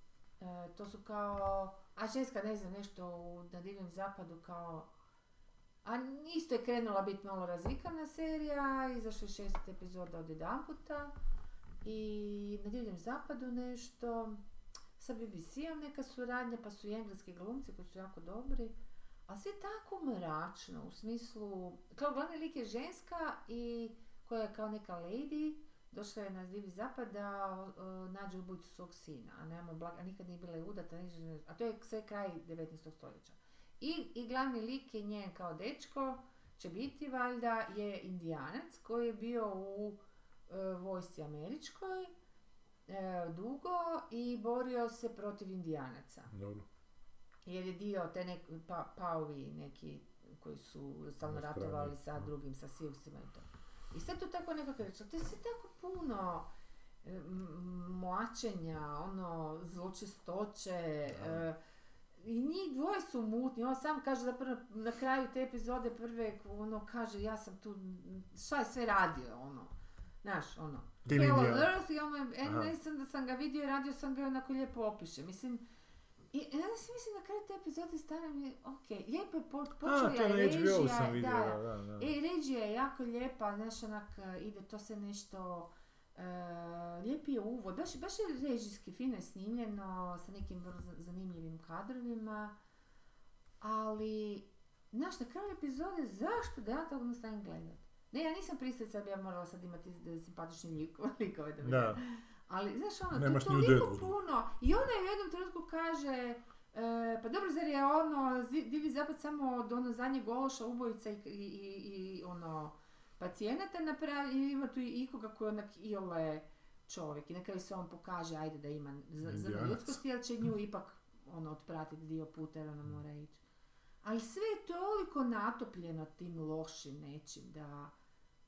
E, to su kao, a ženska ne znam, nešto u, na divljem zapadu kao, a isto je krenula biti malo razvikana serija, izašlo je šest epizoda od jedanputa i na divljem zapadu nešto, sa BBC-om neka suradnja, pa su i engleski glumci koji su jako dobri, a sve tako mračno, u smislu, kao glavni lik je ženska i koja je kao neka lady došla je na Divi Zapad da o, o, nađe ubojicu svog sina, a nemamo blag, a nikad nije bila i udata, niže- a to je sve kraj 19. stoljeća. I, I glavni lik je njen kao dečko, će biti valjda, je indijanac koji je bio u e, vojsci američkoj e, dugo i borio se protiv indijanaca
Dobro.
jer je dio te nek, pa, paovi neki koji su stalno
Na strani,
ratovali sa
da.
drugim, sa Siusima i to. I sad to tako nekako reći, to je sve tako puno e, m- mlačenja, ono, zločestoće, e, i njih dvoje su mutni, on sam kaže zapravo na kraju te epizode prve, ono, kaže ja sam tu, šta je sve radio, ono, znaš, ono,
Tim
Hello
Indiana.
Earth i ono, e,
Aha.
nisam da sam ga vidio i radio sam ga i onako lijepo opiše, mislim, i e, ja si mislim na kraju te epizode stara mi je, ok, lijepo je pot, počela
A, to na
je
HBO-u
režija,
sam vidio,
da, E,
da, da, da.
i režija je jako lijepa, znaš, onak, e, ide to se nešto, e, lijepi je uvod, baš, baš je režijski fino je snimljeno, sa nekim vrlo za- zanimljivim kadrovima, ali, znaš, na kraju epizode, zašto da ja to ne stavim gledat? Ne, ja nisam pristalica da bi ja morala sad imati e, simpatične liko- likove da bi
Da.
ali, znaš, ono,
Nemaš
to
ni u
je toliko
Deadwoodu.
puno. I ona je u jednom trenutku kaže, e, pa dobro, zar je ono, zi- Divlji zapad samo od ono zadnjeg gološa, ubojica i, i, i- i, ono, pacijenata napravi, ili ima tu i ikoga koji je onak iole čovjek. I na kraju se on pokaže, ajde da ima z- zrno
Indijanac.
ljudskosti, ali će nju ipak ono, otpratiti dio puta jer
Mm.
ona mora ići. Ali sve je toliko natopljeno tim lošim nečim da...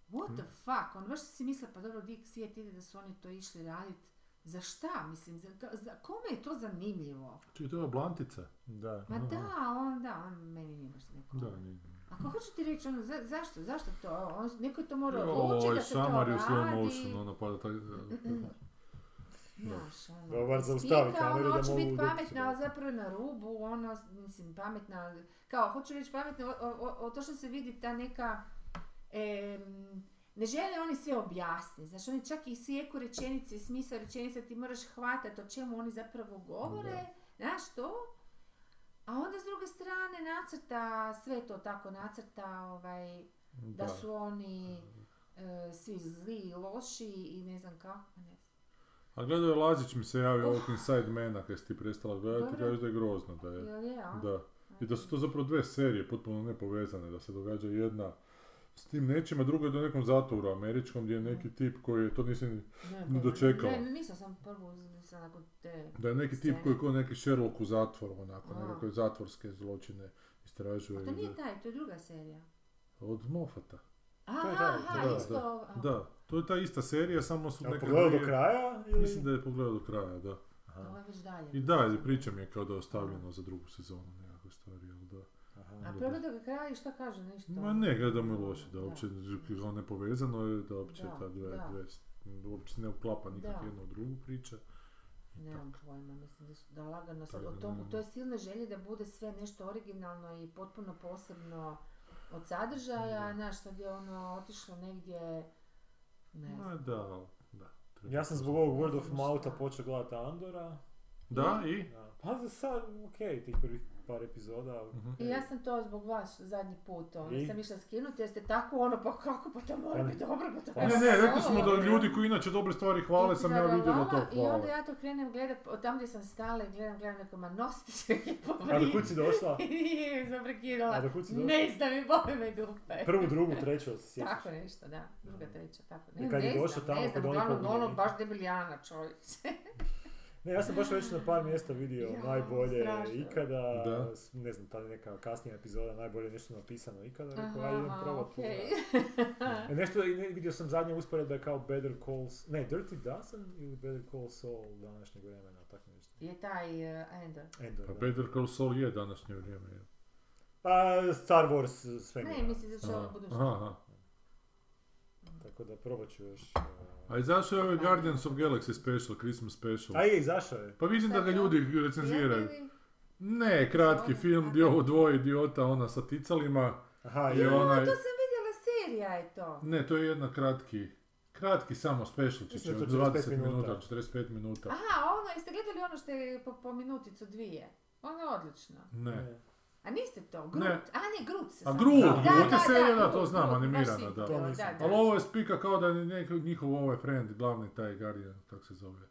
What
Mm.
the fuck? On baš si misle, pa dobro, di svijet ide da su oni to išli raditi. Za šta? Mislim, za, ka- za- kome je to zanimljivo?
Čekaj, to je ova blantica.
Da.
Ma
Aha.
da, on da, on meni nije baš neko.
Da, nije.
A kako ću ti reći, ono, za- zašto, zašto to? On, neko je to mora odlučiti
Ovo
da
je
se to radi. Mm,
Samari u ovaj, slow motion, ono pada tako...
Znaš, ono,
Dobar,
spika,
zaustavi kameru
ono,
da
hoće
mogu
biti
udati se.
pametna, ali zapravo na rubu, ono, mislim, pametna, kao, hoću reći pametna, o, o- o- to što se vidi ta neka, em, ne žele oni sve objasniti, znaš, oni čak i sjeku rečenice i smisao rečenica, ti moraš hvatati o čemu oni zapravo govore, znaš to? A onda s druge strane nacrta, sve to tako nacrta, ovaj, da, su oni e, svi zli i loši i ne znam kako, pa ne znam.
A gledaj, ovaj Lazić mi se javio ovog Inside Mena kad si ti prestala gledati,
Dobro.
kaže da je grozno, da je...
Jel je, a?
E, Da. I da su to zapravo dve serije, potpuno nepovezane, da se događa jedna s tim nečim, a druga je do nekom zatvoru američkom gdje je
Mm.
neki tip koji je, to nisam, ni-
Ne,
ni
pa-
dočekao.
Ne, nisam sam prvo uz- sam nakon te...
da je neki tip
Scene.
koji je ko neki Sherlock u zatvoru, onako,
A.
nekakve zatvorske zločine istražuje.
A to nije taj, to je druga serija.
Od Moffata.
Aha,
je taj,
aha,
da, da.
isto... a,
Da, to je ta ista serija, samo su
Ja
neke
pogledao do
druge-
kraja ili...
Mislim da je pogledao do kraja, da.
Ovo
Aha,
je već dalje.
I da, i priča mi je kao da je ostavljeno za drugu sezonu nekakve stvari, ali da.
aha.
A progleda ga kraj i šta kaže nešto?
Ma ne, gledam je loše, da
Da.
uopće kao nepovezano je, da uopće
Da,
ta dve,
da.
dve, uopće se ne uklapa nikak
Da.
jedno u drugu priča.
Nemam pojma, mislim da, su, da lagano sad
Tako
o
da
tomu.
nemam.
To je silne želje da bude sve nešto originalno i potpuno posebno od sadržaja. Znaš, sad je ono otišlo negdje... Ne znam.
Ma da, al- da. treba
Ja sam zbog
priznat.
ovog word of moutha počeo gledati Andora.
Da, i?
Da. Pa za sad, okej, tih prvih par epizoda.
Mhm.
I ja sam to zbog vas zadnji put, ono,
I?
sam išla skinuti jer ste tako ono, pa kako, pa to mora
Pa-
biti dobro, pa to
pa
mora
E, Ne,
biti
ne, rekli smo
dobro.
da ljudi koji inače dobre stvari hvale,
I
sam ja vidio da to
tralalala, I
hvale.
onda ja to krenem gledat, od tam gdje sam stala i gledam, gledam neko, ma nosite se i
A do kud si došla?
Nije mi zaprekidala.
A do kud si došla?
Ne znam, i bole me dupe.
Prvu, drugu, treću, ali se sjećaš. Mm.
Tako nešto, da. Druga, treća, tako. Ne,
I kad je
ne
došla
znam,
tamo
ne
kod
znam,
onih
uglavnom
pobijenih.
ono baš debiljana čovječe.
Ne, ja sam baš već na par mjesta vidio
Ja,
najbolje
strašno.
ikada,
Da.
s- ne znam, ta neka kasnija epizoda, najbolje nešto napisano ikada, rekao,
Aha,
ajde idem
aha,
probat
okej.
pogledat. E, Nešto, i ne- vidio sam zadnje usporedbe kao Better Call, S- ne, Dirty Dozen ili Better Call Saul današnjeg vremena, tako nešto.
Je taj uh, Ender.
Endor,
Pa
da.
Better Call Saul je današnje vrijeme. je.
Pa, Star Wars sve
Ne, mislim da će
Aha,
ono budućnost.
aha, aha.
Tako da probat ću još.
A izašao je ovaj Guardians of Galaxy special, Christmas special.
A je, izašao je.
Pa vidim da ga ljudi recenziraju.
Prijatelji?
Ne, kratki
Ona,
film gdje ovo dvoje idiota, ona sa ticalima.
Aha,
I
je.
Jo,
onaj-
to sam vidjela, serija je to.
Ne, to je jedna kratki, kratki samo specialčić,
Mislim da
od
je to 45
20 minuta,
minuta.
45 minuta.
Aha, ono, jeste gledali ono
E,
što je po, po minuticu dvije? Ono je odlično.
Ne.
A niste to? Grut? A ne, Groot se
A
zove.
Groot,
Da,
Groot je
da,
serija, da,
Groot,
to znam,
Groot, baš
animirana,
si
da.
vidjela,
To mislim.
da, da.
Ali ovo je spika kao da je nek- njihov ovaj friend, glavni taj Guardian, kako se zove,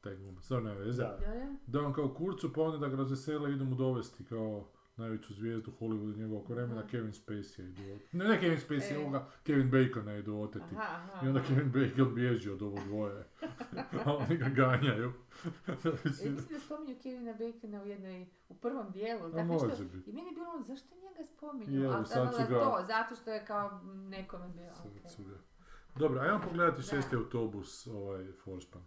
taj glumac, to nema veze.
Da.
Da, da.
Da on kao kurcu, pa onda da ga razvesele idu mu dovesti kao najveću zvijezdu Hollywooda njegovog vremena,
Aha.
Kevin Spacey idu ot- Ne, ne Kevin Spacey,
E.
ovoga, Kevin Bacona idu oteti.
Aha, aha.
I onda
aha.
Kevin Bacon bježi od ovo dvoje. A oni ga ganjaju.
E, mislim da spominju Kevina Bacona u jednoj, u prvom dijelu.
A
Dakle, što,
može biti.
I meni je bilo ono, zašto njega spominju?
Je,
Ali
sad su
ali
ga-
to, zato što je kao nekome bilo. okej.
Sad su ga- Dobro, ajmo pogledati
Da.
šesti autobus, ovaj, Forspan.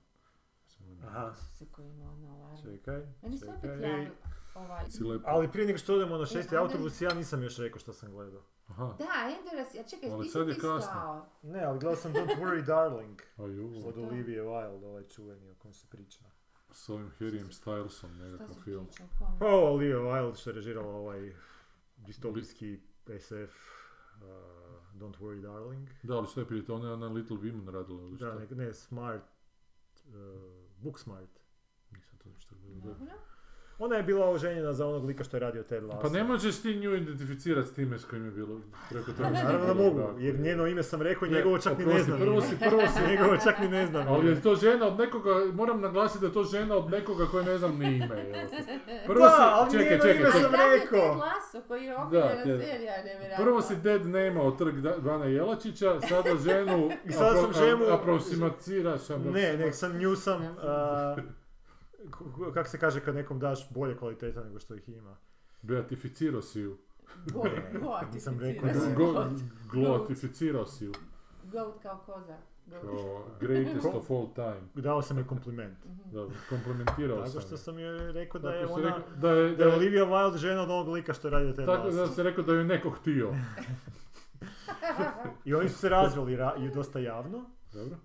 Aha,
Isuse koji ima ono alarm.
čekaj.
Meni se opet
čekaj.
javio ovaj...
Si lepo.
Ali prije nego što odemo na šesti
E, ali-
autobus, ja nisam još rekao što sam gledao.
Aha,
Da, Endoras, ja čekaj,
Ali
ti
sad
si
je
ti
kasno.
stao.
Ne, ali gledao sam Don't Worry Darling.
aju,
Od Olivia Wilde, ovaj čuveni o kojem se priča.
s ovim Harryem Stylesom
Šta
nekakav
se ono?
film.
priča o kome?
Pa ovo Olivia Wilde što je režirala ovaj distopijski SF uh, Don't Worry Darling.
Da, ali šta je prije to? Ona je na Little Women radila ili šta?
Da, ne, ne Smart, uh, Book Smart.
Nisam to ništa gledao. da.
Dobro.
Ona je bila oženjena za onog lika što je radio Ted Lasso.
Pa ne možeš ti nju identificirati s time s kojim je bilo preko toga.
Naravno da mogu, jer njeno ime sam rekao i
Ne,
njegovo čak ni ne
oprosti,
znam.
prvo
ime.
si- prvo si-
Njegovo čak ni ne znam.
Ali
ime.
je to žena od nekoga, moram naglasiti da je to žena od nekoga koje ne znam ni ime. jel te. Prvo
Da,
si,
ali
čekaj,
njeno
čekaj,
ime
čekaj.
sam
Radio
rekao.
Ted Lasso koji je omiljena
te-
serija,
Pa
nevjerojatno.
Prvo si dead name od trg Da- Dana Jelačića, sada ženu
I sada sam ženu-
aproksimaciraš.
Ne, nek sam, nju sam, uh, k- kak se kaže kad nekom daš bolje kvaliteta nego što ih ima.
Beatificirao si ju.
Goat, goat,
Nisam
ti si
rekao da-
sirena.
Go-
Goat.
Gloatificirao si ju.
Goat kao koza. Goat.
Kao greatest of all time.
Dao sam joj kompliment.
Mhm.
Da, komplementirao sam.
Tako što
ju.
sam joj rekao da
Tako
je
si
ona,
rekao- da je,
da je Olivia Wilde žena od onog lika što je radio Ted
Tako da
Lasso.
se rekao da ju je neko htio.
I oni su se razveli ra- i dosta javno.
Dobro.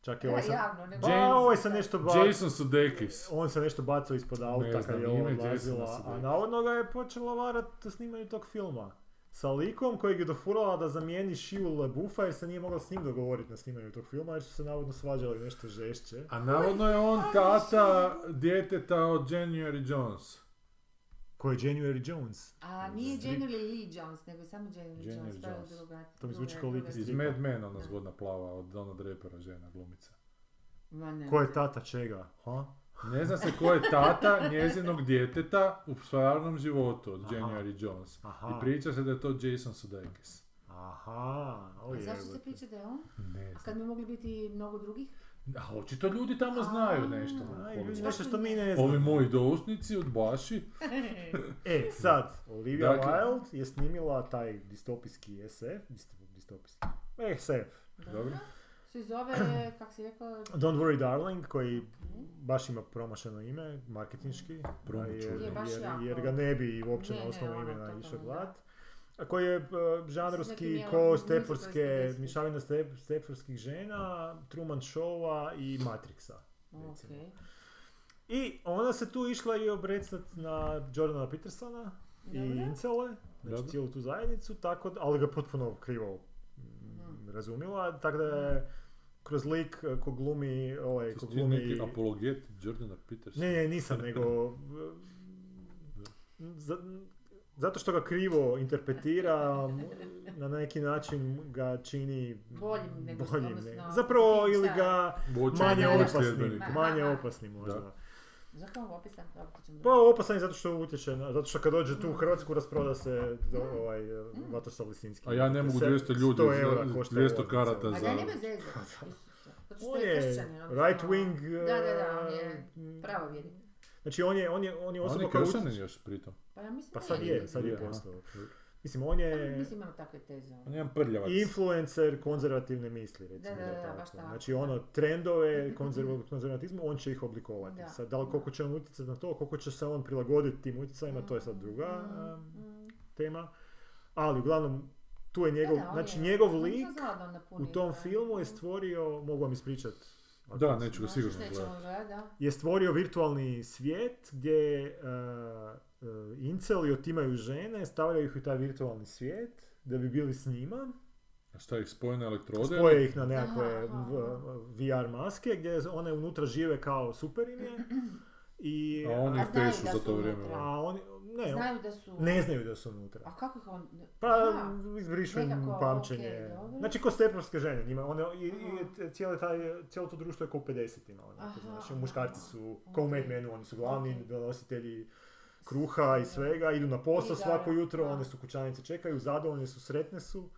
Čak je
Ne,
ovaj sam...
javno, ne
James-
Pa, ovaj se nešto bacao.
Jason Sudeikis.
On se nešto bacao ispod auta
Ne
kad
znam,
je
ime
ova
Jasona
odlazila,
Sudeikisa.
a navodno ga je počela varat u snimanju tog filma. Sa likom kojeg je dofurala da zamijeni Shivu LaBeoufa jer se nije mogla s njim dogovoriti na snimanju tog filma jer su se navodno svađali nešto žešće.
A navodno je on tata djeteta od January Jones.
Ko je January Jones?
A nije
Strip.
January Lee Jones, nego je samo January
January
Jones, to je
Jones.
druga.
To mi
druga-
zvuči kao lik
druga
iz
Iz
stvar.
Mad Mena, ona
Da.
zgodna plava od Dona Drapera, žena glumica.
Ma ne.
Ko je tata čega? Ha?
Ne zna se ko je tata njezinog djeteta u stvarnom životu od
Aha.
January Jones.
Aha.
I priča se da je to Jason Sudeikis.
Aha. O
A zašto se
jebote.
priča da je on?
Ne
A
znam.
kad bi mogli biti mnogo drugih?
A očito ljudi tamo znaju nešto.
Aj,
Ovi-
ljudi, nešto što mi ne znamo.
Ovi moji dousnici, udbaši,
E, sad, Olivia
Dakle-
Wilde je snimila taj distopijski SF, distop- distopijski, e, SF,
Dobro.
Se zove, kak si rekao,
Don't Worry Darling, koji baš ima promašeno ime, marketinški,
Promo
a jer,
čudno.
Je baš
jer,
jako.
jer ga ne bi uopće
Ne,
na
ne,
osnovu
ono,
imena
totalno,
išao
da.
gledat. A koji je uh,
nekim
žanrovski
jel-
ko
muzikom
stepfordske,
80-ih.
mišavina step, stepfordskih žena, Truman Showa i Matrixa. recimo.
okej.
I ona se tu išla i obrecat na Jordana Petersona i
Dobro.
Incele, znači
Dobro.
cijelu tu zajednicu, tako da, ali ga potpuno krivo mm,
Mhm.
razumjela, tako da je kroz lik eh, ko glumi, ovaj,
To
ko
su ti neki
glumi...
apologet Jordana Petersona.
Ne, ne, nisam, nego... eh, za- zato što ga krivo interpretira, m, na neki način ga čini
Boljim nego što-
boljim
odnosno,
nego- Zapravo, ili ga
Voćem
manje
njegovih
opasnim,
sljedbenika.
manje opasnim možda.
Da.
Zato ovo opisan, dobro, to ćemo
Pa
dobro.
opasan je zato što utječe, na, zato što kad dođe tu u Hrvatsku rasproda se do, ovaj,
Mm.
Vatoslav Lisinski.
A ja ne mogu
Se-
200 ljudi,
100 eura
200 karata
A
za...
da nema zeze. Isuse. Zato što
On
je
je
kršćanin. odnosno-
right wing...
Da, da, da, on
eh,
je pravo
Znači on je, on je, on je
On
osoba
je
koja
kršanin
utječe-
još pritom.
Pa ja mislim
Pa
da
sad
nije.
je, sad je Pa
Aha.
postao. Mislim, on je
Pa Mislim imamo takve teze. ono.
On je jedan prljavac.
influencer konzervativne misli, recimo.
Da, da, da,
tako.
baš tako.
Znači ono, trendove konzerv- konzervatizmu, on će ih oblikovati.
Da.
Sad, da li koliko će on utjecati na to, koliko će se on prilagoditi tim utjecajima, to je sad druga
Mm,
em,
mm. E,
tema, ali uglavnom tu je njegov,
Da, da, on
znači
je-
njegov
on je
lik
znao da on napuni,
u tom
da.
filmu je
Mm.
stvorio, mogu vam ispričat, ako
Da,
vas-
neću ga
Možeš,
sigurno
nećemo
gledati.
gledat, da.
je stvorio virtualni svijet gdje e, e, inceli otimaju žene, stavljaju ih u taj virtualni svijet da bi bili s njima,
A šta ih spoje na elektrode?
spoje ih na nekakve
Aha, aha.
v- VR maske gdje one unutra žive kao superine I,
A oni
A
je
znaju
pešu
Pa da
za
su
to vrijeme.
unutra.
da.
a oni, ne,
Znaju da su...
ne znaju da su unutra.
A kako ih on...
Pa
Aha.
izbrišu im
nekako,
pamćenje.
okej, dobro.
znači ko stepovske žene, njima, one, i, i
Aha.
cijelo, taj, cijelo to društvo je ko u 50-ima, onako,
Aha,
znaš,
aha,
muškarci
aha.
su, ko u
Okej.
Mad Menu, oni su glavni
Okej.
donositelji kruha i svega, idu na posao
I da,
svako jutro,
da.
one su kućanice čekaju, zadovoljne su, sretne su.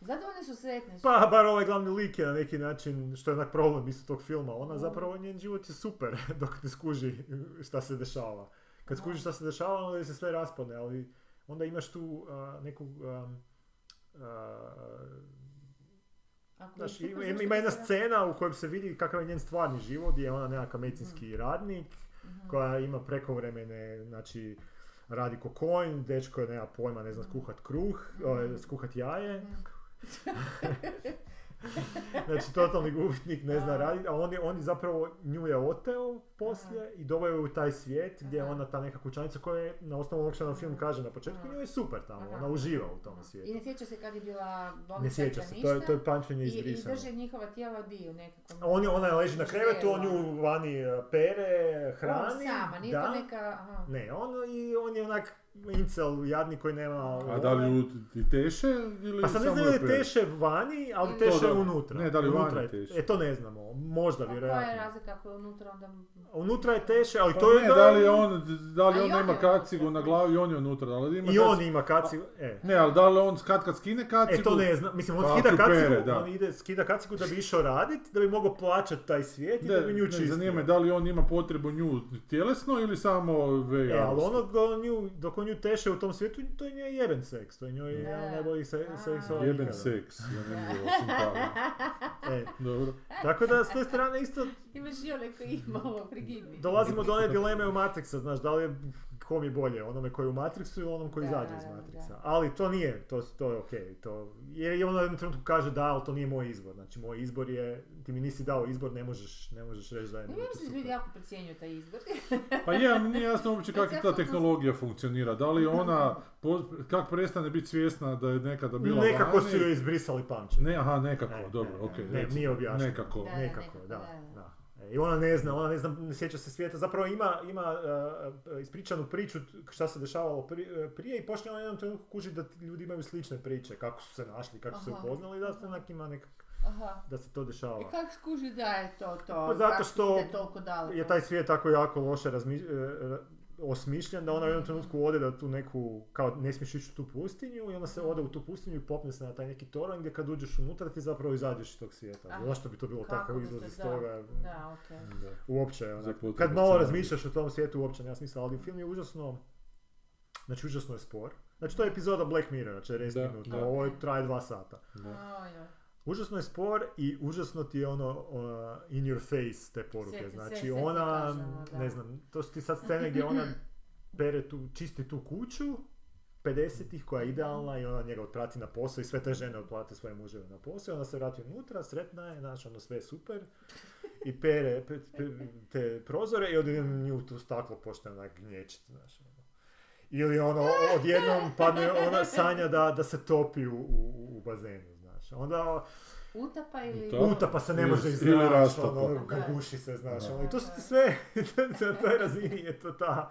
Zadovoljne su sretne. su.
Pa, bar ovaj glavni lik je na neki način, što je onak problem isto tog filma, ona zapravo, njen život je super dok ne skuži šta se dešava. Kad skuži šta se dešava, onda se sve raspadne, ali onda imaš tu a, neku... am, a,
Ako
znaš,
je
ima,
super, zašto
ima
bi
jedna
se-
scena u kojoj se vidi kakav je njen stvarni život, gdje je ona nekakav medicinski radnik,
Mhm.
koja ima prekovremene, znači, radi ko konj, dečko je nema pojma, ne zna skuhat kruh,
Mhm.
o, skuhat jaje,
Mhm.
znači totalni gubitnik, ne zna
A.
raditi, a on je, on je zapravo nju je oteo poslije i doveo je u taj svijet gdje je
Aha.
ona ta neka kućanica koja je na osnovu onog što nam film kaže na početku,
Aha.
njoj je super tamo,
Aha.
ona uživa u tom
I
svijetu.
ne sjeća se kad je bila bolnica.
Ne sjeća
pa
se, to je,
ništa.
to je pamćenje
I, i
izbrisano.
drže njihova tijela dio nekako.
On je, ona leži na
Ždrijela.
krevetu, on nju vani eh, pere, hrani.
On sama, nije
da.
to neka... Aha.
Ne, on, i on je onak incel, jadni koji nema... ovaj,
A da li ju ti teše ili
Pa sam ne
samo
znam
je
je li
peru?
teše vani, ali
Ili-
teše
To da.
unutra.
Ne, da li
Unutra
vani
je-
teše?
E, to ne znamo, možda
Pa koja je
vjerojatno.
razlika ako je unutra onda...
Unutra je teše, ali
Pa
to je
ne,
da-
da li je on, da li
A i
on
on
nema
je
kacigu
unutra.
na glavi i on je unutra, ali ima
I
kac-
on ima kacigu, e.
Ne, ali da li on kad kad skine kacigu?
E, to ne znam, mislim, on
Pa,
skida
tu
kacigu,
pere, da.
on ide, skida kacigu da bi išao radit, da bi mogao plaćati taj svijet i da, bi nju
ne,
čistio.
zanima me da li on ima potrebu nju tjelesno ili samo
E, ali
veganski?
ono dok on nju, dok on nju teše u tom svijetu, to je njoj jeben seks, to je njoj
Da.
jedan od najboljih se,
A.
seksova
Jeben
nikada.
seks, ja ne mogu osim toga.
E,
Dobro.
tako da s te strane isto
Imaš i one koji ima ovo frigidni.
dolazimo do one dileme u Matrixa, znaš, da li je kom je bolje, onome koji je u Matrixu ili onom koji
Da,
izađe iz
da,
Matrixa.
da.
Ali to nije, to, to je okej, to, jer i ona u jednom trenutku kaže da, ali to nije moj izbor, znači moj izbor je, ti mi nisi dao izbor, ne možeš, ne možeš reći da je
Ne
meni to
mislim da
super.
ljudi jako procjenjuju taj izbor.
Pa je, ali mi nije jasno uopće kako
Ja
ta
E, sam-
tehnologija funkcionira. Da li ona, po, kak prestane biti svjesna da je nekada bila
Nekako
vani?
su joj izbrisali pamćenje.
Ne, aha, nekako,
E,
dobro,
e,
okej.
Ne,
recimo,
nije objašnjeno.
Nekako.
Da.
nekako,
nekako,
da.
da.
da. E, I ona ne zna, ona ne zna, ne sjeća se svijeta. Zapravo ima, ima e, ispričanu priču t- šta se dešavalo pri- e, prije i počne ona u jednom trenutku kužiti da ti ljudi imaju slične priče, kako su se našli, kako su se
Aha. E,
upoznali, da se onak ima nekak,
Aha.
da se to
I
dešava.
kako skuži da je to to?
Pa zato
Kako
što
ide toliko daleko?
Je taj svijet tako jako loše razmi- e, ra- osmišljen da ona u jednom
Mm.
trenutku ode da tu neku, kao ne smiješ ići u tu pustinju i onda se ode u tu pustinju i popne se na taj neki toranj gdje kad uđeš unutra ti zapravo izađeš iz tog svijeta.
Aha.
Zašto bi to bilo tako
bi to-
izlaz iz
da,
toga?
Da, okej.
Da.
uopće, onak,
Za potrebu
kad malo
scenarija.
razmišljaš o tom svijetu uopće nema smisla, ali film je užasno, znači užasno je spor. Znači to je epizoda Black Mirror, znači 10
Da,
minuta,
da.
ovo je traje dva sata.
Da.
Ajoj.
Užasno je spor i užasno ti je ono uh, in your face te poruke,
Sve- sve-
znači
sve ti
ona,
kaže, ono, da.
ne znam, to su ti sad scene gdje ona pere tu, čisti tu kuću, 50-ih koja je idealna i ona njega otprati na posao i sve te žene otplate svoje muževe na posao i ona se vrati unutra, sretna je, znači ono sve super i pere pe- pe- te prozore i odjednom nju tu staklo počne onak gnječiti, znaš ono. Ili ono, odjednom padne ona sanja da, da se topi u, u, u bazenu, znaš. Onda
Utapa ili...
Da.
utapa pa se ne može
Ili-
iznaći,
ili rastapa.
ono,
Da.
guši se, znaš,
Da.
ono, i to su ti sve, na toj razini je to ta,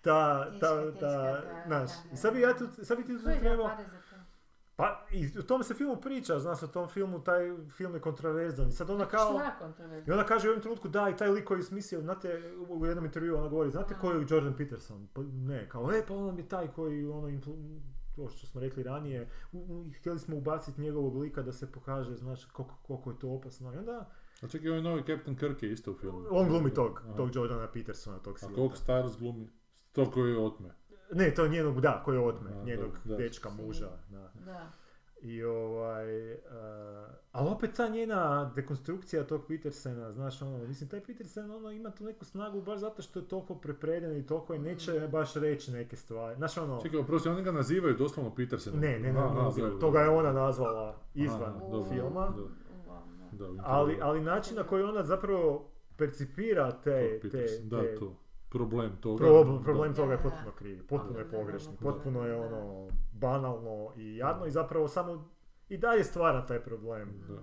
ta,
Teška,
ta,
teška,
ta,
da,
znaš,
da,
i sad bi ja tu, sad bi ti tu
Koje
trebao,
pare za to?
pa i o tome se filmu priča, znaš, o tom filmu, taj film je kontroverzan, i sad ona kao,
Šta kontroverzno?
i ona kaže u jednom trenutku, da, i taj lik koji je smislio, znate, u- u jednom intervju ona govori, znate koji je Jordan Peterson? Pa ne, kao, e, pa on je taj koji, ono, impl- to što smo rekli ranije, u- u- htjeli smo ubaciti njegovog lika da se pokaže, znaš, koliko, koliko je to opasno. I onda
A čekaj, ovaj novi Captain Kirk je isto u filmu.
on glumi tog,
Aha.
tog Jordana Petersona, tog
A
svijeta.
kog Stars glumi? To koji je otme.
Ne, to je njenog, da, koji je odme,
A,
njenog
dobro, da.
dečka, muža. Da.
Da.
I ovaj, eh, ali opet ta njena dekonstrukcija tog Petersena, znaš, ono, mislim, taj Petersen, ono, ima tu neku snagu baš zato što je toliko prepreden i toliko je neće baš reći neke stvari, znaš, ono,
Mm. Čekaj, oprosti, oni ga nazivaju doslovno Petersen.
ne, ne, ne, ne,
Aha,
ne,
dobro.
toga je ona nazvala izvan
Aha,
dobro.
filma,
Da.
Uglavnom.
Da, u
ali,
intervju.
ali način na koji ona zapravo percipira te,
Tog
te,
Petersen, Da,
te-
to. Problem toga.
Problem, problem
Da.
toga je potpuno krivi, potpuno je
Da, da, da,
pogrešni,
da.
potpuno je ono banalno i jadno i zapravo samo i dalje stvara taj problem.
Da.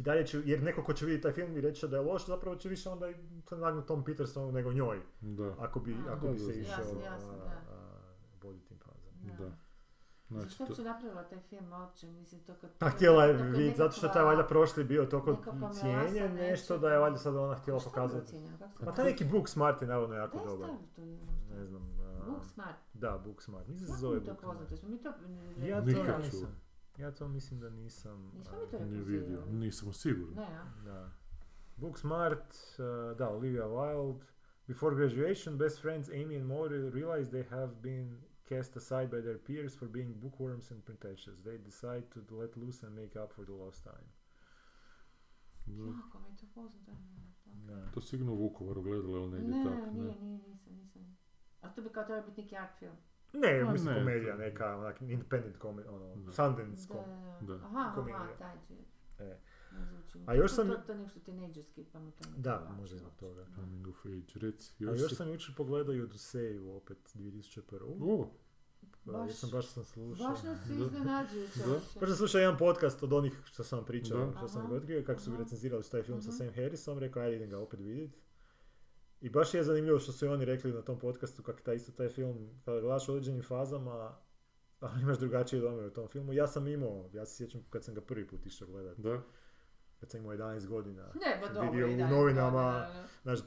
I dalje će, jer neko ko će vidjeti taj film i reći će da je loš, zapravo će više onda se nagnut Tom Petersonu nego njoj,
Da,
ako bi,
A,
ako bi
da,
se
da.
išao
Jasno, jasno,
a,
da.
a, voditi tim fazama.
Da.
da. Znači,
Zašto
to,
uopće napravila taj film uopće? Mislim, to kad...
Pa htjela je
tako
vidjeti, zato što je taj
nekakva-
valjda prošli bio toliko
nekakva melasa,
cijenjen nešto, da je valjda sad ona htjela
Šta je
pokazati.
ucijenjeno? Kako se-
Ma taj neki Book Smart je navodno
Da
jako
je
dobar.
stvarno to ne znam šta je.
Ne znam, a,
Book smart.
da, Book Smart, mislim da se
Kako
zove
mi to
Book Smart.
poznato? Jesmo mi to...
Ja to
Nikad
nisam.
čuo.
Ja to mislim da nisam.
Nismo
a,
mi to
nije
replicirali.
vidio, nisam siguran.
Ne, a?
Da. Booksmart, uh, da, Olivia Wilde. Before graduation, best friends Amy and Maury realize they have been cast aside by their peers for being bookworms and pretentious. They decide to let loose and make up for the lost time.
Da.
Jako mi je to poznato. ne, to-
Da.
To sigurno u Vukovaru gledalo ili negdje
Ne,
tako, ne?
nije, nije, nisam, nisam. A to bi kao trebao biti neki art film.
Ne,
Pa
mislim
ne,
komedija
to-
neka, onak independent komedija, ono,
Da.
Sundance
Da,
kom-
da,
Da.
da. Aha, aha,
Komedija.
taj će.
E.
Ne zvuči mi.
A još
To-
sam-
To, to je nešto teenagerski, pa mi to ne
Da,
privlači
možda i zbog
uopće.
toga.
Coming of age, reci.
A još
se-
sam jučer pogledao i Odiseju opet 2001.
O,
Pa,
Baš,
Jesam baš sam slušao.
baš nas
Da.
iznenađujuće.
Da.
uopće.
Baš sam slušao jedan podcast od onih što sam vam pričao,
Da.
što sam
Aha.
ga otkrio, kako su
Aha.
recenzirali taj film sa
Aha.
Sam Harrisom, rekao ajde idem ga opet vidjeti. I baš je zanimljivo što su i oni rekli na tom podcastu kako taj isto taj film, kada gledaš u određenim fazama, ali imaš drugačije dojmove u tom filmu. Ja sam imao, ja se sjećam kad sam ga prvi put išao gledat,
da.
kad sam imao 11 godina.
Ne, pa
sam
dobro,
vidio
i
u
dalje,
novinama,
da, da, da.
Znaš, e,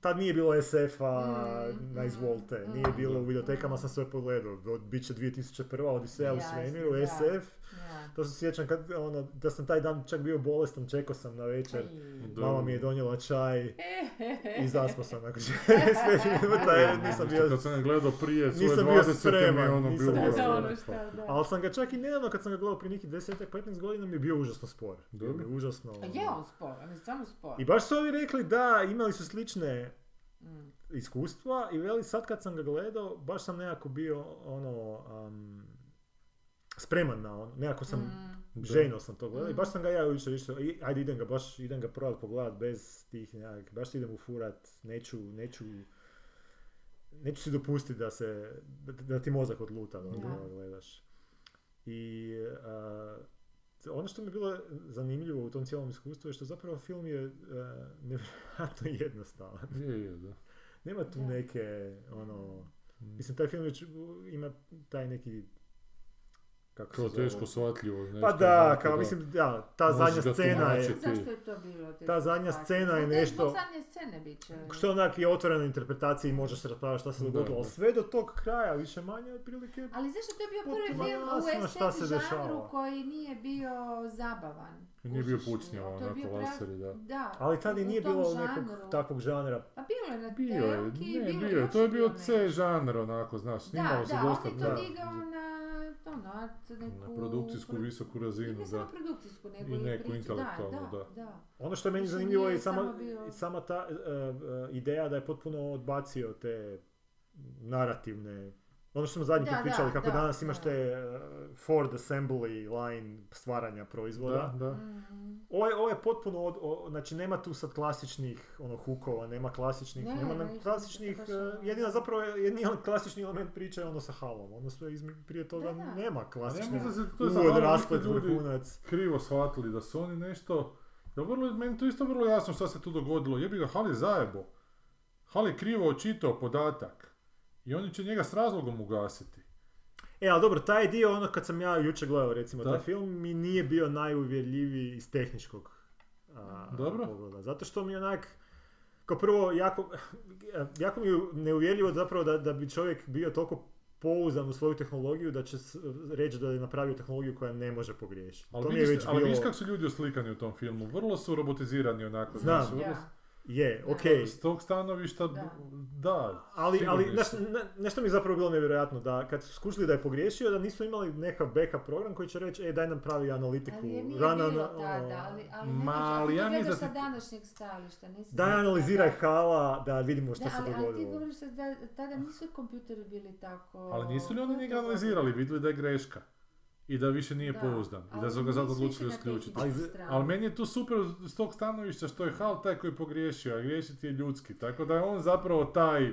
tad nije bilo SF-a
Mm,
na
mm,
izvolte,
mm.
nije bilo u videotekama, sam sve pogledao. Od- Bit će 2001. Odiseja u
Jasno,
svemiru,
da.
SF,
Ja.
to se sjećam kad, ono, da sam taj dan čak bio bolestan, čekao sam na večer.
Aj.
Da.
Mama mi je donijela čaj i zaspao sam nakon sve filma, taj nisam
Isto
bio...
Kad sam ga gledao prije svoje
Nisam bio
20. mi je
spreman,
ono
nisam
bilo...
Da,
bio
da,
spreman.
ono šta, da.
Ali sam ga čak i nedavno kad sam ga gledao prije nekih 10-15 godina mi je bio užasno spor. Bio mi je
Dobro.
užasno... ono.
A je on spor, on je stvarno spor.
I baš su ovi rekli da, imali su slične
Mm.
iskustva i veli sad kad sam ga gledao, baš sam nekako bio ono... um, spreman na ono, nekako sam
Mm.
Da.
Željno sam to gledao i
Mm.
baš sam ga ja jučer išao, i- ajde idem ga baš, idem ga probat pogledat bez tih nekak, baš idem u furat, neću, neću, neću si dopustiti da se, da, da ti mozak odluta dok
Da.
ga gledaš. I a, ono što mi je bilo zanimljivo u tom cijelom iskustvu je što zapravo film je a, nevjerojatno jednostavan.
Je, je, da.
Nema tu
Da.
neke, ono,
Mm.
mislim taj film već ima taj neki, kako se
Kao
zove?
teško shvatljivo. Nešto,
ono. Pa da,
onako,
kao mislim, da, ta
Možeš ga
zadnja scena
Ne
je,
tumačiti.
znam zašto je to bilo. te
Znači, Ta zadnja
situacije.
scena je
Možda
nešto-
zbog zadnje scene bit će.
što onak je otvorena interpretacija i možeš se raspravljati šta se
Da,
dogodilo, ali
da.
sve do tog kraja, više manje otprilike.
Ali zašto to je bio prvi
Potpuno
film
jasno
u
šta se
SF žanru
dešava.
koji nije bio zabavan?
Nije bio ono,
Kužiš,
pucnjava,
to je bio
onako
pravi-
laseri, da.
Da,
Ali tad i
u
nije
tom
bilo
žanru.
nekog takvog žanra.
Pa bilo je na
Bio je,
telki,
ne,
bilo
bio je,
još
to je bio
nešto.
C žanar onako, znaš, snimalo
Da,
se
da,
dosta.
on je
da.
to digao na, to, na neku...
Na produkcijsku
pro-
visoku
I
razinu,
ne samo
da.
produkcijsku, nego
I
i,
neku
priču.
intelektualnu,
da,
da.
da.
Ono što je meni
Mislim,
zanimljivo je
nije
sama,
samo bio-
i sama ta e, e, ideja da je potpuno odbacio te narativne ono što smo zadnji
Da,
put pričali,
da,
kako
da,
danas imaš
da.
te e, Ford assembly line stvaranja proizvoda.
Da, da.
Mhm.
Ovo je, ovo je potpuno, od, o- znači nema tu sad klasičnih ono, hukova, nema klasičnih,
Ne,
nema
ne,
nam
ništa,
klasičnih,
to je baš
eh,
ono-
jedina zapravo, je- jedini on klasični element priče je ono sa halom, ono sve izme, prije toga
Da, da.
nema
A ja
klasičnih,
Pa mislim da se to je samo
uvod,
neki
rasplet,
ljudi
vrhunac,
krivo shvatili, da su oni nešto... Ja vrlo, meni to isto vrlo jasno šta se tu dogodilo. Jebi ga, Hal je zajebo. Hal je krivo očitao podatak. I oni će njega s razlogom ugasiti.
E, ali dobro, taj dio, ono kad sam ja jučer gledao recimo
Da.
taj film, mi nije bio najuvjerljiviji iz tehničkog a,
Dobro.
pogleda. Zato što mi je onak, kao prvo, jako, jako mi je neuvjerljivo zapravo da, da bi čovjek bio toliko pouzan u svoju tehnologiju da će s- reći da je napravio tehnologiju koja ne može pogriješiti.
Ali
to mi je
vidiš,
već
ali
bilo...
vidiš kako su ljudi oslikani u tom filmu. Vrlo su robotizirani onako.
Znam.
znaš, vrlo
Da.
su-
Je,
Da.
ok.
S tog stanovišta, da,
Da.
Ali,
sigurni
ali
su.
znaš, ne- nešto mi je zapravo bilo nevjerojatno, da kad su skušali da je pogriješio, da nisu imali nekav backup program koji će reći, e, daj nam pravi analitiku,
Ali je nije
run an-
bilo
ono-
tada, ali, ali ne
Ma,
možeš,
ali
ali
ja
ja
mislim da
gledaš sa
ti-
današnjeg stajališta, nisi...
Daj analiziraj hala da vidimo šta
Da,
se
ali, ali ti
dogodilo.
govoriš sad da tada nisu kompjuteri bili tako...
Ali nisu li oni njega
Kako to
analizirali, vidjeli da je greška i da više nije
Da,
pouzdan i da
ali
su ga sad
nisu
odlučili
išli na
isključiti.
tehničku
Ali za-
stranu.
Ali meni je to super s tog stanovišta što je Hal taj koji je pogriješio, a griješiti je ljudski. Tako da je on zapravo taj,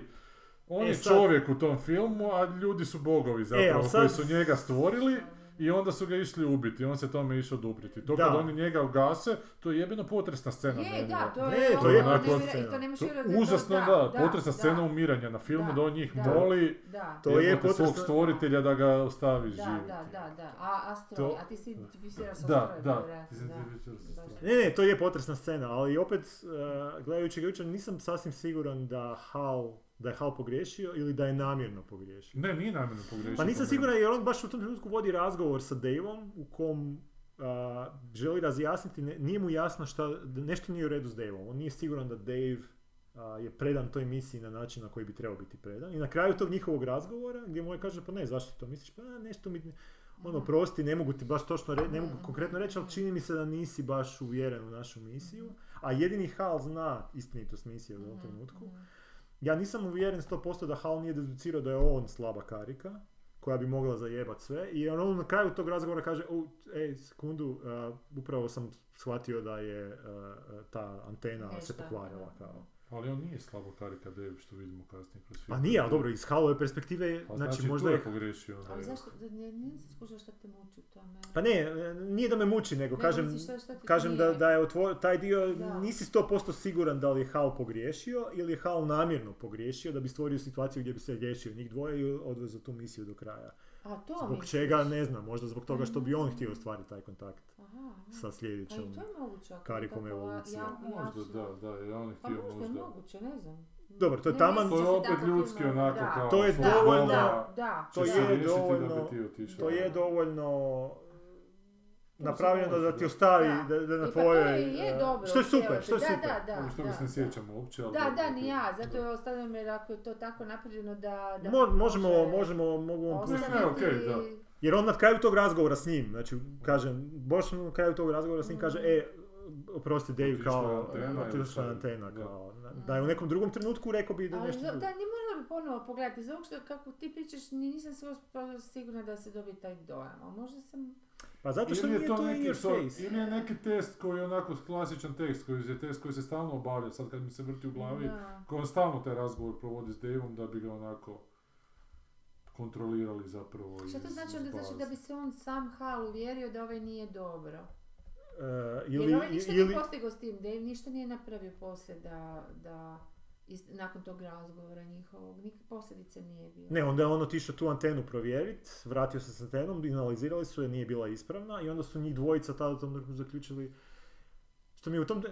on
E,
je
sad- E,
čovjek u tom filmu, a ljudi su bogovi zapravo
ali sad-
koji su njega stvorili I onda su ga išli ubiti, on se tome išao dubriti. To
Da.
kad oni njega ugase, to je jebeno potresna scena.
Je,
meni,
da,
da.
to je,
Ne,
to je
ono,
onako-
devira- i to nemaš
To-
vjerovati je to-
Užasno, da, potresna scena umiranja na filmu,
Da,
da, on njih
da.
moli
Da,
To je
jebote, svog
potresno-
stvoritelja da ga ostavi
da,
živ.
da, da, da. A, Astro,
To-
a ti si identificirao sa
Da,
Astrojem,
da.
vjerojatno, da. Baš
Ne, ne, to je potresna scena, ali opet, eh, gledajući ga jučer, nisam sasvim siguran da Hal, da je Hal pogriješio ili da je namjerno pogriješio.
Ne, nije namjerno pogriješio.
Pa
Pogriješio.
nisam siguran jer on baš u tom trenutku vodi razgovor sa Daveom u kom a, želi razjasniti, ne- nije mu jasno šta, da nešto nije u redu s Daveom. On nije siguran da Dave a, je predan toj misiji na način na koji bi trebao biti predan. I na kraju tog njihovog razgovora gdje mu je kaže pa ne, zašto ti to misliš? Pa a, nešto mi, ono prosti, ne mogu ti baš točno reći, ne mogu konkretno reći, ali čini mi se da nisi baš uvjeren u našu misiju. A jedini Hal zna istinitost misije u
Mhm.
ovom trenutku. Ja nisam uvjeren 100% da Hal nije deducirao da je on slaba karika koja bi mogla zajebat sve i on, on na kraju tog razgovora kaže u, ej, sekundu, a, upravo sam shvatio da je a, a, ta antena
Nešto,
se pokvarila
E, da.
kao.
Ali on nije slabo karika Dave što vidimo kasnije kroz film.
A nije, ali dobro, iz Halove perspektive,
Pa
znači,
znači,
možda
tu
je...
je pogriješio. onda
Ali
je.
zašto, da ne, nisam skužila šta te muči u tome.
Pa ne, e, nije da me muči, nego
Nego
kažem,
misliš šta- šta ti
kažem da,
nije.
da je otvor, taj dio,
Da.
nisi 100% siguran da li je Hal pogriješio ili je Hal namjerno pogriješio da bi stvorio situaciju gdje bi se riješio njih dvoje i odvezao tu misiju do kraja.
A to
Zbog
misliš?
čega, ne znam, možda zbog toga što bi on htio ostvariti taj kontakt
Aha,
sa
pa i
sljedećom.
to je moguće. ako
karikom
tako,
evolucije.
ja-
Možda,
jasno.
da, da, jer on je
Pa
htio
možda je
možda.
moguće, ne znam.
Dobro, to je
Ne,
taman-
To je
sjećam se
opet
takvog
ljudski
filma,
onako
ono, da.
kao...
To je
svog
Da,
dovoljno-
Boga
da, da.
to
će
da.
se
je
riješiti Da
dovoljno-
bi ti otišao.
To je dovoljno napravljeno
može,
da ti
da.
ostavi,
Da.
da, da na
E, pa to
tvojoj...
je- je
eh,
dobro,
Što je super,
cijelo
što je
te- da,
super.
da,
Ono što ga se ne sjećamo uopće, ali...
Da,
dobro,
da,
ok.
ni ja, zato je ostavljam jer ako je to tako napravljeno da... da
Mo- možemo,
može
možemo, mogu vam
ostaviti-
pustiti.
Ne, ne, okej, da.
Jer on na kraju tog razgovora s njim, znači, kažem, baš na kraju tog razgovora s njim
Mm.
kaže, e, oprosti Dave
Otišla je
kao,
antena ili
otišla je
šta je,
antena,
da.
kao, da je u nekom drugom trenutku rekao bi da je
Mm. Ali
nešto
za-
drugo.
da, ne morala bi ponovo pogledati, iz ovog što kako ti pričaš ni- nisam skroz pa- sigurna da se dobije taj dojam, a možda sam...
Pa zato što
Ili
nije to in
neki,
your
to-
face.
ili je neki test koji je onako klasičan tekst, koji je test koji se stalno obavlja, sad kad mi se vrti u glavi,
Da.
koji on stalno taj razgovor provodi s Daveom da bi ga onako kontrolirali zapravo.
Šta to
iz-
znači
iz
onda znači
baze.
da bi se on sam Hal uvjerio da ovaj nije dobro?
Eh,
Jer
ili,
ovaj ništa
ili,
nije postigao s tim, Dave ništa nije napravio poslije da, da is- nakon tog razgovora njihovog, nikakve posljedice nije bilo.
Ne, onda je on otišao tu antenu provjeriti, vratio se s antenom, analizirali su je, nije bila ispravna i onda su njih dvojica tada u tom trenutku zaključili što mi je u tom...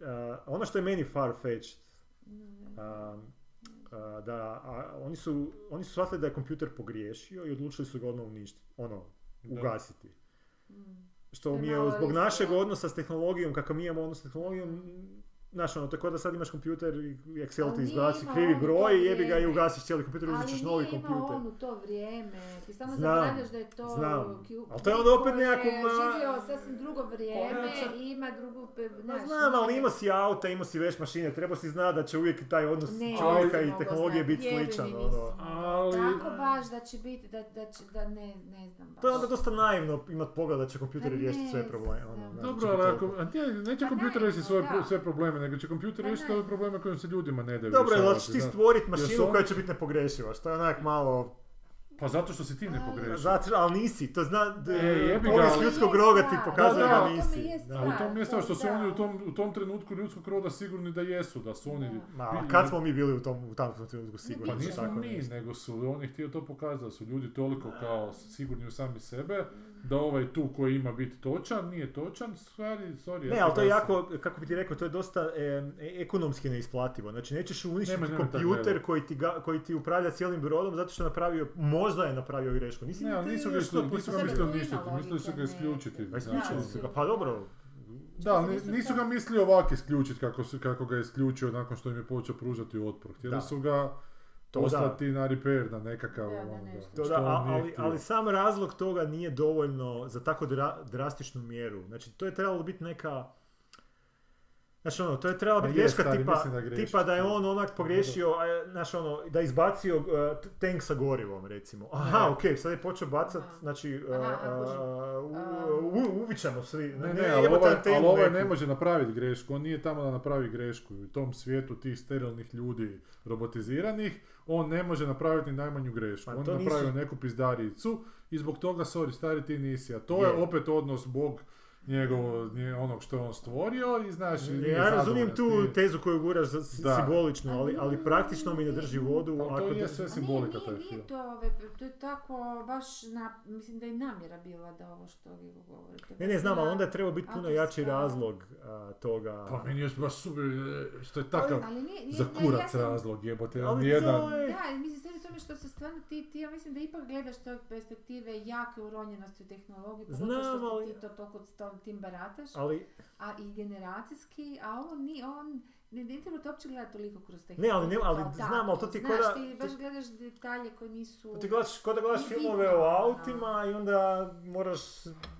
a, ono što je meni far-fetched, a, a, da a, oni, su, oni su shvatili da je kompjuter pogriješio i odlučili su ga odmah uništiti, ono,
Da.
ugasiti.
Mm.
Što
To je
mi je
malo
zbog
riskantno.
našeg odnosa s tehnologijom, kakav mi imamo odnos s tehnologijom, znaš ono, tako da sad imaš kompjuter i Excel
Ali
ti
nije
izbaci
imao
krivi
on u to
broj i jebi ga i
vrijeme.
ugasiš cijeli kompjuter, uzet ćeš novi
Ali nije imao ono
kompjuter.
on u to vrijeme, ti samo
Znam,
zaboravljaš da je to
znam.
Q-
Ali to je onda opet
koji je
nekako, ma-
živio sasvim drugo vrijeme
Pa,
i ima drugu... pe-
Ma
znaš,
Pa
ono
znam, ali
nije-
imao si auta, imao si veš mašine, trebao si znat da će uvijek taj odnos
Ne,
čovjeka
nisam
i
mogla
tehnologije
znati,
biti
vjeruj mi,
sličan.
nisam.
Ono.
Ali...
Tako baš da će biti, da, da, će, da ne, ne znam baš.
To je onda dosta naivno imat pogled da će
Pa
kompjuter
ne
riješiti sve
znam.
probleme. Ono, znaš,
Dobro,
da će
ali ako,
biti toliko.
a ne, neće
Pa
kompjuter
ne,
riješiti svoje,
da.
sve probleme, nego će kompjuter
Pa
riješiti
ne.
ove probleme kojim se ljudima ne daju
Dobro, ali
rješavati,
hoćeš ti
znaš.
stvorit
Jer su
mašinu
oni-
koja će biti nepogrešiva, što je onak malo...
Pa zato što si ti ne
Ali-
pogrešio.
Zato, ali nisi, to zna... d-
E, jebi ga,
povijest
ali-
ljudskog
To je
roga
stvar.
ti pokazuje
Da, da.
da
To mi
nisi.
je
da.
stvar.
Ali u tom je stvar što su
Da.
oni u tom, u tom trenutku ljudskog roda sigurni da jesu, da su oni...
Da.
Ma, a kad smo mi bili u tom u takvom trenutku
Pa
sigurni?
bit će.
nismo
tako
mi,
nešto?
nego su oni htio to pokazati da su ljudi toliko kao sigurni u sami sebe, da ovaj tu koji ima biti točan, nije točan, stvari, sorry.
Ne,
eto
ali to je
da sam-
jako, kako bi ti rekao, to je dosta em, e, ekonomski neisplativo. Znači, nećeš uništiti
Nemoj, nemoj tako
kompjuter
gledat.
koji ti, ga- koji ti upravlja cijelim brodom zato što je napravio, možda je napravio grešku. Nisi
Ne,
ni
ali
ti
nisu ga,
nešto
isključili, nisu ga
Sad tu
pustio.
mislili
ima
uništiti, mislili su
logike
ga isključiti.
neke.
Pa
znaš.
isključili
Da,
su ga, pa dobro.
Da, ali
Nisu
ni- nisu ga
sad-
mislili ovak isključiti kako, su, kako ga je isključio nakon što im je počeo pružati otpor. Htjeli
Da.
su ga
To
poslati na repair, na nekakav
Da, na
ono,
nešto.
To
što
da,
on
a-
nije
ali,
htio.
ali sam razlog toga nije dovoljno za tako dra- drastičnu mjeru. Znači, to je trebalo biti neka... Znači, ono, to je trebala
Ma
biti
je,
greška
stari,
tipa,
Pa mislim da griješiš.
tipa da je on onak pogriješio, a, je, znaš, ono, da je izbacio uh, t- tank sa gorivom, recimo. Aha,
Ne.
okej, sad je počeo bacat,
Aha.
znači, uh,
Aha, aha,
uh,
kužim.
u-
Um,
u- uvičamo svi.
Ne, ne,
imate
ali ovaj,
antenu
ali ovaj
neku.
ne može napraviti grešku, on nije tamo da napravi grešku. U tom svijetu tih sterilnih ljudi robotiziranih, on ne može napraviti ni najmanju grešku.
Pa
on
to
je
nisu-
napravio neku pizdaricu i zbog toga, sorry, stari ti nisi. A to je,
Je.
opet odnos Bog njegov, nje- onog što je on stvorio i znaš... i nije
Ja razumijem
zadovoljan s
tu
tim.
tezu koju guraš za si-
Da.
simbolično, ali, ali praktično mi ne drži vodu.
Ali to
ako
je
da-
sve
A nije,
simbolika taj
nije,
film.
nije to, ove, to je tako baš, na, mislim da je namjera bila da ovo što vi govorite.
Ne, ne, znam, ali onda je trebao biti puno jači
Autorska-
razlog a, toga.
Pa meni je baš super, e, što je takav
Ali nije, nije,
za
ja- ja
kurac
sam-
razlog jebote,
Ali
nijedan...
to je...
Da, i mislim, sad je u tome što se stvarno ti, ti, ja mislim da ipak gledaš to od perspektive jake uronjenosti u tehnologiji, pogotovo
Znam,
što
ali-
ti to toliko s tom- tim barataš,
Ali,
a i generacijski, a ovo ni, on, ne, ne treba to uopće gledati toliko kroz
ne,
tehnologiju.
ali, ne, ali
kao
znam, ali to ti
takvu.
ko da...
Znaš, ti baš
to-
gledaš detalje koji nisu...
Ti gledaš, ko da gledaš
I
filmove
bitno,
o
da.
autima i onda moraš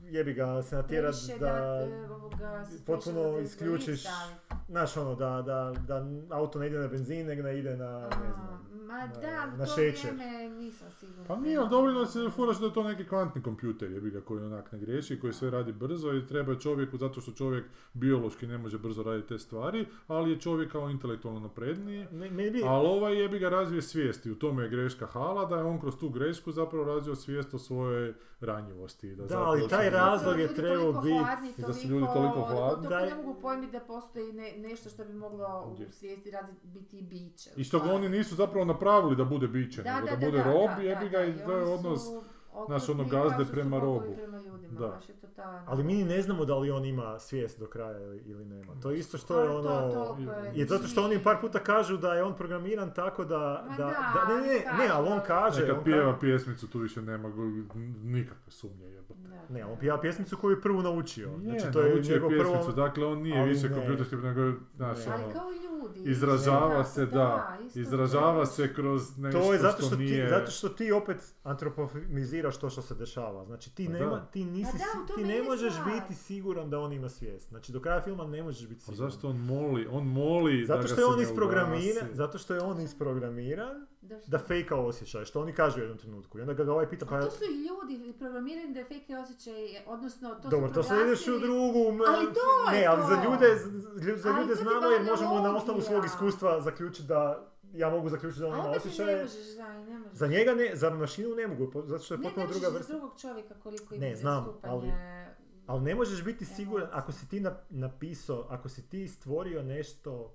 jebi ga se natjerat
previše
da,
e, ovoga, se
potpuno
previše da te
isključiš
staviti.
znaš ono, da, da, da auto ne ide na benzin, nego ne ide na, pa ne
A,
znam,
Ma
na-
da, ali
na
to
šećer.
vrijeme nisam sigurna.
Pa nije, ali dovoljno da se furaš da je to neki kvantni kompjuter, jebi ga, koji onak ne griješi, koji sve radi brzo i treba je čovjeku, zato što čovjek biološki ne može brzo raditi te stvari, ali je čovjek kao intelektualno napredniji.
Ne, ne bi,
Ali ovaj jebi ga razvije svijesti, u tome je greška hala, da je on kroz tu grešku zapravo razvio svijest o svojoj ranjivosti. Da, zapravo
ali taj
se-
razlog- je
Ljudi
trebao
toliko
biti
hladni,
i da su ljudi toliko hladni.
toliko ne
Da-
mogu pojmiti da postoji ne- nešto što bi moglo
Je.
u svijesti razviti biti i biće.
I što ga oni nisu zapravo napravili da bude biće,
da,
nego
da,
da,
da,
bude
da,
rob,
da,
jebi
da,
ga, i
da,
to je
oni
odnos...
su
znaš, ono,
okrutni kao
gazde
što su
prema
robovi
robu.
Prema ljudima,
Da.
baš je to ta...
ali mi ni ne znamo da li on ima svijest do kraja ili, ili nema. To je isto što je
Ali to-
ono...
toliko je-
I zato što oni par puta kažu da je on programiran tako da...
Ma
da,
da,
da- ne, ne, ne,
ali
ne, ali on
kažu.
kaže...
Nekad
on
pjeva
ka-
pjesmicu, tu više nema go- nikakve sumnje, jebote.
Da.
Ne, on pjeva pjesmicu koju je prvu naučio. znači,
naučio
to je
je
njegov
pjesmicu,
prvo...
dakle on nije
ali
više
ne.
kompjuterski, nego, znaš,
Ne.
Ali
ono,
kao ljudi.
izražava
isto
se,
tako,
da,
isto
izražava
tako.
se kroz nešto
To je zato
što
što,
nije...
ti, zato što ti opet antropofiziraš to što se dešava. Znači ti,
Pa da.
nema, ti, nisi,
Pa da,
si-
u tome
ti ne
je
možeš
stvar.
biti siguran da on ima svijest. Znači do kraja filma ne možeš biti
A
siguran.
Pa zašto on moli, on moli da
Zato
ga
što
se
je on
ne
isprogramiran,
ugasi.
zato što je on isprogramiran
Da što-
da fejka osjećaj, što oni kažu u jednom trenutku. I onda ga, ga ovaj pita,
A
pa
to su i ljudi programirani da je fake osjećaj, odnosno to
dobro,
su
to sad ideš u
proglasili-
drugu... m-
Ali to je
ne, ali za
to.
ljude, za lju- za
Ali
ljude
to ti
znamo
je
jer možemo na osnovu
analogija.
svog iskustva zaključiti da ja mogu zaključiti da on
A
ima
opet ti ne
osjećaje.
možeš, da, i ne možeš.
Za njega ne, za mašinu ne mogu, po- zato što je
ne, ne
potpuno
možeš
druga
za
vrsta.
drugog čovjeka koliko ima
Ne, znam,
zastupanje.
Ali ne možeš biti
Emocije.
siguran, ako si ti na- napisao, ako si ti stvorio nešto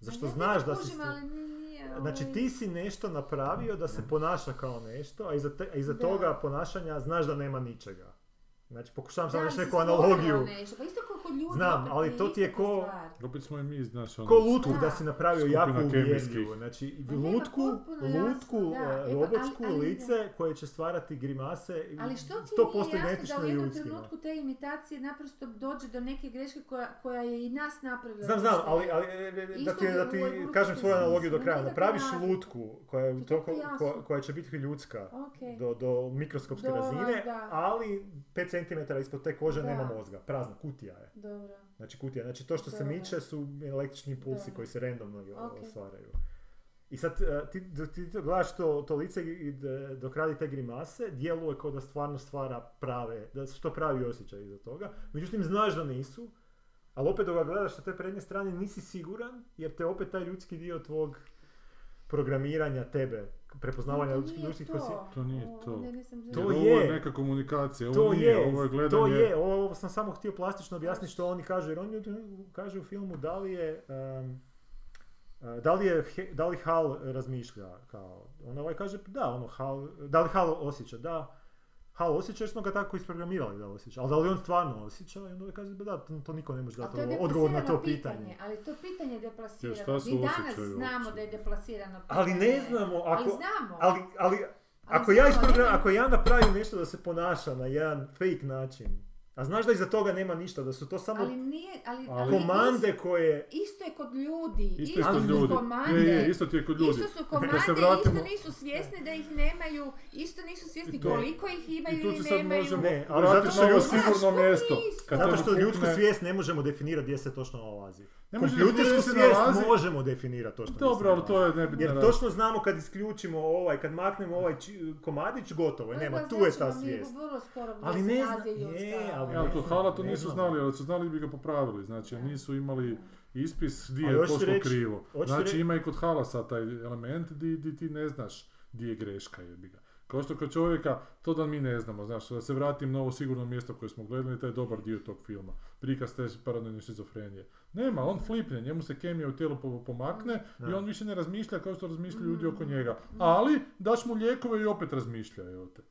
za
Ma
što
ja to
znaš da si...
kužim,
stvo-
ali nije,
Znači
ovaj,
ti si nešto napravio da se ponaša kao nešto, a iza, te- a iza
Da.
toga ponašanja znaš da nema ničega. Znači pokušavam
da,
sam
ali
reći
si
neku
stvorio
analogiju.
nešto. Pa isto koliko ljudi
Znam,
opet
ali to ti je
ista ta
ko-
stvar.
Opet smo i mi, znaš, ono...
Ko lutku
Da.
da si napravio
Skupina
jako uvjerljivu.
kemijskih.
Znači
Pa nema,
lutku,
potpuno jasno,
lutku
da. E,
eh,
pa,
robotsku
ali- ali-
lice koje će stvarati grimase i
Ali što ti
100%
nije jasno da
identično
u jednom
ljudskima.
trenutku te imitacije naprosto dođe do neke greške koja, koja je i nas napravila.
Znam, znam, ali, ali e, e, da
Isto
ti,
je
da
u
ti
evoluciji,
kažem svoju analogiju do
mislim,
kraja.
nikako
Napraviš
jasno.
lutku koja, je
To je
toliko,
tako jasno.
koja, koja će biti ljudska
Okej.
do, do mikroskopske
Do,
razine,
da.
ali 5 cm ispod te kože
Da.
nema mozga, prazna, kutija je.
Dobro.
Znači kutija, znači to što se
Da.
miče su električni pulsi
Da.
koji se randomno i-
Ok.
ostvaraju. I sad e, ti, do- ti to gledaš to, to lice i d- dok radi te grimase, djeluje kao da stvarno stvara prave, da su to pravi osjećaj iza toga. Međutim, znaš da nisu, ali opet dok ga gledaš sa te prednje strane nisi siguran, jer te opet taj ljudski dio tvog programiranja tebe, prepoznavanja
Ne, to
ljudskih,
nije
ljudskih osjećaja,
To nije to.
Ne, nisam
To
To
je... Ovo
je.
je neka komunikacija, ovo
To
nije,
je,
ovo je
to
gledanje...
je, ovo, ovo sam samo htio plastično objasniti što oni kažu, jer oni u trenutku kažu u filmu da li je, um, uh, da li je, He- da li Hal razmišlja kao, on ovaj kaže da, ono Hal, da li Hal osjeća, da, Hal osjeća jer smo ga tako isprogramirali da osjeća, ali da li on stvarno osjeća, i onda ovaj kaže "Ba da, to, to niko ne može
Ali
dati ono
je
odgovor na
deplasirano
to pitanje.
Ali to pitanje je deplasirano.
Jer šta su
Mi danas
osjećaji
znamo
uopće?
da je deplasirano pitanje.
Ali ne znamo, ako,
ali znamo.
ali, ali,
Ali
ako, ja
znamo,
isprogra-
ne-
ako ja napravim nešto da se ponaša na jedan fake način, a znaš da iza toga nema ništa, da su to samo
ali nije, ali,
Ali-
ali
komande koje...
Isto, isto je kod ljudi.
Isto je kod
su
ljudi.
komande.
Je, je, isto ti je kod ljudi.
Isto su komande,
Kad se
isto
vratimo-
nisu svjesni da ih nemaju, isto nisu svjesni
I to-
koliko ih imaju
I tu
ili
se sad
nemaju.
možemo
Ne, ali
vratiti
zato
na
što
ovo
ljudi-
Zašto
sigurno mjesto.
nisu?
Kad
Zato
on
što ljudsku
pukne-
svijest ne možemo definirati gdje se točno nalazi.
Ne možeš
Kompjutersku
definirati gdje se
svijest
nalazi.
možemo definirati točno.
Dobro, ali to je nebitna
ono. Jer
razlika.
točno znamo kad isključimo ovaj, kad
Pa znači
maknemo ovaj či- komadić, gotovo je, nema, tu je ta svijest.
Ali
Ali ne znam, je, znali.
Ne
Alkohola to
ne
nisu
znamo.
znali, ali su znali bi ga popravili, znači jer
Da.
nisu imali ispis gdje
Ali
je
hoćete
pošlo
reći-
krivo.
hoćete
Znači
reći-
ima i kod halasa taj element di, di ti ne znaš gdje je greška jebi ga. Kao što kod čovjeka, to da mi ne znamo, znaš, da se vratim na ovo sigurno mjesto koje smo gledali, taj dobar dio tog filma, prikaz te paranoidne šizofrenije. Nema, on flipne, njemu se kemija u tijelu po- pomakne i
Da.
on više ne razmišlja kao što razmišljaju
Mm.
ljudi oko njega. Ali, daš mu lijekove i opet razmišlja, evo te.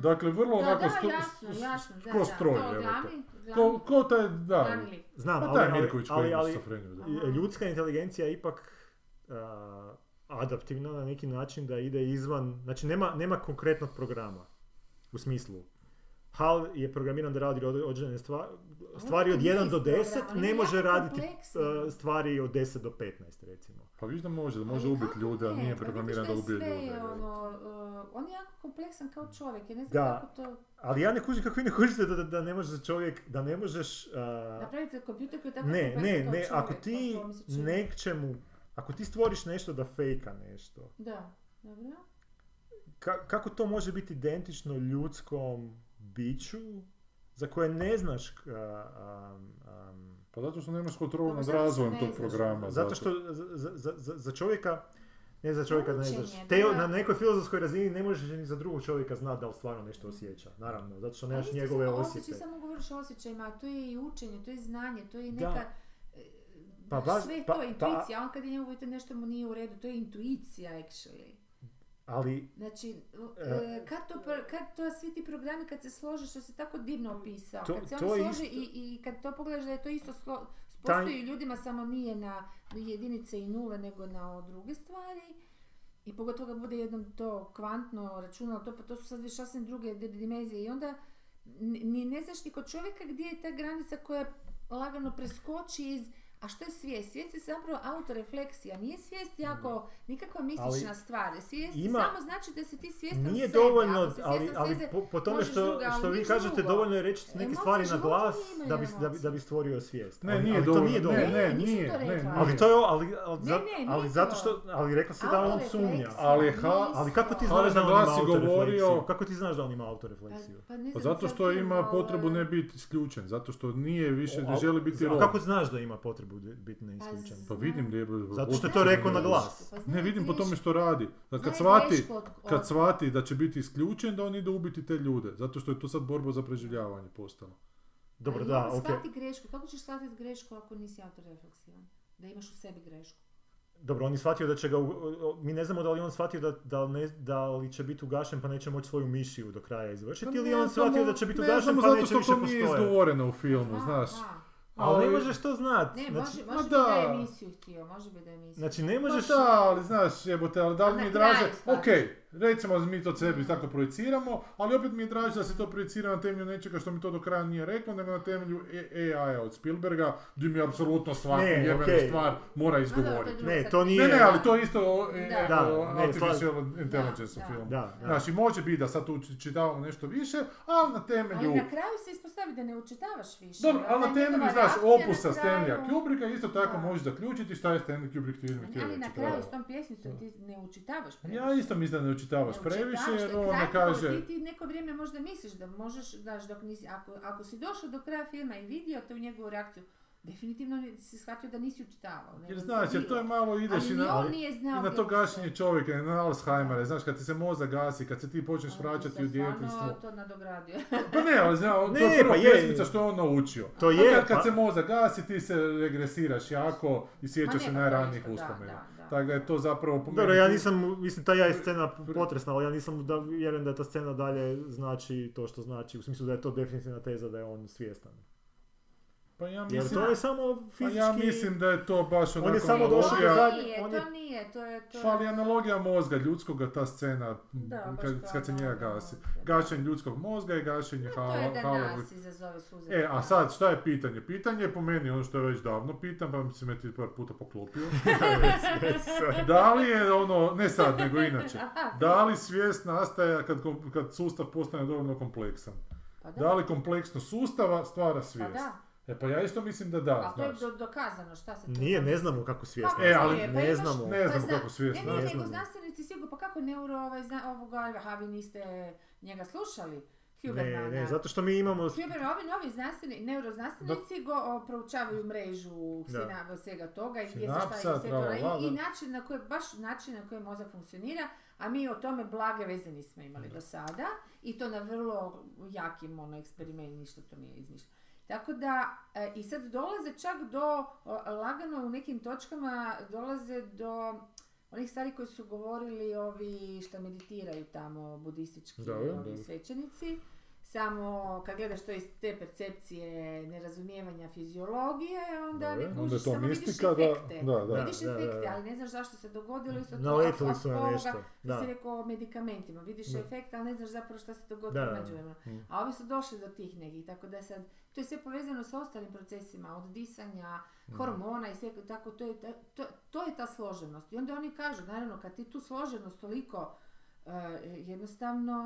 Dakle, vrlo
Da,
onako
da,
stu-
jasno,
s- s-
jasno, da,
kroz
da,
troj,
to
evo te.
glavni-
Ko,
glavni-
ko taj, da.
glavni lik.
Znam,
Pa
ali,
taj
ali,
Mirković koji
ali,
ima
ali,
šizofreniju, da.
Aha.
ljudska inteligencija je ipak a, adaptivna na neki način da ide izvan, znači nema, nema konkretnog programa u smislu. HAL je programiran da radi od- određene stvari, stvari
ima
od 1 do
niz
10,
programa, on
ne
je
može
jako
raditi
kompleksan.
e, stvari od 10 do 15 recimo.
Pa viš da može, da može
Ali
ubiti
kako
ljude, a
ne?
nije
Pa vidiš
programiran da
je
ubije
sve
ljude.
je
je.
ono, uh, on je jako kompleksan kao čovjek, ja ne znam
Da.
kako to...
Ali ja ne kužim kako vi ne kužite da, da, da ne možeš čovjek, da ne možeš... a,
Napravite kompjuter koji je tako
ne,
kompleksan
ne,
kao
ne,
čovjek,
ako
pa
ti
to mi se čini.
nečemu, ako ti stvoriš nešto da fejka nešto,
Da, dobro.
ka- kako to može biti identično ljudskom biću za koje ne znaš k- a, am, am,
Pa zato što nemaš kontrolu
Pa
nad
zato što
razvojem
ne
tog
znaš.
programa.
zato što za, za- za, za, za čovjeka ne za čovjeka ne
Naučen
znaš.
je,
Teo,
da.
na nekoj filozofskoj razini ne možeš ni za drugog čovjeka znati da li stvarno nešto osjeća. Naravno, zato što nemaš
Ali isto
njegove
samo
osjećaje.
Osjećaj, samo govoriš o osjećajima, a to je i učenje, to je i znanje, to je i
Da.
neka... e,
Pa
znaš,
baš-
sve je
pa-
to,
pa-
intuicija, on kad je njemu vidite nešto mu nije u redu, to je intuicija, actually.
Ali
Znači, u-
E.
e, kad to, pr- kad to svi ti programi, kad se slože, što se tako divno opisao,
To-
kad se
to
ono
je
složi
isto-
i, i kad to pogledaš da je to isto slo,
Taj-
postoji u ljudima, samo nije na jedinice i nule, nego na o, druge stvari. I pogotovo kad bude jednom to kvantno računalo, to, pa to su sad već sasvim druge di- dimenzije. I onda ni, ni ne znaš ni kod čovjeka gdje je ta granica koja lagano preskoči iz a što je svijest? Svijest je zapravo autorefleksija. Nije svijest jako
Mm.
nikakva mistična stvar. Svijest
ima-
samo znači da si ti svjestan
nije
sebe.
dovoljno,
Ako si
ali,
svjestan
ali
sebe,
po, po tome
možeš
što,
druga, ali
što vi
ništa
kažete,
drugo.
dovoljno je reći neke
Emocije
stvari na
života
glas
imaju
da bi, da bi,
emocije.
da bi stvorio svijest.
Ne,
ali,
nije
ali
dovoljno.
to nije dovoljno.
Ne, ne,
nisam
nije.
to
ne,
rekla.
nije.
Ali to je, ali, ali,
Ne,
za-
ne, nije
ali
to.
zato što, ali rekla si da on sumnja.
Autorefleksija
Ali
nisu-
ha-
Ali kako ti
Ali
znaš da
na
on ima
glas je
autorefleksiju?
govorio-
Kako ti znaš da on ima
Pa-
autorefleksiju?
pa ne
Pa
znam,
zato
sad
što
ti, e,
ima
ali-
potrebu ne biti isključen, zato što nije više,
O,
ne
a-
želi biti
A
rob.
kako znaš da ima potrebu de- biti neisključen?
z-
Pa vidim da je...
Zato što je to
Znaš
rekao na
grešku,
glas.
pa znaš
Ne vidim po
grešku.
tome što radi. Da
Znaš
kad shvati,
grešku od- od-
kad shvati da će biti isključen, da on ide ubiti te ljude. Zato što je to sad borba za preživljavanje postala.
Dobro,
Ali
da,
kako
ok.
shvati grešku? Kako ćeš shvatiti grešku ako nisi autorefleksivan? Da imaš u sebi grešku.
Dobro, on je shvatio da će ga, u- o- o- mi ne znamo da li je on shvatio da, da, ne, da li će biti ugašen pa neće moći svoju misiju do kraja
Па
izvršiti ili je on shvatio da će biti
Pa Ne
ugašen
znamo
pa
zato
neće
što
više
to nije
postojati.
izgovoreno u filmu,
Aha,
znaš.
aha.
Ali ne možeš to znati.
Ne,
znači,
može,
ma
može biti
da.
da je emisiju htio, može biti da je emisiju.
znači, ne
Pa
možeš...
da, ali znaš, jebote, ali da li
A
mi
na
je draže,
kraju shvatiš.
ok, recimo da mi to sebi tako projiciramo, ali opet mi je draže da se to projicira na temelju nečega što mi to do kraja nije reklo, nego na temelju e- AI-a od Spielberga, gdje mi apsolutno svaku
Ne,
jebenu
okej.
stvar mora
Ma dobro, to je
izgovoriti.
drugo
Ne,
sad.
to
Ne,
nije...
ne, ali to je isto e,
Da.
e,
Da,
o,
ne,
artificial intelligence u
da.
filmu.
Da, da.
Znači, može biti da sad tu či- čitavamo nešto više, ali na
Ali
temelju
na kraju se ispostavi da ne učitavaš više.
Dobro, ali na
Onda je
temelju,
njegova
znaš,
reakcija na
opusa
kraju-
Stanleya Kubricka, isto tako
Da.
možeš zaključiti šta je Stanley Kubrick ti
Ali-
htio
Ali na
reći,
kraju
bravo.
s tom pjesmicom ti ne učitavaš previše.
Ja isto mislim da ne učitavaš
Ne
previše,
učitavaš,
jer
na
on ne
kraju
kaže...
Ti, ti neko vrijeme možda misliš da možeš, znaš, dok nisi, ako, ako si došao do kraja filma i vidio tu njegovu reakciju, definitivno ni- si shvatio da nisi učitavao. nego
Jer
je
znaš, jer to je
bilo.
malo ideš
Ali
i
ni
na,
on nije
i
znao
na
gdje
to
mu se-
gašenje čovjeka, i na Alzheimera, znaš, kad ti se moza gasi, kad se ti počneš
Ali ti
vraćati
se
u
stvarno
djetinjstvo.
to nadogradio.
Pa ne, ali zna, on, to
Ne,
je prva
pa je.
pjesmica što je on naučio.
To
A
je,
kad, kad
pa-
se moza gasi, ti se regresiraš jako i
Ma
sjećaš se
nema Pa to
najranijih
isto, da,
uspomena.
da, da.
Tako da je to zapravo po
Dobro,
meni-
ja nisam, mislim, ta ja je scena potresna, ali ja nisam da vjerujem da je ta scena dalje znači to što znači, u smislu da je to definitivna teza da je on svjestan.
Pa ja
Jer
mislim,
to je samo
pa
fizički...
ja mislim da je to baš
On
onako...
je samo
To
došao do
analogija-
zadnje-
nije,
on
to
je-
nije, to je... To je-
Pa ali analogija mozga ljudskoga, ta scena
Da,
m,
baš
kad,
kao
kad se njega
analogija
gasi.
mozga, da.
Gašenje ljudskog mozga i gašenje
To je
hala-
da
hala-
nas izazove suze.
E, a sad, šta je pitanje? Pitanje je po meni, ono što je već davno pitan, pa mi se me ti par puta poklopio. da li je ono, ne sad, nego inače, da li svijest nastaje kad, kom- kad sustav postane dovoljno kompleksan?
Pa da,
Da li kompleksnost sustava stvara
pa
svijest?
da.
E pa ja isto mislim da da,
A to je
znaš.
do- dokazano, šta se tu...
Nije, ne znamo kako svjestan.
Kako
E, ali
je? Pa
ne
imaš-
znamo.
Ne
Pa
znamo
zna-
kako svijest
Ne, ne,
ne
nego
znamo.
znanstvenici sigurno, pa kako neuro ovaj, zna, ovoga, aha, vi niste njega slušali. Hubermana.
Ne, ne, zato što mi imamo...
Huber, ovi novi znanstveni, neuroznanstvenici go o, proučavaju mrežu
Da.
sina- svega toga i gdje se
Sinapsa,
šta je sve to
tralala,
radi i
da.
način na koji, baš način na koji mozak funkcionira, a mi o tome blage veze nismo imali do sada i to na vrlo jakim ono, eksperimentu, ništa to nije izmišljeno. Tako da, e, i sad dolaze čak do, o, lagano u nekim točkama, dolaze do onih stvari koji su govorili ovi što meditiraju tamo, budistički
Da,
ovi
da.
svećenici. Samo kad gledaš to iz te percepcije nerazumijevanja fiziologije, onda
Da,
ne
da.
Onda
kužiš,
je to
samo vidiš
mistika, da,
efekte.
da, da.
Vidiš
Da, da,
efekte,
da.
ali ne znaš zašto se dogodilo. Isto to
Naletili
ako-
su na
ako
nešto.
ovoga, ti
Da.
si rekao o medikamentima, vidiš
Da.
efekt, ali ne znaš zapravo šta se dogodilo
Da, da, da.
među vremena.
Mm.
A ovi su došli do tih nekih, tako da sad, to je sve povezano sa ostalim procesima, od disanja,
Mm.
hormona i sve, tako to je, ta- to, to je ta složenost. I onda oni kažu, naravno, kad ti tu složenost toliko e, jednostavno...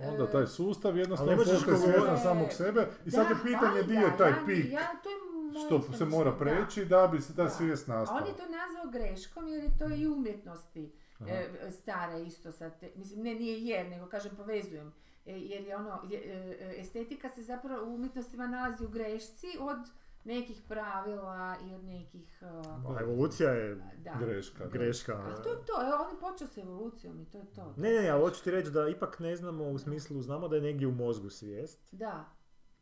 e,
Onda taj sustav jednostavno
Ali ne možeš
postaje svjestan
govorit-
samog sebe i sad
da,
je pitanje
valjda,
di je taj
ja ni-
pik
ja, to je moje
što
isto
se mora
mišljenje, da.
preći da bi se ta
Da.
svijest
A on
nastala.
je to nazvao greškom jer je to i umjetnosti
Mhm. Aha.
e, stara isto sa te, mislim ne nije jer nego kažem povezujem E, jer je ono je- e, e, estetika se zapravo u umjetnostima nalazi u grešci od nekih pravila i od nekih e,
Pa, evolucija je
da.
Greška. da.
greška.
Ali to je to, evo, on je počeo s evolucijom i to je to.
Ne, ne, ali hoću ti reći da ipak ne znamo u smislu, znamo da je negdje u mozgu svijest,
Da,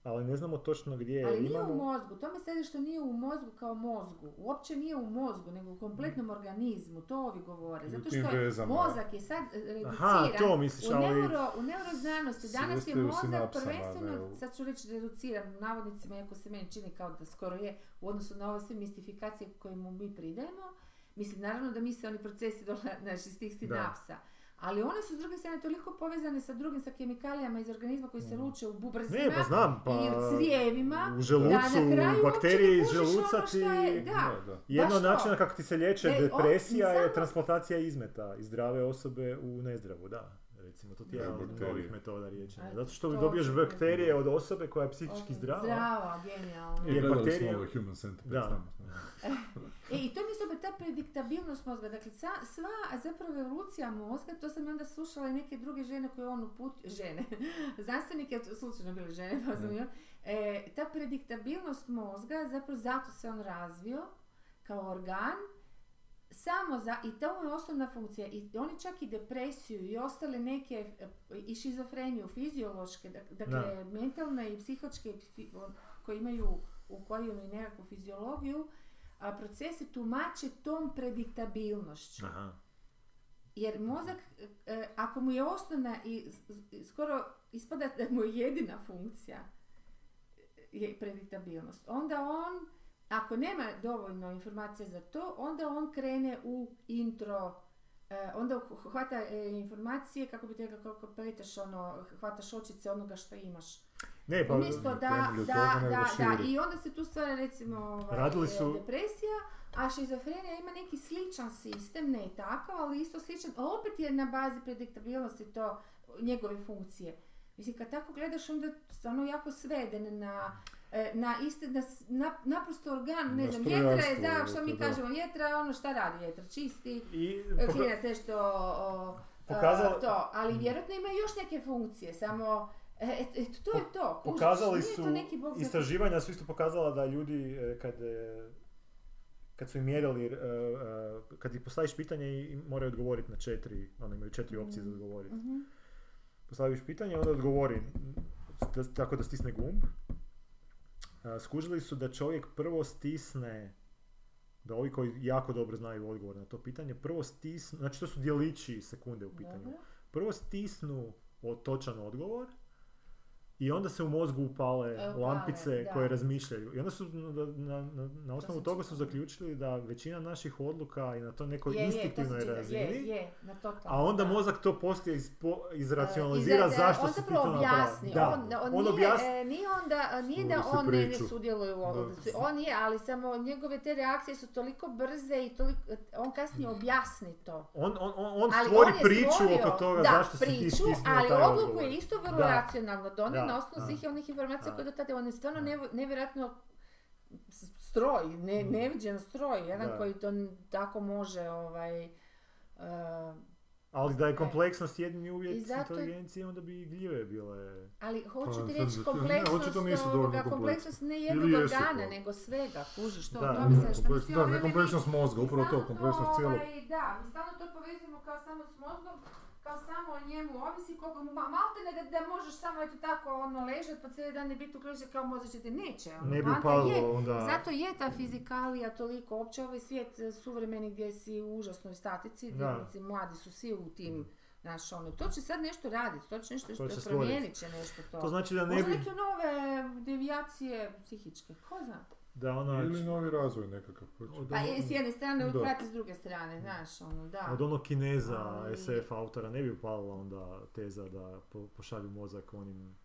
ali ne znamo točno gdje je
ali nije
E, imamo.
u mozgu, to me sedi što nije u mozgu kao mozgu, uopće nije u mozgu, nego u kompletnom organizmu, to ovi
I
govore,
u
zato
tim
što je
vezama.
mozak je sad e, reduciran,
Aha, to misliš,
u,
ali...
neuro, u neuroznanosti danas je
Svijest je u
mozak
sinapsama, ne
prvenstveno,
u-
sad ću reći reduciran u navodnicima, iako se meni čini kao da skoro je, u odnosu na ove sve mistifikacije koje mu mi pridajemo, mislim naravno da misleni procesi dolaze znaš, iz tih sinapsa, ali one su s druge strane toliko povezane sa drugim, sa kemikalijama iz organizma koji se luče u bubrezima
Ne, pa znam, pa...
i u crijevima,
U
da
želucu,
na kraju
bakterije iz
uopće ne kužiš
želuca
ono
ti...
šta je, da,
Da, da.
Jedno
Baš
od
to.
načina kako ti se liječe
Ne, o,
depresija
i
je
samo-
transplantacija izmeta iz zdrave osobe u nezdravu, da. Recimo, to ti je
Da,
jedna od
bakterije.
novih metoda liječenja.
Eto,
Zato što bi
to
dobiješ
je-
bakterije od osobe koja je psihički
ono,
zdrava.
Zdrava, genijalno.
I
Jer
gledali smo
bakterije-
ovaj Human Centipede
Da.
tamo.
E, i to mi se opet ta prediktabilnost mozga. Dakle, sa- sva zapravo evolucija mozga, to sam i onda slušala i neke druge žene koje on uput... Žene. Znanstvenike, to slučajno bile žene, pa sam
Mm.
i on. E, ta prediktabilnost mozga, zapravo zato se on razvio kao organ, samo za, i to mu je osnovna funkcija, i oni čak i depresiju i ostale neke, e, i šizofreniju, fiziološke, dak- dakle, mentalne i psihočke, fi- o- koje imaju ukoljenu i nekakvu fiziologiju, a procese tumače tom prediktabilnošću.
Aha.
Jer mozak, e, ako mu je osnovna i s- s- skoro ispada da mu je jedina funkcija e, je prediktabilnost, onda on, ako nema dovoljno informacija za to, onda on krene u intro, e, onda h- hvata e, informacije, kako bi te rekla, kako pletaš ono, hvataš očice onoga što imaš.
Ne, pa...
Umjesto
na
da,
temelju
da, da,
toga nego
da,
širi.
i onda se tu stvara recimo ovaj,
Radili
e,
su-
depresija, a šizofrenija ima neki sličan sistem, ne takav, ali isto sličan, ali opet je na bazi prediktabilnosti to njegove funkcije. Mislim, kad tako gledaš, onda je stvarno jako sveden na, e, na iste, na, s- na- naprosto organ, ne
Na
znam, vjetra je, za,
strojarstvo,
što mi
vjetra, da.
kažemo, vjetra, ono šta radi vjetra, čisti,
I
e,
poka-
klinac nešto o,
Pokazalo-
a, to, ali vjerojatno ima još neke funkcije, samo e, et- eto, to je to. kužiš,
pokazali
nije
su,
to neki bog za-
istraživanja su isto pokazala da ljudi e, kad, e, kad su im mjerili, e, e, kad ih postaviš pitanje i moraju odgovoriti na četiri, ono imaju četiri opcije za odgovoriti.
Mhm.
Postaviš pitanje, onda odgovori da- tako da stisne gumb. E, Skužili su da čovjek prvo stisne, da ovi koji jako dobro znaju odgovor na to pitanje, prvo stisnu, znači to su djelići sekunde u pitanju
Dobro.
prvo stisnu o- točan odgovor i onda se u mozgu upale
E, upale,
lampice
da.
koje razmišljaju. I onda su na, na, na, na osnovu
sam
toga su
čitala.
zaključili da većina naših odluka i na to nekoj
Je, je, to sam
instinktivnoj
čitala,
razini,
Je, je, na totalno,
a onda
da.
mozak to poslije ispo,
E,
izracionalizira
iza-
zašto
on
se ti
zapravo
to
objasni,
napravilo. Da,
on, on,
on
nije,
objasni-
e, nije onda, a nije
Služi
da
se
on ne, ne
priču.
sudjeluje u ovom,
Da.
su- on je, ali samo njegove te reakcije su toliko brze i toliko, on kasnije objasni to.
On, on, on, on
Ali
stvori
on je
priču
stvorio-
oko toga
da,
zašto si ti
priču,
stisnuo
ali
taj
odluku
odgovor.
je isto vrlo
Da.
racionalno donio
Da,
na osnovu
da.
svih onih informacija
Да, Da.
koje do tada, on je stvarno
Da.
nev- nevjerojatno s- stroj, ne,
Mm.
neviđen stroj, jedan
Da.
eh, koji to n- tako može ovaj, e,
Ali da je
E.
kompleksnost jedini uvjet
I zato-
inteligencije, onda bi i gljive bile...
Ali hoću
Pa,
ti
sad-
reći
ne,
kompleksnost,
očito nisu dovoljno
ovoga,
kompleksni.
kompleksnost ne jednog
Ili jesu
organa,
to.
nego svega, kužiš, to,
Da,
to mi se
Ne,
što mi
kompleks-
svi
da,
ovdje
ne
mi-
kompleksnost mozga,
mi
upravo to,
stalno
kompleksnost cijelog.
ovaj, Da, mi stalno to povezujemo kao samo s mozgom, kao samo o njemu ovisi koliko mu, ma, malte ne da, da možeš samo eto tako ono ležat pa cijeli dan i biti uključen kao mozak će ti neće. Ono,
Ne bi
poanta je-
upalo onda...
zato je ta fizikalija toliko opće, ovaj svijet e, suvremeni gdje si u užasnoj statici, gdje
Da.
mislim, mladi su svi u tim, znaš, ono, to će sad nešto raditi, to će nešto,
To će
što
stvorit.
promijenit će nešto to.
To znači da ne
Možda
bi...
neke nove devijacije psihičke, ko zna.
Da ona...
Ovaj-
Ili novi razvoj nekakav. hoće.
Od,
Pa je s jedne strane
Da.
odprati s druge strane, znaš, ono, da.
od onog kineza
Ali-
SF autora ne bi upalila onda teza da po- pošalju mozak onim...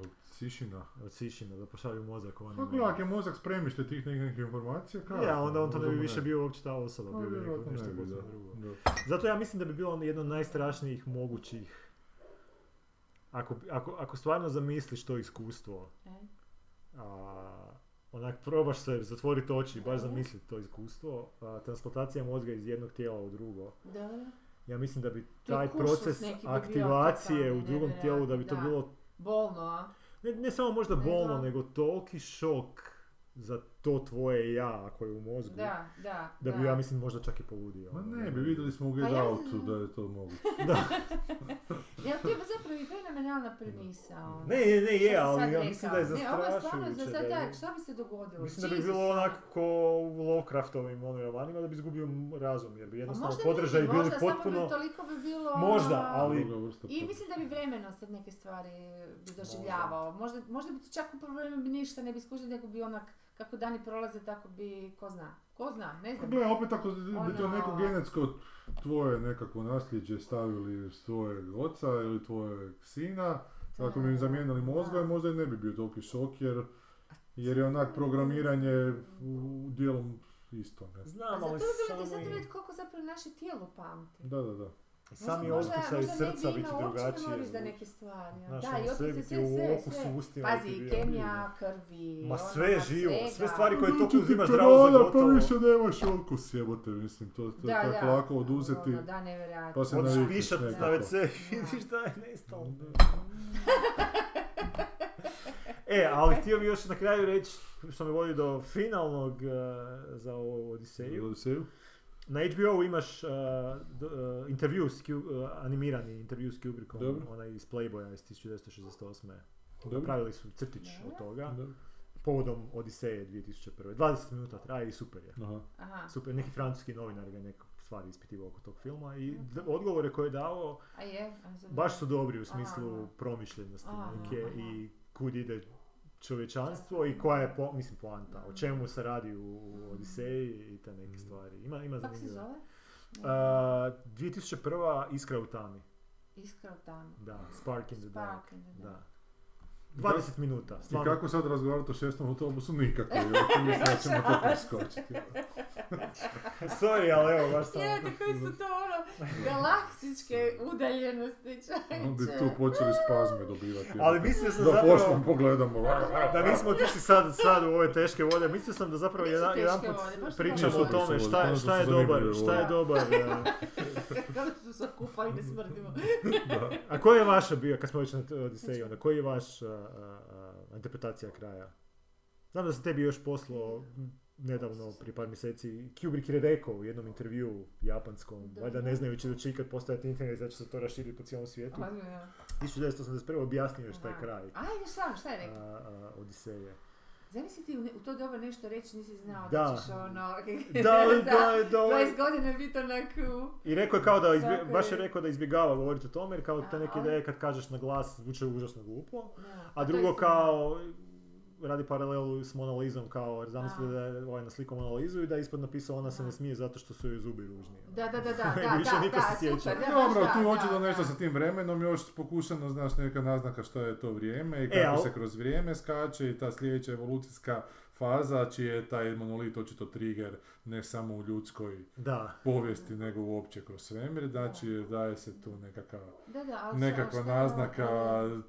Od Sišina.
Od Sišina, da pošalju mozak onim...
Pa gledaj, ako je mozak spremište tih nekih nekih informacija, kao?
Je, onda on to ne bi
Možda mu
više bio uopće ta osoba,
Pa,
bio bi neko
vjerojatno
nešto
ne bi,
potpuno
da.
drugo.
Da.
Zato ja mislim da bi bilo ono jedno od najstrašnijih mogućih. Ako, ako, ako stvarno zamisliš to iskustvo,
E,
a, onak probaš se zatvoriti oči i baš
Mhm.
zamisliti to iskustvo, a, transplantacija mozga iz jednog tijela u drugo.
da, da.
Ja mislim da bi
To je
taj
kursus
proces
neki bi bio
aktivacije
totalni,
u drugom
nevjerojatno,
tijelu, da bi to
da.
bilo
Bolno, a?
ne, ne samo možda
Nego-
bolno, nego toliki šok za to tvoje ja ako je u mozgu,
Da, da,
da bi ja mislim možda čak i ono, poludio.
Ma ne, bi vidjeli smo u Get
Pa ja-
Outu da je to moguće.
Da.
Ja, to je zapravo i fenomenalna premisa, ono.
Ne, ne, ne,
Šta si
je,
sad
ali ja
rekao?
mislim da je
Ne, ovo je stvarno
zastrašujuće.
za
da
sad,
je-
da, šta bi se dogodilo?
Mislim da bi
Jesus,
bilo
ono.
onak ko u Lovecraftovim onim romanima da bi izgubio razum, jer bi
Pa
jednostavno
možda
podržaj
nije,
bili
možda, samo bi
potpuno...
toliko bi bilo... ono-
Možda, ali-
Druga vrsta
I mislim da bi vremeno sad neke stvari bi doživljavao. Možda, možda bi čak u prvo vrijeme bi ništa ne bi skužio, nego bi onak, kako dani prolaze, tako bi, ko zna, ko zna, ne
Pa
znam.
Gle, opet ako bi to
Ono-
neko genetsko tvoje nekakvo nasljeđe stavili s tvojeg oca ili tvojeg sina,
To
ako
je-
bi im zamijenili mozgove,
da.
možda i ne bi bio toliki šok jer, jer je onak programiranje u dijelom isto. Ne?
A
Znam,
zato
ali
bi bilo
sami,
interesantno vidjeti koliko zapravo naše tijelo pamti.
Da, da, da.
sami
Možda-
okusaj
možda ne bi
srca biti
imao uopće
drugačiji.
memoriju za neke stvari. ono.
Znaš,
da,
ono,
i
sve
opet se
bi ti
sve,
u
sve,
oku
sve.
s ustima ti
Pazi,
bio.
kemija, krvi,
Ma
ono,
sve živo, sve
svega.
stvari koje toliko
Ti
Pa uzimaš
korona,
zdravo za gotovo.
Pa više nemaš okus jebote, mislim, to, to je tako lako oduzeti.
Ono, da, nevjerojatno.
Pa se
Odeš
navikneš
pišat na
nekako.
WC i vidiš da je nestalo. E, ali htio bi još na kraju reći, što me vodi do finalnog eh, za ovu Odiseju.
Odiseju?
Na HBO-u imaš uh, d- uh, intervju s Q, uh, animirani intervju s Kubrickom,
Dobro.
onaj iz Playboya iz 1968.
Dobro.
Napravili su crtić od toga,
Dobro.
povodom Odiseje 2001. 20 minuta traje i super je.
Aha.
Aha,
Super, neki francuski novinar ga je neke stvari ispitivao oko tog filma i d- odgovore koje je dao
a je? a za-
baš su dobri u
Aha.
smislu promišljenosti
Aha,
neke
aha.
i kud ide čovječanstvo i koja je, po, mislim, poanta,
Mm.
o čemu se radi u Odiseji i te neke stvari. Ima, ima
Kako se
zanimljivo.
zove? Ono,
Uh, 2001. Iskra u tami.
Iskra u tami.
Da, Spark in the Dark.
Spark in the
Da. 20 minuta,
I
stvarno.
kako sad razgovarati o šestom autobusu? Nikako. jer opet mislim da ćemo to preskočiti.
Sorry, ali evo, baš sam...
Jete, koji su to ono galaksičke udaljenosti,
Onda bi
čovječe.
tu počeli spazme dobivati.
Ali mislio sam
da
zapravo...
poslom pogledamo.
Da nismo otišli sad, sad u ove teške vode, mislio sam da zapravo
Nisu
jedan,
teške
jedan put
vode, baš su
pričamo o
dobre.
tome
Nisu
šta,
teške
šta je
vode,
dobar,
ono zanimljive
šta je
vode.
dobar. e.
Kako ono su se kupali da smrdimo.
A koji je vaša bio, kad smo već na t- Odiseji, onda koji je vaš a, a, a, interpretacija kraja? Znam da sam tebi još poslao m, nedavno, prije par mjeseci, Kubrick je rekao u jednom intervjuu japanskom,
Da.
valjda ne znajući da će ikad postojati internet, da će se to raširiti po cijelom svijetu.
Ozbiljno, da.
1981. objasnio je šta je
Aha.
kraj
Ajde, šta, šta je
a,
rekao?
a, Odiseje.
Zamisli ti u, ne- u to doba nešto reći, nisi znao da,
Da.
ćeš ono...
Da, da, da, ovaj- da.
20 godina je bito onak u...
I rekao je kao da, izbje-
Svako
baš je
je-
rekao da izbjegava govoriti o tome, jer kao te
A,
neke
ali-
ideje kad kažeš na glas zvuče užasno glupo.
Da. pa
A
to
drugo
isto-
kao, radi paralelu s Monalizom, kao, jer zamislite
A.
da je ovaj naslikao Monalizu i da je ispod napisao ona se ne
Da.
smije zato što su joj zubi ružni. ono.
Da, da, da, da, da,
Više
da,
niko se
da,
sjeća.
super, da, baš
Dobro,
da,
tu
da,
očito
da.
nešto sa tim vremenom, još pokušano, znaš, neka naznaka što je to vrijeme i
E,
kako
al-
se kroz vrijeme skače i ta sljedeća evolucijska faza, čiji je taj monolit očito trigger ne samo u ljudskoj
Da.
povijesti, nego uopće kroz svemir, znači daje se tu nekakav
Da, da, ali
nekakva
šta- šta-
naznaka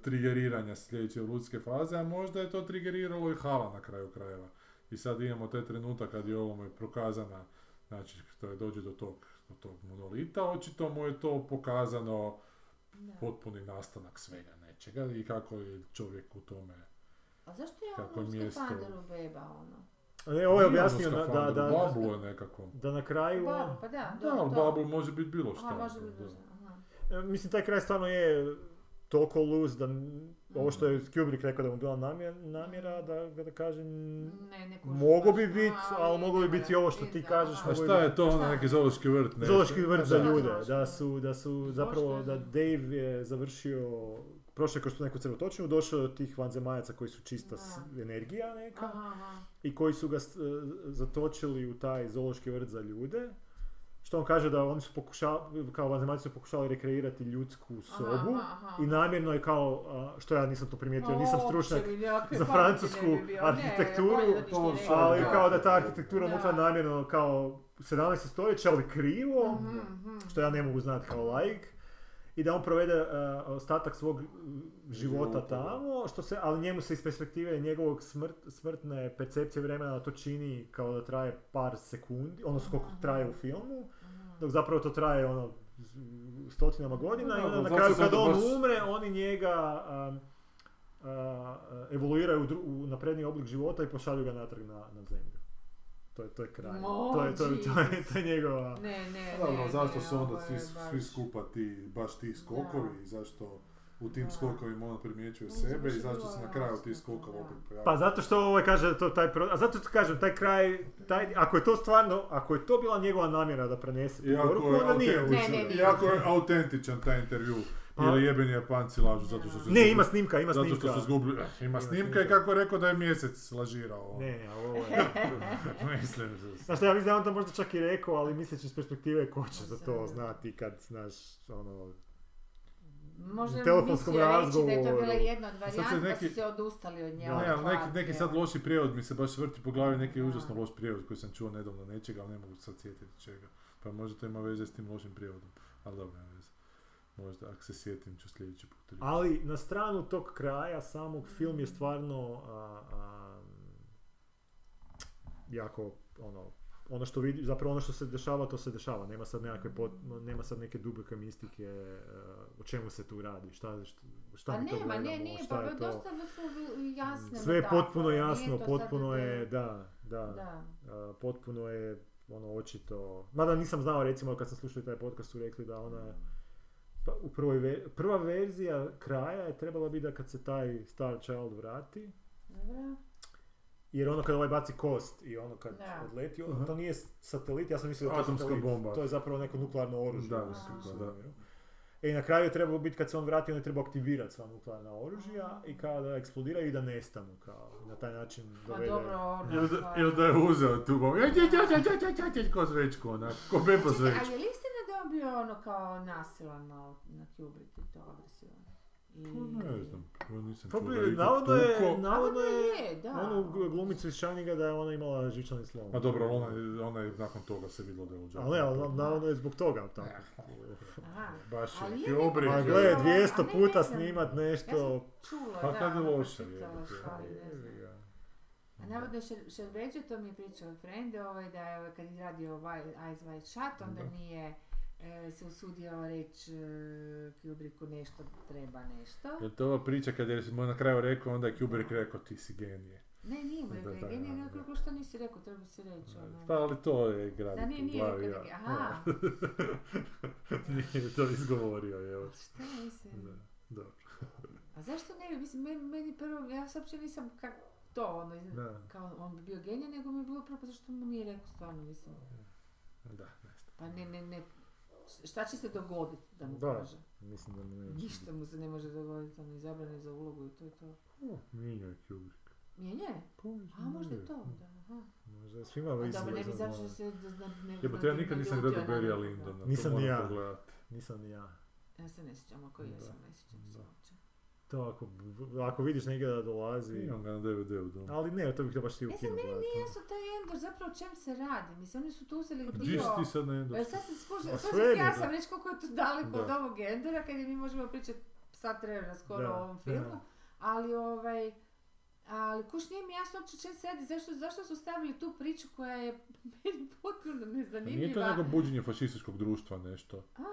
trigeriranja sljedeće evolucijske faze, a možda je to trigeriralo i Hala na kraju krajeva. I sad imamo taj trenutak kad je ovome prokazana, znači to je dođe do tog od tog monolita, očito mu je to pokazano
Da.
potpuni nastanak svega nečega i kako je čovjek u tome.
A zašto je
Kako
on u
mjesto-
skafanderu beba, ono?
Ne, E, ovo je
Nije
objasnio
ono
da, da,
skafander,
da,
Bablu je nekakvom.
da na kraju... on-
Babu, pa da,
Da, ali
to-
bablu može biti bilo što.
Aha, može biti duža, aha.
E, Mislim, taj kraj stvarno je toliko luz da n- ovo što je Kubrick rekao da mu je bila namjera, namjera
Mm.
da, da kažem...
Ne, ne kužim
Mogu
baš,
bi
no,
biti, ali moglo bi
ne
biti i
mora,
ovo što
ne
ti
znam,
kažeš,
aha.
A
mogu
šta je to,
Šta?
ono neki zoološki vrt? ne?
Zoološki vrt za
Da,
ljude,
zoološki.
da su, da su zapravo, da Dave je završio, prošao je kroz tu neku crvotočinu, došao je od tih vanzemaljaca koji su čista s- energija neka
Aha, aha.
i koji su ga s- e, zatočili u taj zoološki vrt za ljude. Što on kaže da oni su pokušali, kao vanzemaljci su pokušali rekreirati ljudsku sobu
aha, aha.
i namjerno je kao, a, što ja nisam to primijetio,
Ma,
nisam
uopće
stručnjak,
mi nekakve
za
pameti
francusku
ne bi bio. Ne,
arhitekturu,
bolje da ništa
to
ne
su-
ali
znam.
kao da ta arhitektura
Da.
unutra namjerno kao 17. stoljeće, ali krivo,
Mhm, mhm.
što ja ne mogu znati kao laik, i da on provede uh, ostatak svog uh,
Života,
života
da.
tamo, što se, ali njemu se iz perspektive njegovog smrt, smrtne percepcije vremena to čini kao da traje par sekundi, odnosno koliko
Aha.
traje u filmu,
Aha.
dok zapravo to traje ono z- stotinama godina
Da,
i onda na
zato
kraju
sam
kad
to
on
baš-
umre, oni njega um, a, a, evoluiraju u, dru- u napredni oblik života i pošalju ga natrag na, na zemlju. To je, to je kraj. to, je, to, je, to, je, to je njegova...
Ne, ne,
Pa Dobro,
ne,
zašto
ne,
su
E,
onda
ovo je
svi,
baš-
svi skupa ti, baš ti skokovi i zašto u tim
Da.
skokovima ono primjećuje
Mislim,
sebe
baš
i
je
zašto
bilo
se na kraju
jasno
ti
to,
skokova
da.
opet pojavljuje.
Pa zato što ovaj kaže da to taj pro... A zato ti kažem, taj kraj, taj, ako je to stvarno, ako je to bila njegova namjera da prenese tu poruku,
Iako je,
onda nije.
autentičan,
Ne, ne, ne.
iako je autentičan taj intervju,
Pa-
jer jebeni Japanci lažu zato što su
Ne, ima snimka, ima
zato
snimka.
što su izgubili. eh, Ima snimka i
snimka.
kako je rekao da je mjesec lažirao. ono.
Ne, ovo je...
Mislim, da su-
Znaš šta, ja mislim da je on to možda čak i rekao, ali misleći iz perspektive ko će za to znati kad, znaš, ono...
Možda
u
je
telefonskom
mislio reći da je to bila
razgovoru.
jedna od
E, sad
varijanta,
neki-
pa su se odustali od nje.
ne,
ono,
ali neki, neki
hvatio.
sad loši prijevod mi se baš vrti po glavi, neki
Da.
užasno loš prijevod koji sam čuo nedavno nečega, ali ne mogu sad sjetiti čega. Pa možda to ima veze s tim lošim prijevodom, ali dobro, nema veze. Možda, ako se sjetim, ću sljedeći put. reći.
Ali na stranu tog kraja samog film je stvarno a, a, jako ono ono što vidi, zapravo ono što se dešava, to se dešava. Nema sad nekakve, pot, nema sad neke duboke mistike e, o čemu se tu radi, šta, šta, šta
Pa
mi to
nema, ne,
gledamo,
nije,
šta
pa
je to.
dosta da su jasne
Sve je
metafore,
potpuno
nije
jasno,
to sad
potpuno
da-
je, da, da,
Da.
a, potpuno je ono očito, mada nisam znao recimo kad sam slušao taj podcast su rekli da ona pa, u prvoj ve- prva verzija kraja je trebala biti da kad se taj Star Child vrati,
Dobro.
jer ono kad ovaj baci kost i ono kad
Da.
odleti, ono,
Aha.
to nije satelit, ja sam mislio da je to
Atomska
satelit.
bomba.
To je zapravo neko nuklearno oružje.
Da,
u
da,
smislu,
da.
jel? E, i na kraju je trebalo biti, kad se on vrati, on je trebao aktivirati sva nuklearna oružja i kao da eksplodiraju i da nestanu, kao na taj način
Pa
dovede...
dobro, ono,
Ili da,
stvarno.
ili da je uzeo tu bombu. E, Ja, ja, ja, ja, ja, ja, ja, ko zvečko, onak, ko
pa
beba
Čekaj, a
zvečko.
je li Znači, istina da je on bio ono kao nasilan malo na Kubrick i to agresivan? I...
Pa Ne znam, ja nisam
Pa
čuo
bi-
da je ikog
navodno je,
tukao.
navodno je,
je, da.
ono
onu Ono glumicu iz Shininga da je ona imala žičani slom.
Ma dobro, ali ona, je- ona je nakon toga se vidjelo da je luđa.
Ali ne, ali navodno je zbog toga tako.
Aha.
Baš
Ali
je,
je
ti
neko-
obri.
Pa
A
gle,
A ne,
200
ne
puta
znam.
snimat
Ja sam
nešto...
čula,
Pa
da.
kad je
ono,
loše,
pročitala
jebote.
šta li, ne znam. A navodno Šer- Šerbeđe, to mi je pričao friend, ovaj, da je ovaj, kad je radio ovaj Eyes Wide Shut, onda
Da.
nije e, se usudio reći e, Kubricku nešto treba nešto.
Jel to ova priča kad je mu na kraju rekao, onda je Kubrick rekao ti si genije.
Ne, nije mu
Da,
rekao,
da,
genije,
da,
nego
da.
rekao, što nisi rekao, treba bi se reći. ono.
Pa ali to je grad
Da, nije,
u
nije rekao,
glavi.
neke-
ja.
aha,
Nije to izgovorio, evo.
pa šta mislim.
Da, dobro.
A zašto ne bi, mislim, meni, meni prvo, ja se uopće nisam kak, to, ono, iz-
Da.
kao on bi bio genij, nego mi je bilo prvo, pa zašto mu nije rekao stvarno, mislim,
Da, ne znam.
pa ne, ne, ne, šta će se dogoditi da mu
Da.
kaže?
Mislim da mu ne
Ništa mu se ne može dogoditi, on je izabran je za ulogu i to je to.
O, Mijenja je Kubrick.
Mijenja je?
Pa,
A možda je to, da, aha.
Možda je svima ono,
A
izgleda.
dobro, ne bi zato
ono-
što se, da, da, ne
Jebote, pa ja
da-
nikad
da
nisam
ljutio
gledao
na
Barrya
nekoga.
Lindona. to
Nisam ni
moram
ja.
pogledati.
Nisam ni ja.
Ja se ne sjećam, ako
Da.
jesam, ne sjećam se
Da.
uopće.
To ako, ako vidiš negdje da dolazi...
Imam ga na DVD-u doma.
Ali ne, to bih da baš ti u
E sad,
kinu
meni
gledati.
Ja su taj Endor, zapravo o čem se radi? Mislim, oni su tu uzeli
Gdje
dio...
si Pa ti sad na Endosu?
E, Sad se skuži,
A
sad
sve
se
mi,
ja
da.
sam reći koliko je to daleko
Da.
od ovog Endora, kad mi možemo pričati sat vremena skoro
Da,
o ovom filmu,
da.
ali ovaj... Ali kuš nije mi jasno uopće čem se radi, zašto, zašto su stavili tu priču koja je meni
Pa
potpuno nezanimljiva.
Pa Nije to nego buđenje fašističkog društva nešto.
A?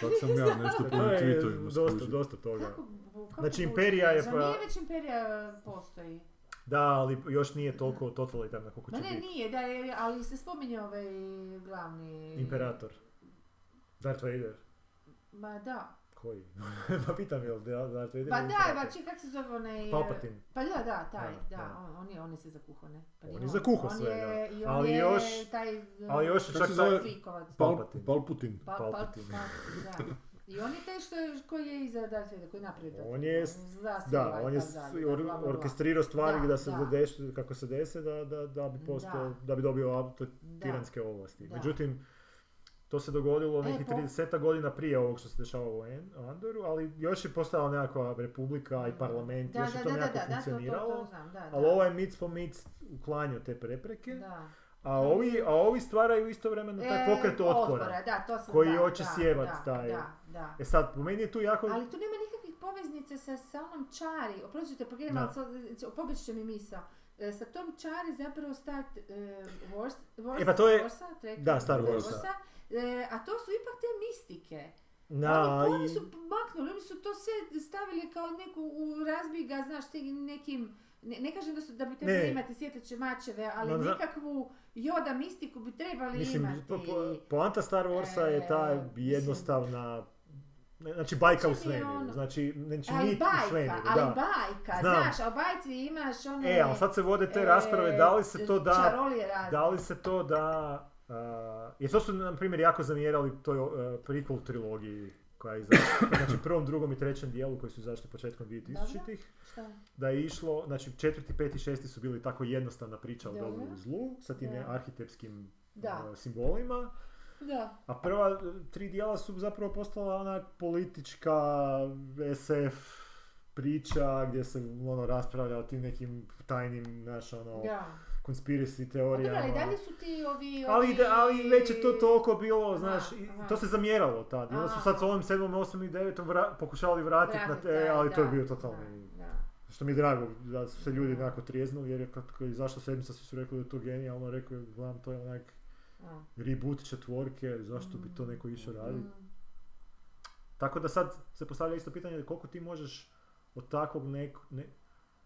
Sad sam ja nešto po
E, To je
tweetovima
dosta,
skužio.
dosta toga.
Kako, kako
Znači,
buđenje?
imperija je
Zar
pa-
Nije već imperija e, postoji.
Da, ali još nije toliko totalitarna koliko
Ma
će
ne,
biti.
nije, da, je- ali se spominje ovaj glavni...
Imperator. Darth Vader.
Ma da.
Koji? pa pitam je li Da- Darth Vader
Pa
ili
da, pa
Imperator?
čekaj, kako se zove onaj...
Palpatine.
Pa da, da, taj,
Da,
da,
da.
On, on, je, on je se zakuhao, ne? Pa
On
nije
je zakuhao
on
sve,
je-
da.
i on
Ali
je
još-
taj,
ali još
um,
čak taj-
Zlikovac.
Pal,
Palpatine.
Palputin.
Pa,
Palpatine.
Pa, pa, da. I on je taj što, je- koji je iza Darth Vader, koji je napravio Darth
On je
Vader.
s-
Zla
Da,
sila i
on je
tako
s-
dalje, ovaj da,
or-
bla, bla, bla.
orkestrirao stvari da,
Da,
se
da.
dese, kako se dese, da, da, da bi postao, da.
Da.
bi dobio auto
Da.
tiranske ovlasti.
Da.
Međutim, to se dogodilo
E,
nekih
po-
30 godina prije ovog što se dešava u En- Andoru, ali još je postala nekakva republika i parlament,
Da,
još
da,
je to
da, da,
nekako
da, da, to, to,
funkcioniralo.
to znam, da, da.
Ali ovaj mic po mic uklanjao te prepreke,
Da.
a ovi, a ovi stvaraju istovremeno taj pokret
E,
otpora.
da, to sam,
koji
da,
hoće
da,
sjevat
da,
taj-
Da, da.
E sad, po meni je tu jako...
Ali tu nema nikakvih poveznica sa, sa onom čari. Oprostite, pogledam,
Da.
ali sad- će- pobjeći će mi misa. E, sa tom čari zapravo Star e, Wars, Wars,
E, pa to je-
Warsa, Trek-
Da, Star
Warsa.
Warsa. E, a to su ipak te mistike.
Na,
oni, oni
i-
su maknuli, oni su to sve stavili kao neku u razbiga, znaš, ti nekim... Ne, ne kažem da, su, da bi trebali
Ne.
imati sjeteće mačeve, ali
Ma, zna-
nekakvu joda mistiku bi trebali
Mislim,
imati.
po, po, poanta Star Warsa je ta
E, mislim-
jednostavna... Znači, bajka u
Znači, nije
svemiru.
ono-
Znači, znači
ali
mit u
bajka,
svemiru,
ali
da.
bajka,
Znam.
znaš, a u bajci imaš ono one...
E, ali sad se vode te rasprave, da li
e,
se to da...
Čarolije razne.
Da li se to da... Uh, jer to su, na primjer, jako zamjerali toj uh, prequel trilogiji koja je izašla, znači prvom, drugom i trećem dijelu koji su izašli početkom 2000-ih,
Šta?
da je išlo, znači četvrti, peti, šesti su bili tako jednostavna priča o
Dobro.
dobru i zlu, sa tim
Da.
arhitepskim
Da.
uh, simbolima,
Da.
A prva e, tri dijela su zapravo postala ona politička SF priča gdje se ono raspravlja o tim nekim tajnim, znaš, ono,
Da.
konspirisi
Pa Dobro,
teorijama.
ali dalje su ti ovi...
ali,
ovi-
ide- ali već je to toliko bilo, znaš, i-
aha.
to se zamjeralo tad. I onda su
Aha.
sad s ovim sedmom, osmom i devetom vra- pokušavali vratiti na
Vratit,
te,
da,
ali to je
da,
bio totalni...
Da, da.
Što mi je drago da su se ljudi onako trijeznuli, jer kad, kad je izašla sedmica svi su rekli da je to genijalno, rekao je, gledam, to je onak
A.
reboot četvorke, zašto bi to neko išao raditi?
Mm.
Tako da sad se postavlja isto pitanje koliko ti možeš od takvog nekog... Ne,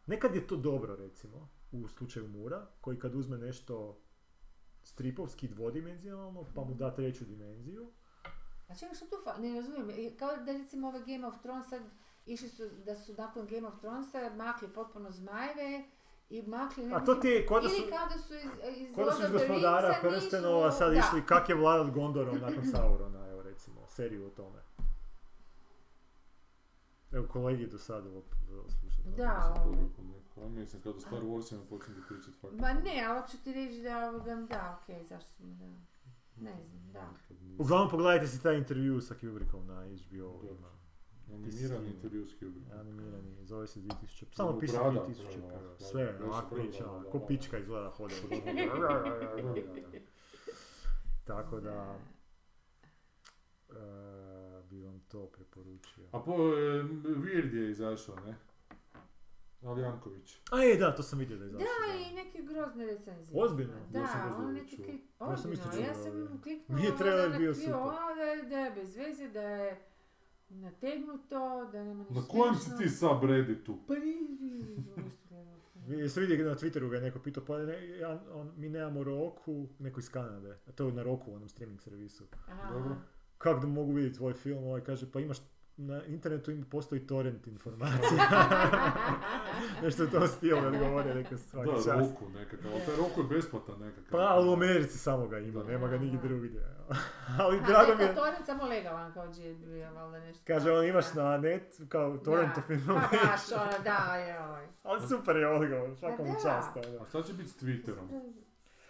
nekad je to dobro recimo, u slučaju Mura, koji kad uzme nešto stripovski dvodimenzionalno, pa mu da treću dimenziju.
A čekaj, što tu fa- Ne razumijem, I kao da recimo ove Game of Thrones sad išli su, da su nakon Game of Thronesa makli potpuno zmajeve i makli... ne
A to
mislim-
ti je kao da su,
Ili kao da su iz, iz
kao da su iz
Lorda of the
gospodara
Ringsa nisu-
prstenova sad
da.
išli kak je vladat Gondorom nakon Saurona, evo recimo, seriju o tome. Evo kolegi do sada ovo slušati.
Da, ovo.
Ja mislim, kad o Star Warsima počnem pričati fakat.
Ma ne, ali hoću ti reći da ovoga, da, okej, zašto smo da... Ne znam, da.
Uglavnom pogledajte si taj intervju sa Kubrickom na HBO.
Dobro.
ima.
Animirani intervju s Kubrickom.
Animirani, zove se 2000, samo
Drugu
piše
brada,
2001.
prvo,
Sve,
da,
ovako
prvo,
priča,
da, znači, da,
ko
da.
pička izgleda hoda. Tako da, e, bi vam to preporučio.
A po, e, Weird je izašao, ne? Ali Janković.
A je, da, to sam vidio da je izašlo.
Da, i neke grozne recenzije.
Ozbiljno?
Da,
Ja sam
ono
ozbiljno
neki
čuo.
klik...
Ja sam isto
Ozbiljno, ja
čuo, ali-
sam kliknula...
Nije trailer
na
bio
bio,
super.
a, Da, je- da je bez veze, da je nategnuto, da nema ništa
Na kojem si ti subredditu?
Pa ni-
Jesi vidio na Twitteru ga je neko pitao, pa ne, ja- on, mi nemamo Roku, neko iz Kanade, a to je na Roku, onom streaming servisu.
Aha.
Dobro.
Kako da mogu vidjeti tvoj film, ovaj kaže, pa imaš, na internetu im postoji torrent informacija. Nešto je to stilo, odgovorio, neka svaki
Da,
čast.
Roku nekakav, ali taj Roku je besplatan nekakav.
Pa ali u Americi samo ga ima,
Da.
nema ga nigdje drugdje. ali
A,
drago mi
neka
je,
torrent samo legalan kao GBA, valjda nešto.
kaže on imaš na net, kao torrent
Da.
of information.
Pa baš, ono, da, joj.
Ali super je odgovor, svaka
Pa
mu
da.
čast. ono.
A šta će biti s Twitterom?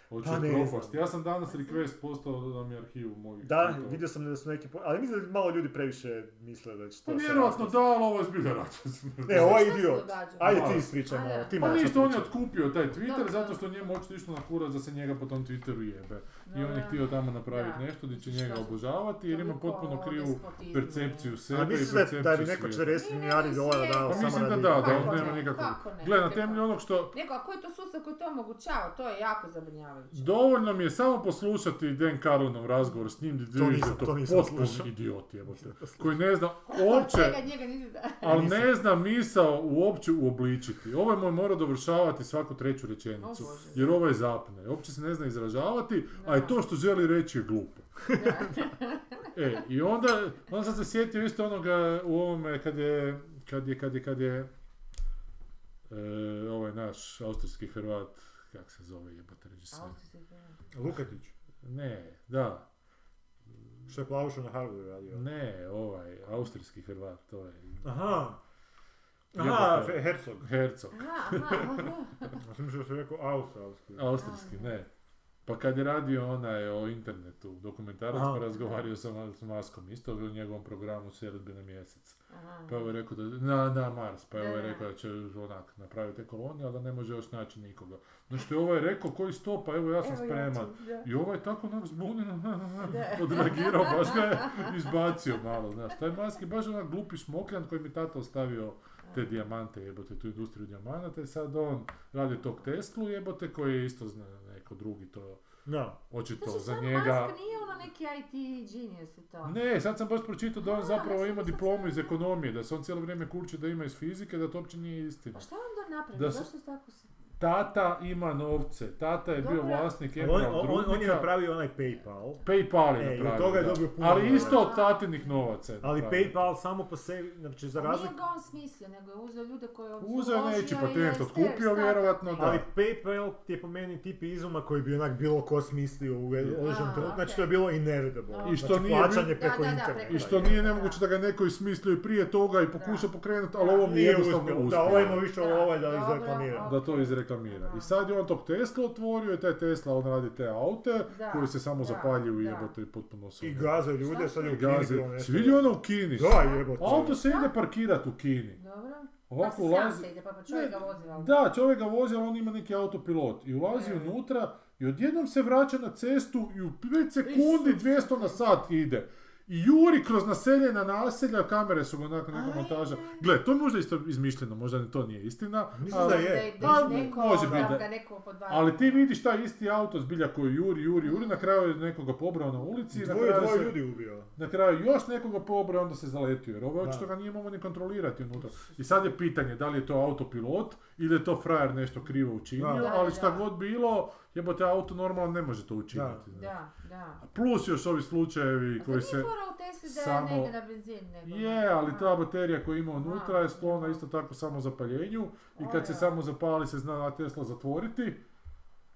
Hoće
Pa ne
propast.
znam.
Ja sam danas request postao da mi arhivu mojih
Da,
klipova.
vidio sam da su neki... po- Ali mislim da malo ljudi previše misle da će to
Pa
se
vjerojatno
razbiti.
da, ali ovo je zbilja račun smrti.
E, ovaj
Šta se
idiot.
događa?
Ajde
Da.
ti ispričaj
Ajde.
malo, ti
Pa
malo
ništa,
sad
on je
pričaj.
otkupio taj Twitter
Dobro.
zato što njemu očito išlo na kurac da se njega po tom Twitteru jebe. I on je
Dobro.
htio tamo napraviti
Da.
nešto gdje će njega
Što su-
obožavati jer ima
toliko
potpuno krivu
despotizma.
percepciju sebe
A
i
misliš da, je- da bi
percepciju
neko
svijeta.
40
Ne,
milijardi
ne,
dolara
sve.
dao
Pa
samo
mislim da
radi-
da, da
Kako
on nema
ne,
nikakvog...
kako ne,
Gle, na
kako
temelju
ne.
onog što...
Nego, a koji je to sustav koji to omogućava? To je jako zabrinjavajuće.
Dovoljno mi je samo poslušati Dan Carlinov razgovor s njim gdje
To
vidiš
nisam-
da
to
to
nisam slušao.
potpun idiot jebote. Koji ne zna uopće...
Čega njega nisi da...
Ali
Nisam.
ne zna misao uopće uobličiti. Ovo je moj mora dovršavati svaku treću rečenicu.
O Bože.
jer ovo je zapne. Uopće se ne zna izražavati, a i
Da.
to što želi reći je glupo. e, i onda, onda sam se sjetio isto onoga u ovome kad je, kad je, kad je, kad je e, ovaj naš austrijski Hrvat, kak se zove jebate režiser.
Lukatić,
Ne, da,
što je plavušu na Harvardu radio.
ne, ovaj, austrijski Hrvat, to je
Aha. Aha,
Jebote.
Fe- Herzog.
Herzog.
Aha, aha, aha.
Ja sam mislio da si rekao Australski.
Austrijski, ne. Pa kad je radio onaj o internetu, dokumentarac,
Aha.
pa razgovario sam s Maskom isto u njegovom programu Sjedbe na mjesec.
aha.
Pa je ovaj rekao da, na, na Mars, pa je
Da,
ovaj
da.
rekao da će onak napraviti kolonije, ali da ne može još naći nikoga. Znači je ovaj rekao koji sto, pa evo ja sam
Evo,
spreman.
ću, da.
I ovaj je tako onak zbunjen,
Da.
odreagirao, baš ga je izbacio malo, znaš. Taj maski baš onak glupi šmokljan koji mi tata ostavio te dijamante, jebote, tu industriju dijamanata i sad on radi tog Teslu, jebote, koji je isto zna neko drugi to,
Da.
očito
Znači,
za
Elon
njega.
Musk nije ono neki IT genius i to.
Ne, sad sam baš pročitao da on
A,
zapravo
mislim
ima
da sam
diplomu iz
sad-
ekonomije, da se on cijelo vrijeme kurči da ima iz fizike, da to uopće nije istina.
Pa šta je onda napravio?
Da su-
Zašto je tako se...
Tata ima novce, tata je bio
Dobro.
vlasnik
Ali On,
Emerald
on, on, on je
rudnika.
napravio onaj PayPal,
PayPal je
E, i od
napravio,
toga je
da.
dobio puno
Ali
novaca.
isto od tatinih novaca je
ali
napravio.
PayPal samo po sebi, znači za
Pa Nije
razliku...
ga on smislio, nego je uzeo ljude koje on
Uzeo
uložio
neći
i
patent,
je
otkupio
start-
vjerojatno da.
Ali PayPal ti je po meni tip izuma koji bi onak bilo ko smislio u određenom
A,
trenutku, znači
ok.
to je bilo inevitable.
I
Znači,
što nije
plaćanje
bil-
preko
Da, da, da,
interneta.
preko
I što
Da.
nije nemoguće da ga je neko ismislio i prije toga i pokušao pokrenuti, ali
Da.
ovo mi je
Nije
jednostavno
uspjelo. Da,
uspjelo.
ovo ima više
Da,
ovaj da
dobro,
izreklamira.
ok.
da to izreklamira. I sad je on tog Tesla otvorio i taj Tesla on radi te aute
Da,
koji se samo
da,
zapaljuju i
da.
jebote i potpuno su.
I gaze ljude,
Šta
sad je
I
u Kini
gaze.
bilo nešto.
Si vidio ono u Kini?
Da, jebote.
Auto se ide parkirat u Kini.
Dobro. Pa
Ovako
se sam
ulazi...
se ide, pa pa čovjek
Ne,
ga vozi, ali...
Da, čovjek ga vozi, ali on ima neki autopilot. I ulazi
E.
unutra i odjednom se vraća na cestu i u 5 sekundi
Isuse.
200 na sat ide. I juri kroz naseljena naselja, kamere su mu nakon neka
Ajme.
montaža. Gle, to je možda isto izmišljeno, možda ni to nije istina.
Mislim
ali-
da je.
Pa,
neko,
može biti
da
da-
ga neko podvali.
Ali ti vidiš taj isti auto zbilja koji juri, juri, juri, na kraju je nekoga pobrao na ulici, na
Dvoje,
kraju,
dvoje
se-
ljudi ubio.
na kraju još nekoga pobrao, onda se zaletio, jer ovo
Da.
očito ga nije mogao ni kontrolirati unutra. I sad je pitanje da li je to autopilot ili je to frajer nešto krivo učinio,
Da.
Da,
ali
da.
šta god bilo, jebote auto normalno ne može to učiniti. znaš.
Da, da.
A plus još ovi slučajevi
A
koji
se...
se...
Nije fora u Tesli da
samo-
ne ide na benzin, nego...
Je, ali ta
A,
baterija koju ima unutra
A.
je sklona isto tako samo zapaljenju i
O,
kad se
ja.
samo zapali se zna Tesla zatvoriti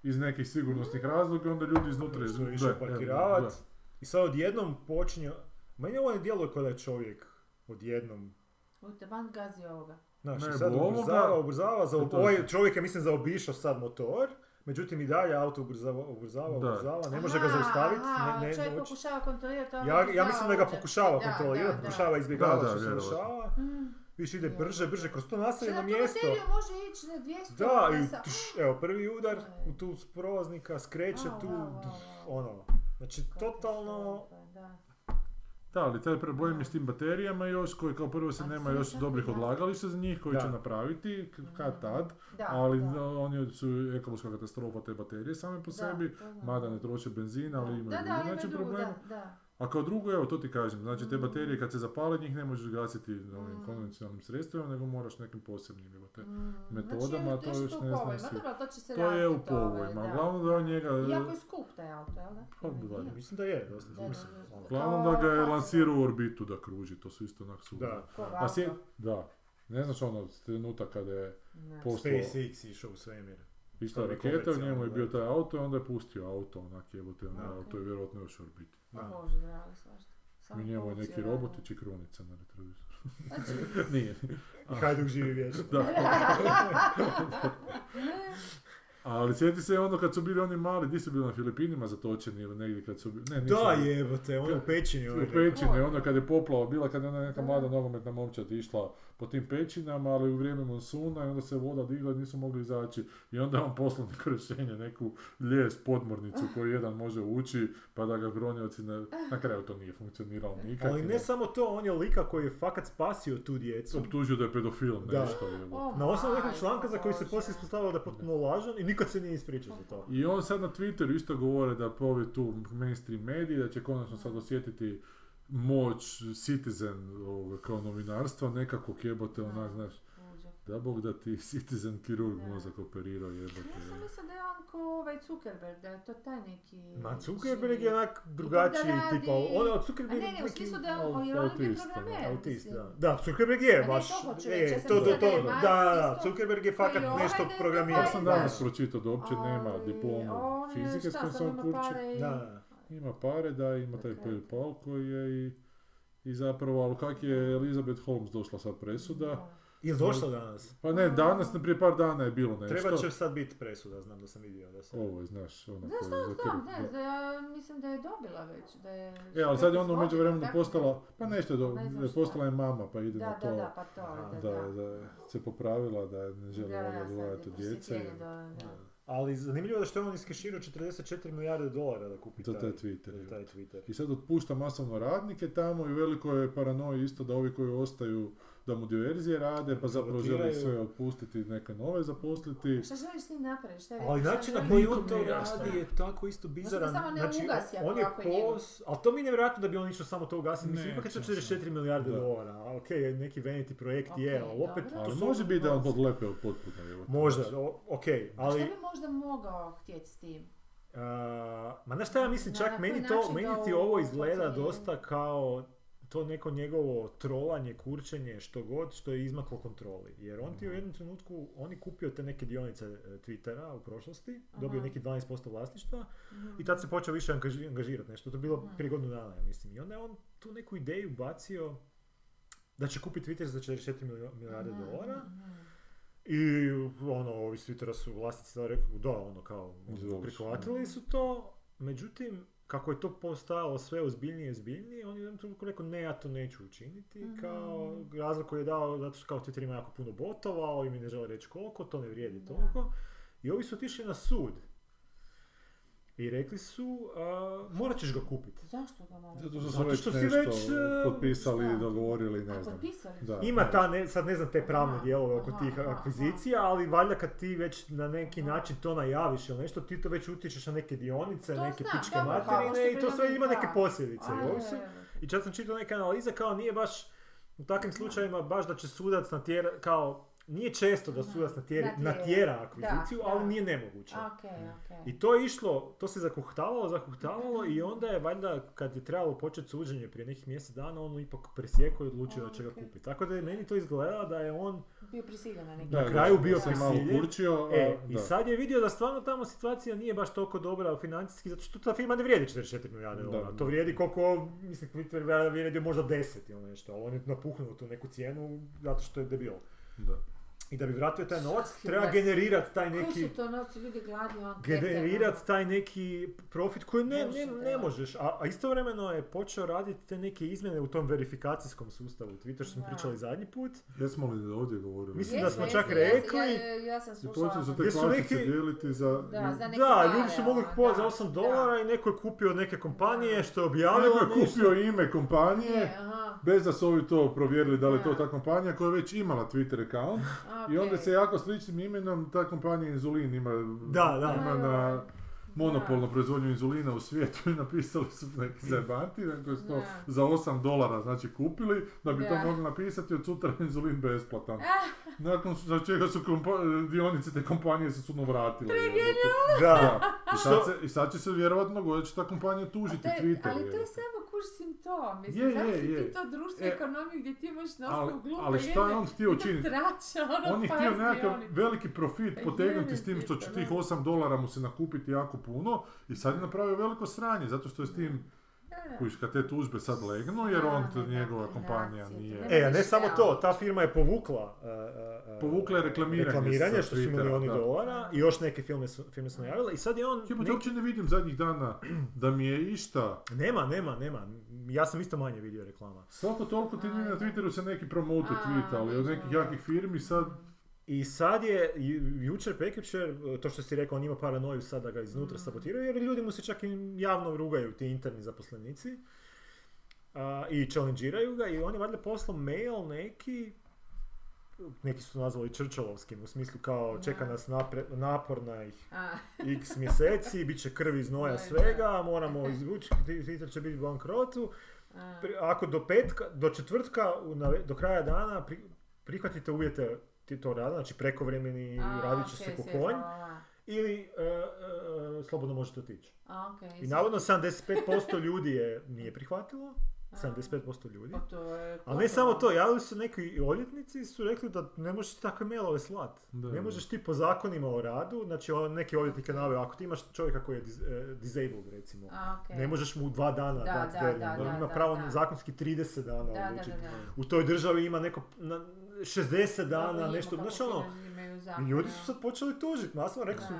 iz nekih sigurnosnih razloga, onda ljudi iznutra
Što je
izgube.
Ono, išao parkiravat. I sad odjednom počinje... Meni ovo ne djeluje kao da je čovjek odjednom
Ujte, ban gazi ovoga.
Znaš,
Ne,
i sad
bo
ubrzava,
ovoga-
ubrzava, za,
E, to je
ovaj
to.
čovjek je mislim zaobišao sad motor, međutim i dalje auto ubrzava, ubrzava,
Da.
ubrzava, ne može ga zaustaviti,
aha,
ne, ne
čovjek
moći.
pokušava ono kontrolirati, a on
Ja, ja
ubrzava,
mislim da ga
uđe.
pokušava
Da, da,
kontrolirati,
da.
pokušava izbjegavati
Da, da,
što se
vjerojatno.
dešava,
Mm.
više ide
Ja.
brže, brže, kroz to
Šta
naselje
na
na
tu
mjesto.
bateriju može ići na 200
Da,
pesa?
i tš, evo prvi udar
Aj.
u tu prolaznika, skreće
Au,
tu,
au, au, au.
ono, znači totalno,
Katastrofa, da.
Da, ali taj problem je s tim baterijama još koji kao prvo se
Ali
nema
sve
još
tako
dobrih
da.
odlagališta za njih koji
Da.
će napraviti k- kad tad,
Da,
ali
da.
no, oni su ekološka katastrofa te baterije same po
Da,
sebi,
to znam.
mada ne troše benzina, ali imaju
da, da,
drugi
ali imaju
način
drugu,
problem.
Da, da.
A kao drugo, evo to ti kažem, znači te baterije kad se zapale njih ne možeš gasiti ovim
Mm.
konvencionalnim sredstvima, nego moraš nekim posebnim jebote.
Mm,
metodama,
znači,
to
je
još
tu
ne znaju
povoj. Ma
svi.
dobro, to će se
To je u
razviti, ovaj,
povojima,
da.
uglavnom da on njega... e,
Iako je skup taj auto, jel da?
Pa,
Ili
da,
nije?
mislim da je, dosta,
Da, da,
mislim,
da.
ono.
Uglavnom da ga je
Kao-
lansirao u orbitu da kruži, to su isto onak su.
da.
Ko
A sje-
auto?
Da, ne znaš ono trenutak kada je
Ne.
poslao
SpaceX išao u svemir.
išla
To je
raketa, u njemu
komercijalno,
je bio
da.
taj auto i onda je pustio auto, onak jebote, onda
Da.
auto je vjerojatno još u orbiti.
O
Da.
Bože, dragi, svašta. Samo
I njemu je
korupcija,
neki
da.
robotić i krunica na retrovizoru.
Znači,
Nije.
I Hajduk živi vječno.
Da. A Ali sjeti se ono kad su bili oni mali, di su bili na Filipinima zatočeni ili negdje kad su bili... Ne, nisu.
Da, jebote, on je u pećini.
U
ovaj rekao.
pećini, ono kad je poplava bila, kad je ona neka mlada nogometna momčad išla po tim pećinama, ali u vrijeme monsuna i onda se voda digla i nisu mogli izaći. I onda je on poslao neko rješenje, neku lijes podmornicu koju jedan može ući, pa da ga gronjevci na... Na kraju to nije funkcioniralo nikako.
Ali ne samo to, on je lika koji je fakat spasio tu djecu.
Oh,
Optužio da je pedofil,
Da.
nešto jebote.
O,
Na osnovu nekog
majko
članka za koji se
Božja.
poslije ispostavilo da je potpuno lažan i nikad se nije ispričao za
Oh,
to.
I on sad na Twitteru isto govore da povi tu mainstream mediji, da će konačno sad osjetiti moć Citizen ovoga, kao novinarstva, nekakvog jebote onak, znaš,
Luđak.
da bog da ti Citizen kirurg
Da.
mozak operirao
Ja sam
jebote.
mislila da je on ko ovaj Zuckerberg, da je to taj neki...
Ma Zuckerberg je onak
I
drugačiji
onda radi-
tipa, on je od
A
Zuckerberg
ne, ne, u smislu da je on, on je on je
autista,
programer,
Autist,
mislim.
da. Da, Zuckerberg
A
je
ne,
baš...
to hoću
e,
reći, ja sam
to, to,
mislila da je
to,
Musk
da, da,
isto
Zuckerberg je
koji
fakat
je ovaj
nešto
da je
Ja
programirao.
to
sam
baš-
danas pročitao da uopće nema
Ali, a
diplomu
on je,
fizike s
šta,
kojom
sad
sam
ima
kurči.
pare i-
Da, da.
Ima pare, da, ima taj
Tako je.
PayPal koji je i, i zapravo, ali kak je Elizabeth Holmes došla sad presuda,
Je došla danas?
pa ne, danas, prije par dana je bilo nešto. Oh.
Treba će sad biti presuda, znam da sam vidio da se...
Ovo je, znaš, ona
Da,
koja je
znam,
za
znam,
krv,
ne,
da.
da ja mislim da je dobila već, da je...
E, ali sad je ona
ono
u međuvremenu postala, pa nešto, je do,
Ne znam šta.
postala je mama, pa ide na
Da,
to.
da, da, pa to,
Aha.
da, da.
da, da se popravila, da ne želi
Da,
valjda
sad je
gledati od djece.
posjećenje do- da.
Ali zanimljivo je da što je on iskeširao 44 milijarde dolara da kupi
Za taj
za
Twitter.
taj Twitter.
I sad otpušta masovno radnike tamo i veliko je paranoji isto da ovi koji ostaju da mu diverzije rade, pa zapravo želi
Sabotiraju.
sve otpustiti, neke nove zaposliti.
Šta želiš ti napraviti? Šta
Ali
šta
način na
želiš?
koji
Nikom
on to
nije jasno.
radi je tako isto bizaran.
samo ne
Znači,
ugasi ako
on je
ovako je njegov.
pos... Ali to mi je nevjerojatno da bi on išao samo to ugasiti. Mislim,
Ne,
ipak je to
to sam.
44 milijarde
Da.
dolara. A ok, neki vanity projekt je,
Ok,
ali opet...
dobro.
to
Ali
su
može biti da je on
novci.
podlepeo potpuno. evo.
Možda, o- ok, ali...
Šta bi možda mogao htjeti s tim?
a, Uh, ma znaš šta ja mislim,
Na
čak
koji
meni, to,
način
meni
ga
ti
u-
ovo izgleda
ubacio je?
dosta kao to neko njegovo trolanje, kurčenje, što god, što je izmaklo kontroli. Jer on ti u jednom trenutku, on je kupio te neke dionice e, Twittera u prošlosti, dobio
Aha.
neki 12% vlasništva, I tad se počeo više angaži- angažirati nešto, to je bilo prije godinu dana, ja mislim. I onda je on tu neku ideju bacio da će kupiti Twitter za 44 milio-
Mhm,
milijarde dolara. I ono, ovi s Twittera su vlasnici da rekli, da, ono kao,
Izvoli.
prihvatili su to. Međutim, kako je to postajalo sve ozbiljnije i ozbiljnije, on je u jednom trenutku rekao, ne, ja to neću učiniti. Kao, razlog koji je dao, zato što kao Twitter ima jako puno botova, ovi mi ne žele reći koliko, to ne vrijedi toliko. I ovi su otišli na sud. I rekli su, a, morat ćeš ga kupiti.
Zašto ga moram?
Zato što su
Zato
već
što si
nešto
već, e,
potpisali,
šta?
dogovorili, ne
A
znam.
potpisali su?
Da.
Ima ta, ne, sad ne znam te pravne
Aha,
dijelove oko
aha,
tih
aha,
akvizicija, ali valjda kad ti već na neki
Aha.
način to najaviš ili nešto, ti to već utječeš na neke dionice,
To
neke
znam,
pičke
dobro, kao što
materine i to sve
prilazi-
ima
da.
neke posljedice.
A,
i ovo su- I čak sam čitao neke analize kao nije baš u takvim slučajevima baš da će sudac natjera, kao nije često da
Aha.
sudac natjera,
Natjera.
natjera akviziciju,
Da,
ali
da.
nije nemoguće.
Ok, ok.
I to je išlo, to se zakuhtavalo, zakuhtavalo i onda je valjda kad je trebalo početi suđenje prije nekih mjesec dana, on ipak presjekao i odlučio da će ga
Ok.
kupiti. Tako da je meni to izgledalo da je on,
Bio prisiljen na neki
Na
Da,
kraju
da,
bio
se malo
prisiljen.
kurčio, a,
e, i
da.
sad je vidio da stvarno tamo situacija nije baš toliko dobra financijski, zato što ta firma ne vrijedi 44 milijarde
Da,
dolara.
da.
To vrijedi koliko, mislim, Twitter je vrijedio možda 10 ili nešto, ali on je napuhnuo tu neku cijenu zato što je debil.
Da.
I da bi vratio taj novac,
Svaki
treba
mes.
generirati taj
Koji
neki
su to novci ljudi ono. gladni on
generirati taj neki profit koji ne,
Može,
ne,
da.
ne možeš. A, a istovremeno je počeo raditi te neke izmjene u tom verifikacijskom sustavu Twitter, što smo
Da.
pričali zadnji put.
Jesmo li ovdje govorili?
Mislim da smo čak rekli-
Ja, ja sam
I
slušala.
počeli su te
Gdje su
plastice
neki-
dijeliti za...
Da, za neke
Da,
pare,
ljudi su mogli
ono,
kupovati za
da,
8
da.
dolara i neko je kupio neke kompanije što je objavilo
Neko je
nešto.
kupio ime
Je,
kompanije,
aha,
bez da su ovi to provjerili da li je to
Da.
ta kompanija koja je već imala Twitter account. I onda
okej.
se jako sličnim imenom ta kompanija Inzulin ima,
Da, da.
ima
Da,
na
da.
monopolnu proizvodnju inzulina u svijetu i napisali su neki zajebanti koji su to
Da.
za 8 dolara znači kupili da bi to
Da. Ah.
mogli napisati od sutra je inzulin besplatan. Nakon za čega su kompa- dionice te kompanije se sudno vratile. jebote.
Da.
Da. I sad, se, I sad će se vjerojatno dogoditi da će ta kompanija tužiti
To je-
Twitter.
ali to je
jebote.
samo kuš simptom,
Je,
mislim,
je,
znači
je.
ti to društvo
E,
ekonomije gdje ti imaš na
ali-
osnovu glupe
ali šta je
jedne-
on htio
jednog
učiniti?
trača, ono,
On je
par
htio nekakav
dionica.
veliki profit
Pa
potegnuti
jebe
s tim što
ti,
će
pa
tih
da.
8 dolara mu se nakupiti jako puno i sad je napravio veliko sranje zato što je s tim Kužiš, kad te tužbe sad legnu, jer on,
Strane, da,
njegova kompanija
kombinacije,
nije...
to
E, a ne
Ništa,
samo
ali-
to, ta firma je povukla uh, uh,
Povukla je reklamiranje sa
reklamiranje što su
Twittera,
milijoni
da.
dolara i još neke filme su, filme su najavile i sad je on...
Jebote,
neki-
uopće ne vidim zadnjih dana da mi je išta.
Nema, nema, nema. Ja sam isto manje vidio reklama.
Svako toliko ti na Twitteru se neki promote
A,
tweet, ali od nekih
da.
jakih firmi sad...
I sad je, ju- jučer, prekjučer, e, to što si rekao, on ima paranoju sad da ga
Mm.
iznutra sabotiraju, jer ljudi mu se čak i javno rugaju, ti interni zaposlenici. A, I challengeiraju ga i on je valjda poslao mail neki, neki su nazvali Churchillovskim, u smislu kao čeka
Da.
nas napre, naporna ih
A,
x mjeseci, bit će krvi, znoja,
Da.
svega, moramo izvući, Twitter će biti u bankrotu.
a,
Pri- Ako do petka, do četvrtka, u nave- do kraja dana pri- prihvatite uvjete ti to rada, znači prekovremeni,
a,
radit će se
okej,
ko
sve,
konj,
la, la, la.
ili e, e, slobodno možete otići.
A, okej,
I navodno 75% ljudi je nije prihvatilo,
A.
75% ljudi.
pa to je
Ali ne samo to,
gotovo.
javili su neki odvjetnici su rekli da ne možeš ti takve mailove slat.
Da, da.
Ne možeš ti po zakonima o radu, znači on- neki odvjetnik je naveo, ako ti imaš čovjeka koji je dis- e, disabled recimo,
A, okej.
ne možeš mu u dva dana
Da,
dati
da,
deadline,
da,
on
da,
ima
da,
pravo
da.
zakonski 30 dana
da, da, da,
odlučiti.
da.
U toj državi ima neko na, 60 dana,
Dobro,
nešto,
imamo
znaš
kako
ono,
firme imaju
i
zakone, ono.
ljudi su sad počeli tužiti, masno, rekli su,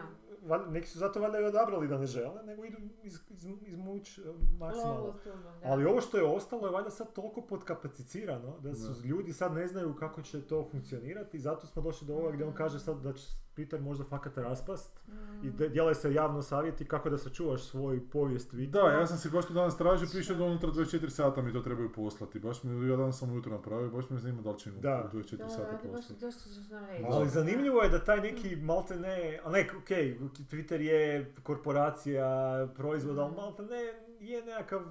valj- neki su zato valjda i odabrali da ne žele, nego idu iz, iz, izmuć e, maksimalno.
lovu s tuzom, da.
Ali ovo što je ostalo je valjda sad toliko podkapacicirano da su
Da.
ljudi sad ne znaju kako će to funkcionirati i zato smo došli do ovoga gdje
Mm.
on kaže sad da će Peter možda fakat raspast i de- djelaju se javno savjeti kako da sačuvaš svoju povijest
Da,
Twittera.
ja sam se baš to danas tražio, piše da unutra 24 sata mi to trebaju poslati. Baš mi, ja danas sam ujutro napravio, baš me zanima da li će im u
Da.
24
Da,
sata
ajde, baš-
poslati.
baš ćeš nam reći.
Ali zanimljivo je da taj neki malte ne, ali ne, ok, Twitter je korporacija, proizvod, ali malte ne je nekakav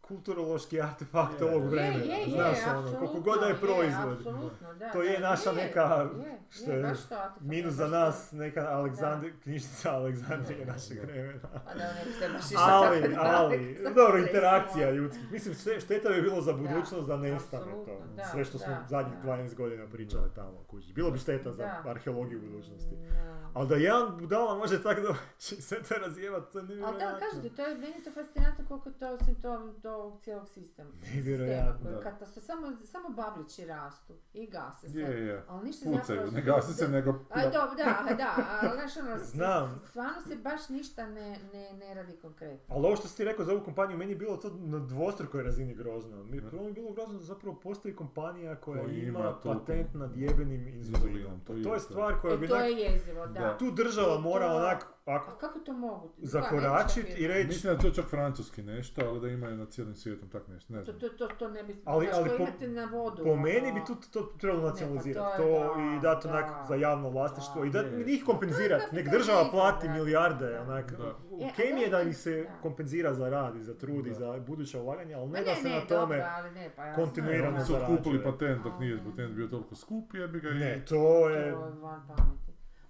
kulturološki artefakt
Je,
ovog
je,
Je,
vremena.
je, je,
Znaš, ono, koliko
apsolutno,
god da je
Je,
proizvod.
apsolutno, da,
To je
da,
naša neka, što
je,
je
baš to, a to
Minus
baš
za
to.
nas, neka Aleksandri, knjižica Aleksandrije našeg
da.
vremena.
Pa da, ne bi se baš išla tako
Ali,
daleko,
ali,
sad
dobro,
presuo.
interakcija ljudskih. Mislim, šte- šteta bi bilo za
Da,
budućnost da nestane to.
apsolutno, da,
Sve što smo
da,
zadnjih
da.
12 godina pričali tamo. kužiš. Bilo bi šteta za
Da.
arheologiju budućnosti.
Da.
Ali da jedan budala može tako doći i sve to razjevati, to je
Ali
nevjerojatno.
da, kažete, to je, meni je to fascinantno koliko je to simptom do ovog cijelog sistema.
Nevjerojatno,
Sistema koji je
da.
katastrof- Samo, samo bablići rastu i gase se.
Je, je.
Ali ništa
Pucaju,
zapravo...
ne gasi se, nego...
A, dobro, da, da, ali znaš ono, s-
Znam.
stvarno se baš ništa ne, ne, ne radi konkretno.
Ali ovo što si ti rekao za ovu kompaniju, meni je bilo to na dvostrukoj razini grozno. Mi, prvo mi je bilo grozno da zapravo postoji kompanija koja
Koja ima
Mhm. ima
tu-
patent nad jebenim inzulinom.
Inzulinom,
To,
to
je
je
stvar koja bi
E, to
onak-
je jezivo, da.
Da.
tu država
To-
mora
to-
onak, ako
A kako to mogu?
zakoračit i
reći...
reći,
Mislim da je to čak francuski nešto, ali da imaju na cijelim svijetom tak nešto,
To,
ne znam.
to, to, to ne bi...
Ali-
znaš,
ali
to
po-
imate na vodu.
po
ono.
meni bi tu to trebalo
Ne, pa
nacionalizirati.
to je
To
da,
i dati
da.
onak za javno vlasništvo i da
Da, je.
njih kompenzirati.
To je
Nek država
kapitalizam,
plati
da.
milijarde,
Da.
onak.
Da.
U
E, a
Keniji je da
da,
im se
da.
kompenzira za rad i za trud i
Da.
za buduća ulaganja, ali
Ma
ne da se na tome...
dobro, ali ne, pa ja
Ne,
kontinuirano
oni
znam,
su
da.
zarađuje.
otkupili patent dok nije
A.
patent bio toliko skup, jebi ga i...
Ne, to
To
je...
je van pameti.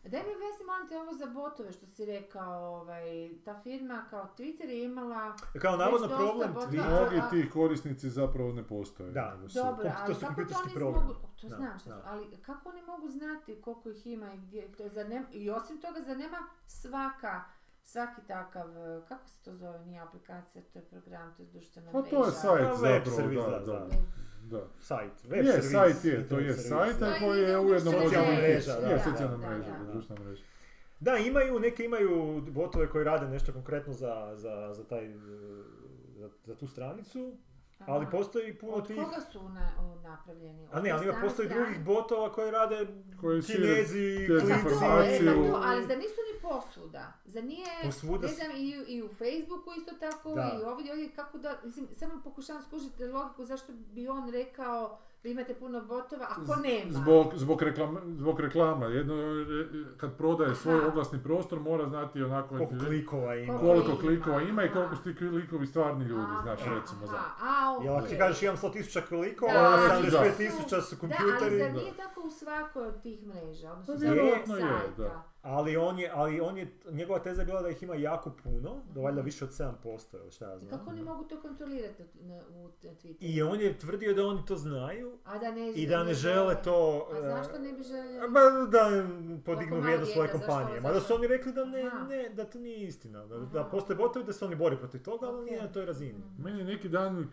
A Daj mi objasni, molim te, ovo za botove što si rekao, ovaj, ta firma kao Twitter je imala...
Kao navodno
dosta
problem
botova.
Twitter...
Mnogi ti korisnici zapravo ne postoje.
Da.
nego su-
Dobro,
kom- to
ali
su
kako to
kompjuterski
oni
program.
mogu, to
Da,
znam što su,
da.
ali kako oni mogu znati koliko ih ima i gdje, to je zar nema- i osim toga zar nema svaka, svaki takav, eh, kako se to zove, nije aplikacija, to je program, to je društvena
Pa
mreža.
to je sajt
A, web
zapravo,
servis,
da,
da,
da.
da.
da.
Sajt, web
Je,
servis,
sajt je, to
internet
je
servis,
sajt,
da.
da.
a koji je ujedno
Socijalna
možda i-
mreža, da,
Je,
da,
socijalna
da,
mreža,
da.
da, društvena mreža.
Da, imaju, neke imaju botove koji rade nešto konkretno za, za, za taj, e, za, za tu stranicu,
Aha.
ali postoji puno
Od
tih...
koga su na, o, napravljeni?
A ne, ali ima, postoji drugih botova koji rade
Koji šire
kinezi,
te
Pa to,
informacije
e, pa
u-
to, ali zar nisu ni posvuda? Zar nije,
Posvuda
ne
su-
znam, i, i u Facebooku isto tako,
Da.
i ovdje, ovdje, kako da, mislim, samo pokušavam skužiti logiku zašto bi on rekao da imate puno botova, ako nema.
Zbog, zbog, reklama, zbog reklama, jedno, e, kad prodaje svoj
Aha.
oglasni prostor mora znati onako
Koliko klikova ima.
Koliko
koliko
Ima,
klikova ima i
aha.
koliko su ti likovi stvarni ljudi,
Aha,
znaš recimo za...
aha, a,
Jel ako ti
okej.
kažeš imam 100 tisuća klikova,
Da,
a
ali
75
su-
tisuća su
Da, ali
kompjuteri.
zar
da.
nije tako u svakoj od tih mreža, odnosno
Pa
svakog
vjerojatno
je,
sajta?
da.
Ali on je, ali on je, njegova teza je bila da ih ima jako puno, da valjda više od 7% ili šta ja
I
znam.
kako oni mogu to kontrolirati na- u na Twitteru?
I on je tvrdio da oni to znaju imaju
A da ne
i da ne žele to...
A
e,
zašto ne bi
a
željeli?
Ma da
Koliko
podignu
malo
vrijednost svoje
vrijede, zašto-
kompanije. Mada su
zašto?
oni rekli da ne,
Aha.
ne, da to nije istina. Da, da
Aha.
postoje botovi da se oni bore protiv toga, ali nije
Ok.
na toj razini.
Mm.
Meni je neki dan e,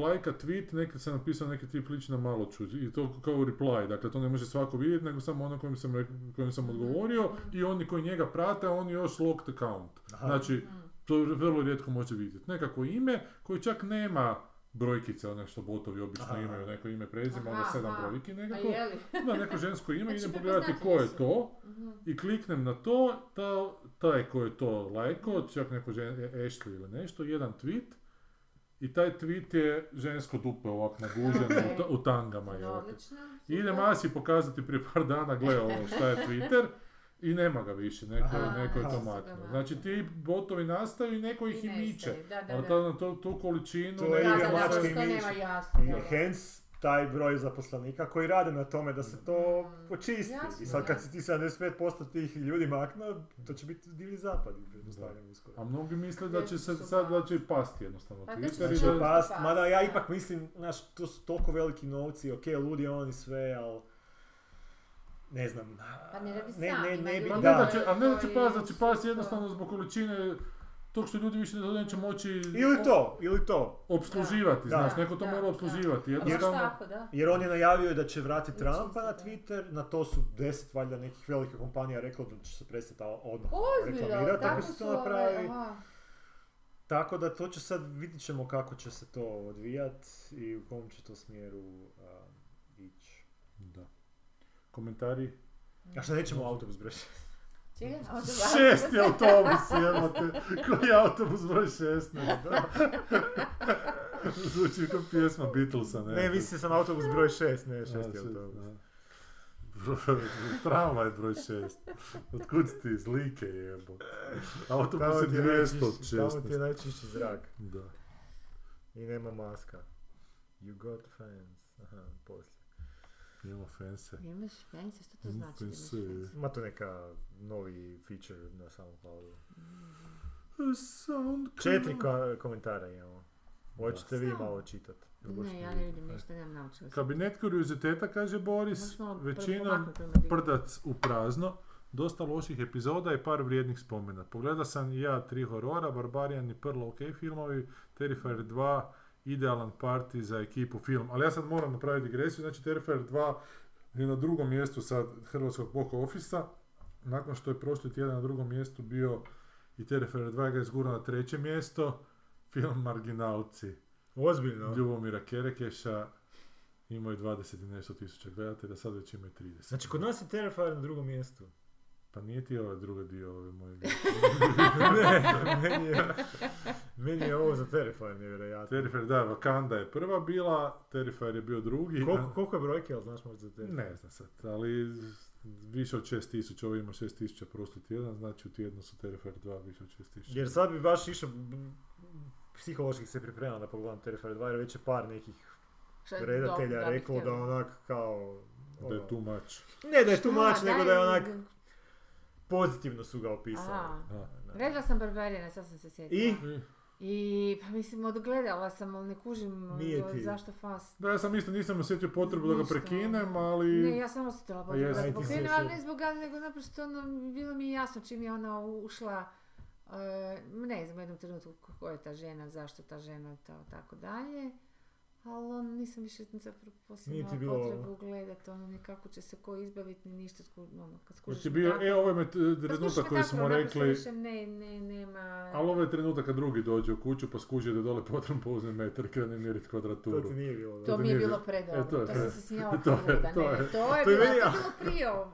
lajka tweet, neki sam napisao neki tip liči na malo čud i to kao reply, dakle to ne može svako vidjeti, nego samo ono kojem sam, re- kojem sam odgovorio i oni koji njega prate, on je još locked account.
Aha.
Znači,
Mm.
to vrlo rijetko može vidjeti. Nekako ime koje čak nema brojkice, ono što botovi obično
Aha.
imaju, neko ime prezime, onda
Aha,
sedam
aha.
brojki
A
nekako.
je li?
Da, neko žensko ime,
Znači,
idem pogledati ko je
prepoznatljivi su.
to
Mhm.
i kliknem na to, ta, taj ko je to lajko, čak neko žen, e, Ashley ili nešto, jedan tweet i taj tweet je žensko dupe ovak naguženo u, ta- u tangama.
No,
jebote.
odlično.
I idem
super.
Asi pokazati prije par dana, gle ovo šta je Twitter i nema ga više, neko,
Aha.
je- neko je
Aha.
to maknuo. Znači ti botovi nastaju i neko ih i
nestaje,
miče.
Da, da,
Ali
da.
ta, na to, tu količinu...
To
ne
je
Da,
ide
da, da,
mačka
to
baš-
i
isto nema
miš.
jasno.
I
da.
hence taj broj zaposlenika koji rade na tome da se to
Mm.
počisti.
Jasno,
I sad kad si
jasno.
ti 75% tih ljudi maknuo, to će biti divlji zapad, pretpostavljam uskoro.
A mnogi misle da će
Ljudi
se
su
sad da
past.
će i pasti jednostavno
Pa da
Twitter
će
i
Znači,
Znači,
da-
pa-
past,
past,
mada ja
da.
ipak mislim, znaš, to su toliko veliki novci, ok, ludi oni sve, ali ne znam.
Pa ne radi
ne,
sam,
ne,
ima
ne bi,
Pa
ljudi
ne
koji-
da
da.
će, a ne da će
koji
past, da će
su
past
to-
jednostavno zbog količine tog što ljudi više ne- neće moći
Ili to, ili to.
obsluživati,
Da.
znaš, neko to
Da,
mora
da.
obsluživati.
A baš
Jednostavno,
tako, da.
Jer on je najavio da će vratiti
Ili
Trumpa na
čisto, da.
Twitter, na to su deset valjda nekih velikih kompanija reklo da će se prestati odmah
Ozbiljno,
reklamirati,
tako
ako se
su
to
ovaj,
napravi.
aha.
Tako da to će sad, vidit ćemo kako će se to odvijat i u kom će to smjeru um, a, ići.
da. Komentari?
A što nećemo autobus brojiti?
Čega? Ovo su-
Šest je autobus, jebote. Koji je autobus broj 16? da. Zvuči kao pjesma Beatlesa, ne?
Ne, mislio sam autobus broj 6,
A,
ne 6 je
šest,
autobus.
da. Bro- Tramvaj je broj 6. Otkud si ti iz Like jebo? Autobus
Tamo
je
ti je
200 od
najčišći- Tamo ti je
16.
najčišći zrak
Da.
i nema maska. You got fans. Aha, poslije.
Imamo fence.
Imaš fence, što to
Mm,
znači da imaš
fence.
fence?
Ima to neka novi feature na SoundCloudu.
Sound
Četiri ko- komentara imamo. Hoćete vi
Samo.
malo čitat.
Ne, ja ne vidim ništa, nemam naučila. sam.
Kabinet kurioziteta, kaže Boris,
Možeš malo
većinom
pomaknuti onda bi-
prdac u prazno, dosta loših epizoda i par vrijednih spomena. Pogleda sam i ja tri horora, Barbarian i Prlo ok filmovi, Terrifier 2, idealan party za ekipu film. Ali ja sad moram napraviti digresiju, znači Terrifier 2 je na drugom mjestu sad hrvatskog box office nakon što je prošli tjedan na drugom mjestu bio i Terrifier 2 ga je zgurao na treće mjesto, film Marginalci.
Ozbiljno.
Ljubomira Kerekeša imao je 20 i nešto tisuća gledatelja, sad već ima i 30.
Znači, kod nas je Terrifier na drugom mjestu.
Pa nije ti ovaj drugi dio ove moje
ne, meni je, meni je ovo za Terrifier nevjerojatno.
Terrifier, da, Wakanda je prva bila, Terrifier je bio drugi.
Koliko, koliko je brojke, ali znaš možda za Terrifier?
Ne znam sad, ali više od 6000, ovo ima 6000 prošli tjedan, znači u tjednu su Terrifier 2 više od 6000.
Jer sad bi baš išao, b- b- psihološki se pripremam da pogledam Terrifier 2 jer već je par nekih
Šta je
redatelja
dobro, bi
reklo da
htjela.
onak kao...
Da
ono,
je tu mač.
Ne da je tu mač,
Šta,
nego
daj,
da je onak pozitivno su ga opisali.
Aha.
Da.
Da.
Gledala sam Barbarijana, sad sam se sjetila.
I?
I-
I, pa mislim, odgledala sam, ali ne kužim
Nije
od-
ti.
zašto fast.
Da, ja sam isto nisam osjetio potrebu da ga
Ništa.
prekinem, ali...
Ne, ja sam osjetila potrebu
jesi,
da
aj
se
ti si
pokrenula, ali
osjetila.
ne zbog gada, nego naprosto ono, bilo mi je jasno čim je ona ušla, e, ne znam u jednom trenutku ko je ta žena, zašto ta žena, to, tako dalje. Ali on, nisam više zapravo
Nije
posebno
ti bilo
potrebu gledati, ono, ni kako će se ko izbaviti, ni ništa, sku, ono, kad skužiš
Jer ti
me
bio,
tako-
e, ovo je
kad
met-
skužiš
trenutak
me
koji
tako,
smo
naprosto
rekli,
više ne, ne, nema...
ali ovo je trenutak kad drugi dođe u kuću pa skuži da je dole potrebno pouzme metar i krene mjeriti
To
kvadraturu.
ti nije bilo.
To
ti
mi je
nije
bilo
bilo-
predobro,
e, to je
to,
pre-
sam se smijala
to je-
kao luda,
to
ne,
je-
to je
to je
bilo, to
meni-
je bilo prije ovog.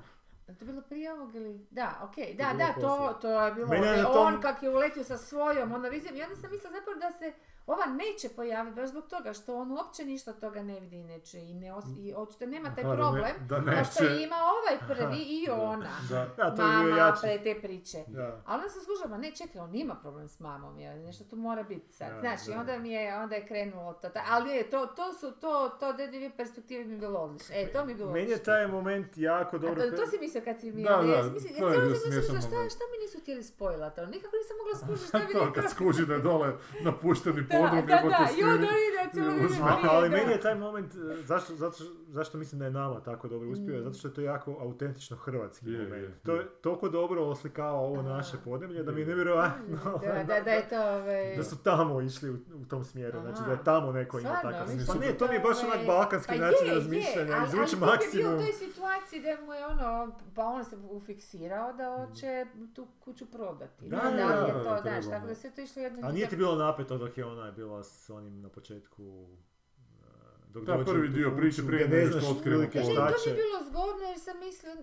Je To bilo prije ovog ili? Da, okej, da,
bilo
da, to,
poslije.
to je bilo, e,
Meni je na
on
tom-
kak je uletio sa svojom, ona vizijom, ja nisam mislila zapravo da se ova neće pojaviti baš zbog toga što on uopće ništa od toga ne vidi i neće i, ne os- i očito nema taj
Aha, da ne-
problem
da
kao što
neće.
ima ovaj prvi i
Da.
ona,
Da.
Da, to je bio
mama,
jači.
pre te priče.
Da.
A onda sam skužila, ma ne, čekaj, on ima problem s mamom, jer nešto tu mora biti sad.
Da,
znači,
da.
onda mi je, onda je krenulo to. ta- ali je, to, to su, to, to te dvije perspektive mi je bilo odlično. E, to mi je bilo
Meni je
odlično.
taj moment jako
A
dobro...
E, to, to si mislio kad si mi... ono,
Da,
ja
da,
sam mislila-
to je
ja sam
bio
mislila,
smiješan
šta,
moment.
šta mi nisu htjeli spojila to, nikako nisam mogla skužiti šta
A
bi
to
rekla.
kad skuži da je dole napušteni pa
Da,
podrum
da, da, i onda ide cijelo
ne,
vrijeme ono.
uzme.
prije,
ali
da.
meni je taj moment, eh, zašto, zato š- zašto mislim da je nama tako dobro uspio,
Mm.
zato što je to jako autentično hrvatski
Je,
moment.
je,
to je
je.
toliko dobro oslikava ovo
A.
naše podneblje da mi je
Je.
nevjerojatno
Mm, Da, da, da je to ovaj...
da su tamo išli u, u tom smjeru, znači da je tamo neko ima
Stvarno,
takav
mislim
Pa
da
ne, to mi je baš onak
ovaj-
balkanski
Pa
način
je, je,
razmišljanja,
ali-
izvući
ali Bob je bio u
maksimum.
toj situaciji da mu je ono, pa on se ufiksirao da hoće tu kuću prodati.
Mm. Da,
Da, da,
da,
li je
da,
to,
treba,
znaš, tako
da.
da sve to išlo jedno
A nije ti bilo napeto dok je ona bila s onim na početku... eh, Dok
Da,
dođe
prvi
u tu
dio
kuću
priče prije
gdje
nego
ne
što
znaš E,
otkrijemo
otprilike
ko
Kaže,
je.
šta
to mi
će.
je bilo zgodno jer sam mislila,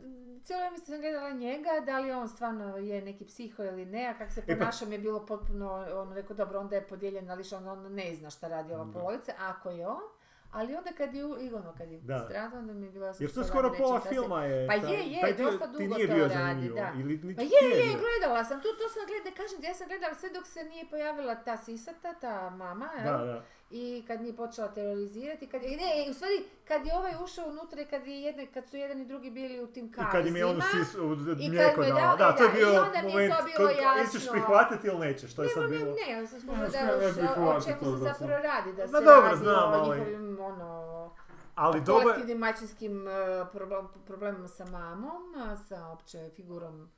cijelo vrijeme sam gledala njega, da li on stvarno je neki psiho ili ne, a kako se
pa-
ponašao mi je bilo potpuno, on rekao, dobro, onda je podijeljen na više, onda on ne zna šta radi ova
Da.
polovica, ako je on, ali onda kad je, u- i ono, kad je
Da.
stradao, onda mi je bilo...
Jer to
sad
skoro
reći
pola
da se-
filma je...
Pa
taj-
je, je,
taj dio
dosta
ti
dugo
nije
to
bio
radi,
zanimljiv,
da.
Ili niti
Pa je,
ti
je,
bio.
gledala sam, to, to sam gledala, kažem ti, ja sam gledala sve dok se nije pojavila ta sisata, ta mama, jel?
Da, da.
i kad nije počela terorizirati, kad je, ne, u stvari, kad je ovaj ušao unutra i kad, je jedne, kad su jedan i drugi bili u tim
I kad im je
kavezima,
ono sis, u-
i kad
mlijeko
mu je
dao.
dao-
Da,
e,
to je
da, i
bio
onda mi je to
moment
bilo
koji ili ćeš
jasno.
prihvatiti ili nećeš, to je sad bilo.
ne, ja sam
Ne,
skužila
ne, ne
da još,
bih
o
hvatio to
čemu se
da
zapravo radi, da
Ma
se
dobro,
radi
znam,
o
ali-
njihovim, ono,
Ali dobar,
kolektivnim maćinskim e, proble- problemima sa mamom, a sa opće figurom,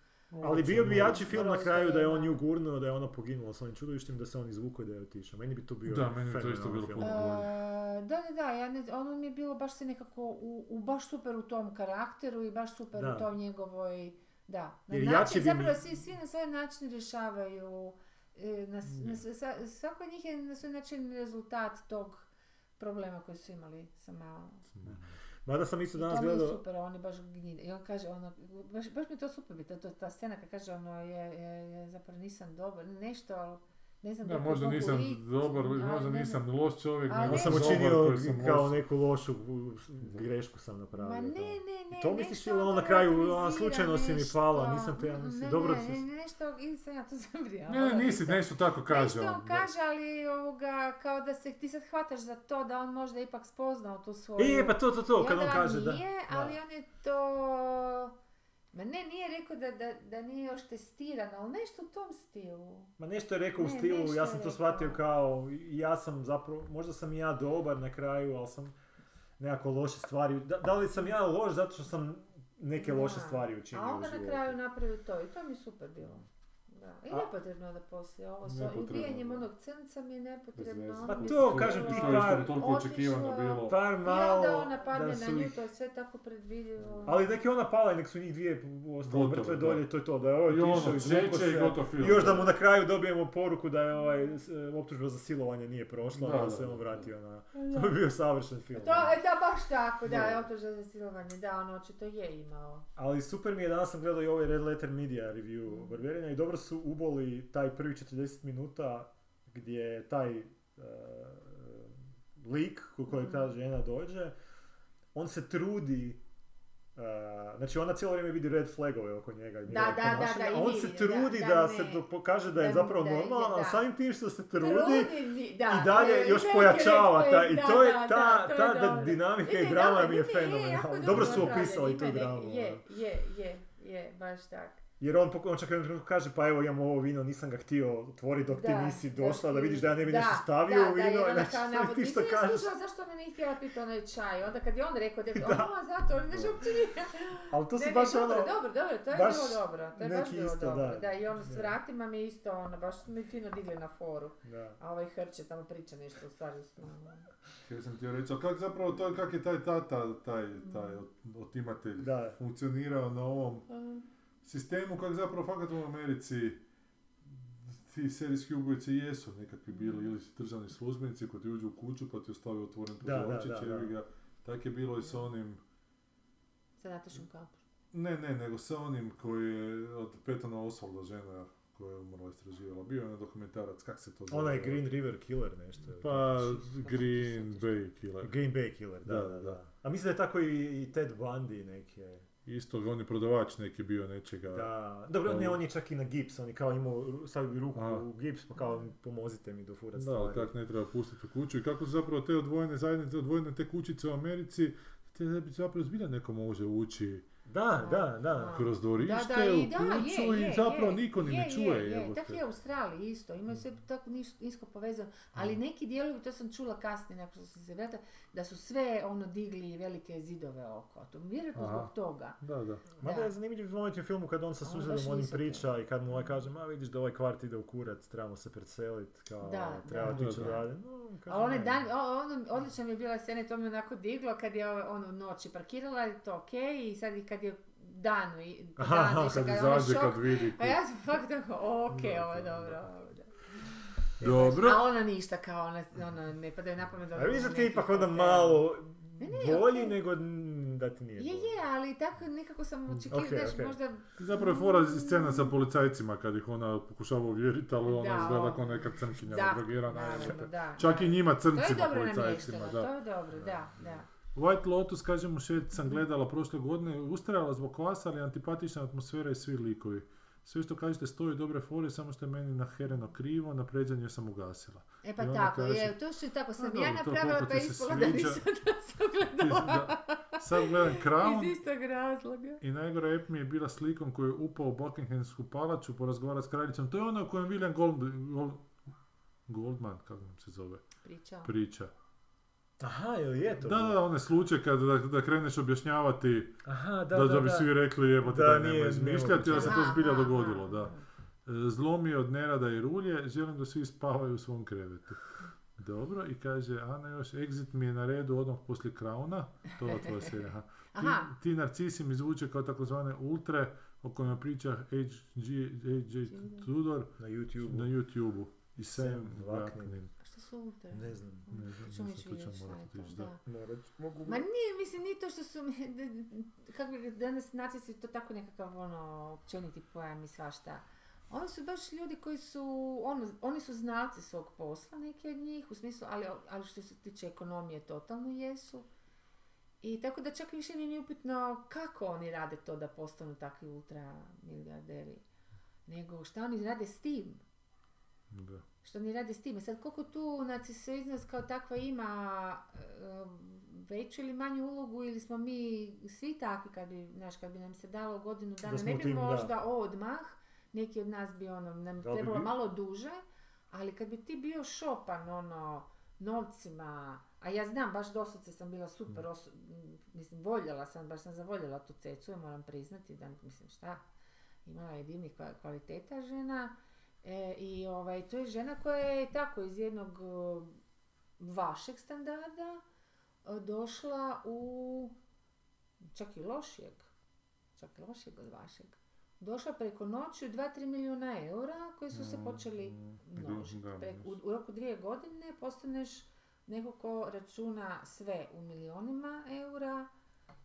ali bio bi jači film na
Moralno
kraju da je on
da.
nju gurnuo, da je ona poginula s onim čudovištem, da se on izvukao i da je otišao. Meni bi to bio
Da, meni bi to
fenomenalan
isto bilo
film.
E,
puno.
da, da, da, ja ne, ono mi je bilo baš se nekako u, u baš super u tom karakteru i baš super
Da.
u tom njegovoj, da, na
Jer jači
način,
bi-
zapravo svi, svi na svoj način rješavaju, e, na, s- na sve- sa- svako od njih je na svoj način rezultat tog problema koji su imali sa malom.
Mada sam isto
I
danas
to mi je
gledao,
super, on je baš gnjid. I on kaže, ono, baš, baš mi je to super bi, ta, ta- ta scena kad kaže, ono, je, je, je zapravo nisam dobar, nešto, ali ne znam
Da,
koliko
možda
mogu
nisam
ići,
dobar,
ali
možda
ne
nisam
znam.
loš čovjek,
Ali
nego
ne
sam
sam dobar
učinio
koji sam
kao
loš.
neku lošu u, s- grešku sam napravio.
Ma ne,
da.
ne, ne,
to misliš
nešto
ili ona na kraju, a, slučajno si mi
relativizira
pala,
nešto.
nisam te ja
Mm,
mislio.
ne,
Dobro
ne,
si-
ne, nešto, ili sam ja to zabrijala.
Ne, ne,
da
nisi,
nisam.
nešto tako kaže
Nešto
on,
on
da.
kaže, ali ovoga, kao da se ti sad hvataš za to, da on možda ipak spoznao tu svoju...
E, pa to, to, to,
I
kad
onda
on kaže, da.
nije, ali on je to... Ma ne, nije rekao da, da, da nije još testiran, ali nešto u tom stilu.
Ma nešto je rekao u
Ne,
stilu,
nešto
ja
je
sam to
rekao.
shvatio kao, ja sam zapravo, možda sam i ja dobar na kraju, ali sam nekako loše stvari, da, da li sam ja loš zato što sam neke loše
Da.
stvari učinio
A
u
onda na
životu.
kraju napravi to i to mi je super bilo. Da. I
A-
nepotrebno da poslije ovo sa
Nepotrebno,
ubijanjem
da.
onog crnca mi je nepotrebno.
veze.
ono
Pa
mi je
to,
sve
kažem ti,
bilo-
To je isto
par-
toliko
otišla.
očekivano bilo.
Par
I
malo,
onda ona padne
da
na
su
nju,
ih-
to je sve tako predvidljivo.
Ali nek je ona pala i nek su njih dvije ostale
Gotovo,
mrtve
da.
dolje, to je to, da je ovaj
I ono,
otišao, izvukao
sjeće i
se.
gotov film.
I još da mu na kraju dobijemo poruku da je ovaj s- optužba za silovanje nije prošla,
Da,
da,
da,
se on
da.
vratio na...
Da.
To bi bio savršen film.
To, e, da, baš tako, da,
Da.
je optužen za silovanje, da, on očito je imao.
Ali super mi je, danas sam gledao i ovaj Red Letter Media
Mm.
review Barberina i dobro su uboli taj prvi 40 minuta gdje je taj eh, lik ko- koji
Mm.
ta žena dođe, on se trudi eh, znači ona cijelo vrijeme vidi red flagove oko njega i njegovog
da, da,
ponašanja,
da, i
a on
vidi,
se
da,
trudi da,
da, ne.
se do- pokaže da je
Da,
zapravo
da, je,
normalan, ali
da.
samim tim što se
mi, da,
i dalje
e,
još
veliki
pojačava
red
ta,
flag,
i
da,
to je
da,
ta,
da, to
ta
je
da
dobro.
dinamika i
Vidi,
drama
dobro,
mi je
vidi, e, jako
fenomenalna.
dobro
Dobro su
napravljen,
opisali
ima
tu
neki-
dramu. ono.
Je, je, je, je, baš tako.
Jer on, pok- on čak u jednom trenutku kaže, pa evo imam ovo vino, nisam ga htio otvoriti dok ti
Da,
nisi
dok
došla, da
ti-
vidiš da ja ne bi nešto stavio
da,
u
Da,
vino,
jer ona
znači,
kao navod,
ti što
nisam ja
kažeš.
slušala zašto me nije htjela piti onaj čaj, onda kad je on rekao, da, ono, zato, ne uopće nije.
Ali to
Ne,
su
ne,
baš ono,
dobro, dobro, dobro, to je
baš
bilo dobro, to je baš
neki
bilo
isto,
dobro,
da.
da, i ono s
Da.
vratima mi je isto ono, baš su mi fino digli na foru,
da.
a ovaj hrče tamo priča nešto, u stvari s njom.
Kaj sam htio reći, ali kak zapravo to, kak je taj tata, taj, taj ot- otimatelj
Mm. Da.
funkcionirao na ovom sistemu, kak zapravo fakat u Americi ti serijski ubojice jesu nekakvi bili, ili su državni službenici koji ti uđu u kuću pa ti ostave otvoren
Da, da,
prozorčić,
da, da.
jebi ga. Tak je bilo i sa onim,
Sa Natašom Kapur.
ne, ne, nego sa onim koji je od Petona Osvalda žena koja je umrla istraživala. Bio je onaj dokumentarac, kak se to zove?
Onaj Green River Killer nešto. ili
Pa,
Kako se
Green
sjećaš?
Bay Killer.
tako. Green Bay Killer, da,
Da,
da, da.
da.
A mislim da je tako i, i Ted Bundy neki je.
Isto, on je prodavač neki bio nečega.
Da. Dobro, ne, on je čak i na gips, on je kao imao, ru- stavio bi ruku
Aha.
u gips, pa kao pomozite mi do fura
Da, ali kak ne treba pustiti u kuću i kako su zapravo te odvojene zajednice, odvojene te kućice u Americi, te da bi zapravo zbilja neko može ući
Da, da, da.
Kroz dvorište,
Da, da, i
u
da,
kuću
je, je,
i zapravo
je,
niko ni
je,
ne čuje.
Je,
Mm.
je.
jebote.
Tako je u Australiji isto, imaju sve tako niš- nisko povezano, ali neki dijelovi, to sam čula kasnije nakon što sam se vratila, da su sve ono digli velike zidove oko, to vjerojatno
Aha.
zbog toga.
Da, da.
Mada
Da.
je zanimljiv moment u filmu kad on sa
Ono
susedom
baš
onim
visoko.
priča i kad mu ovaj kaže, ma vidiš da ovaj kvart ide u kurac, trebamo se preseliti, kao,
Da,
treba
da.
otići
Da, da.
dalje. No, on kaže,
A one
"Ne."
dan, o- ono, odlična mi je bila scena i to me onako diglo kad je ove- ono noći parkirala, je to ok, i sad i kad je danu, i,
Aha,
dan
kad
išla, kad je ono
Izađe
šok,
kad vidi.
a ja sam fakt tako, ok,
Da,
ovo je
da,
dobro,
da.
ovo je dobro.
Dobro.
A ona ništa kao, ona, ona ne padaju na pamet.
A
ono,
vidiš da ti je
neki
ipak onda
hotel.
malo
Ne, ne,
bolji
okej.
nego mm, da ti nije
Je,
bolji.
je, ali tako nekako sam očekivala,
Ok,
znaš,
ok.
možda...
Zapravo je fora scena sa policajcima kad ih ona pokušava uvjeriti, ali ona
Da,
izgleda
ovo.
kao neka crnkinja
Da,
drogirana.
naravno,
jebote.
da.
Čak
da.
i njima
To je
crncima
dobro
policajcima,
namješteno,
da.
to je dobro, da, da.
White Lotus, kažem, u šest sam gledala prošle godine, ustrajala zbog kvasa, ali antipatična atmosfera i svi likovi. Sve što kažete stoji dobre fore, samo što je meni nahereno krivo, napređanje sam ugasila.
E
I
pa
ona
tako,
kaže-
je, to što tako sam
dobro,
ja
to
napravila,
koliko
pa
ti
je
se
ispalo da
sviđa.
nisam da sam
Ti-
gledala.
da. sad gledam Crown
Iz istog razloga.
i najgora ep mi je bila slikom koju je upao u Buckinghamsku palaču porazgovarati s kraljicom. To je ono o kojem William Gold- Gold- Goldman, kako nam se zove,
Pričao.
priča.
Aha, jel je to?
Da, da, one slučaj kad da, da kreneš objašnjavati
Aha, da,
da, da, bi svi rekli jebote
Da,
da,
nije
nema izmišljati,
nemoguće.
ali se to
Aha,
zbilja
aha,
dogodilo,
aha.
da. E, Zlo mi je od nerada i rulje, želim da svi spavaju u svom krevetu. Dobro, i kaže Ana još, exit mi je na redu odmah poslije krauna, to je tvoja serija, aha. Ti,
Aha.
ti narcisi mi zvuče kao takozvane ultre o kojima priča H.G. H.J. Tudor
Na YouTube.
na YouTube-u. I
Sam
Sam
Vaknin.
Vaknin.
A Šta su ultra?
Ne znam.
Ne
Mm,
znam,
to ćemo
ne
ići
znam, to ćemo
vidjeti šta je
morat
to,
otići, da.
da.
Morat ću- mogu...
Ma nije, mislim, nije to što su, kako bi danas nacisti to tako nekakav ono, općeniti pojam i svašta. Oni su baš ljudi koji su, ono, oni su znalci svog posla, neki od njih, u smislu, ali, ali što se tiče ekonomije totalno jesu. I tako da čak više nije ni upitno kako oni rade to da postanu takvi ultra milijarderi, nego šta oni rade s tim
Da.
što oni rade s time. Sad, koliko tu narcisiznost kao takva ima e, veću ili manju ulogu ili smo mi svi takvi kad bi, znaš, kad bi nam se dalo godinu dana,
smo
ne
u
bi
tim, da.
možda odmah, neki od nas bi ono, nam
Da li bi
trebalo
bi-
malo duže, ali kad bi ti bio šopan ono, novcima, a ja znam, baš doslovce sam bila super, osu- m, mislim, voljela sam, baš sam zavoljela tu cecu, ja moram priznati da, mislim, šta, imala je divnih kva- kvaliteta žena e, i ovaj, to je žena koja je tako iz jednog e, vašeg standarda e, došla u čak i lošijeg, čak i lošijeg od vašeg. Došla preko noći u 2-3 milijuna eura koji su se
Mm,
počeli
mm,
množiti.
da,
Preko- u,
mislim.
u roku dvije godine postaneš neko ko računa sve u milionima eura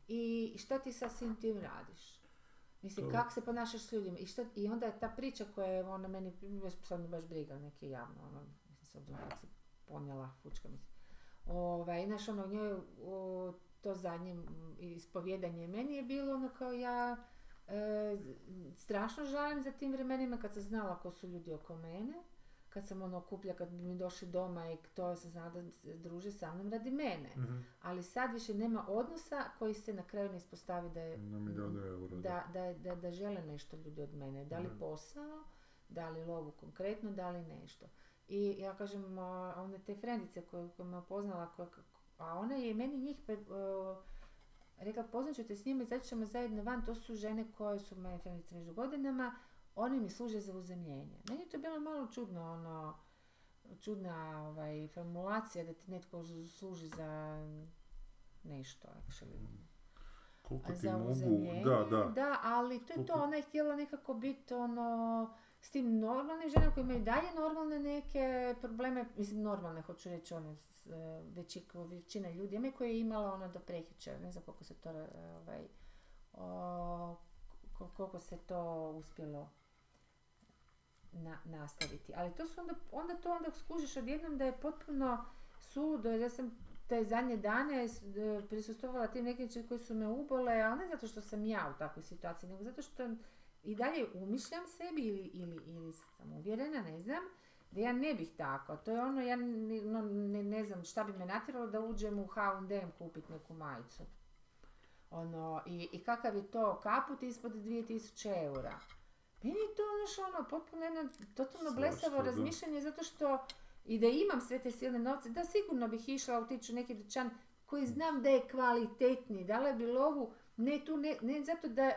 i šta ti sa svim tim radiš? Mislim,
To-
kako se ponašaš s ljudima? I, šta, I onda je ta priča koja je ona meni, baš- sad mi baš briga, neke javno, ono, mislim, s obzirom kako se ponijela fučka, mislim. Ovaj, znaš, ono, njoj o, to zadnje m, ispovjedanje meni je bilo ono kao ja e, strašno žalim za tim vremenima kad sam znala ko su ljudi oko mene, kad sam ono kuplja, kad bi mi došli doma i to sam znala da se druže sa mnom radi mene.
Mhm.
Ali sad više nema odnosa koji se na kraju ne ispostavi da je
Na milijone eura. da.
da, da, da, da žele nešto ljudi od mene. Da li
Mhm.
posao, da li lovu konkretno, da li nešto. I ja kažem, a, onda te frendice koje, koje me upoznala, koja, a ona je meni njih pre, o, rekla, poznat ću te s njima i izaći ćemo zajedno van. To su žene koje su moje frendice među godinama, oni mi služe za uzemljenje. Meni je to bilo malo čudno, ono, čudna ovaj, formulacija da ti netko služi za nešto, actually
Koliko ti
za
mogu,
uzemljenje,
da, da.
ali to je to,
Koliko-
ona je htjela nekako biti ono, s tim normalnim ženama koje imaju dalje normalne neke probleme, mislim normalne, hoću reći, one, s- e, veći, većina ljudi ima koje je imala ona do prekjučer, ne znam koliko se to, e, ovaj, o, ko- koliko se to uspjelo na, nastaviti. Ali to su onda, onda to onda skužiš odjednom da je potpuno suludo, jer ja sam te zadnje dane s- d- prisustvovala tim nekim či- koji su me ubole, ali ne zato što sam ja u takvoj situaciji, nego zato što i dalje umišljam sebi ili, ili, ili sam uvjerena, ne znam, da ja ne bih tako. To je ono, ja ni- no, ne, ne znam šta bi me natjeralo da uđem u H&M kupiti neku majicu. Ono, i, i kakav je to kaput ispod 2000 eura. Meni je to znaš, ono, potpuno jedno totalno
Svašta,
blesavo
da.
razmišljanje, zato što i da imam sve te silne novce, da sigurno bih išla u tiču neki dućan koji znam da je kvalitetniji, dala bi lovu, ne tu, ne, ne zato da,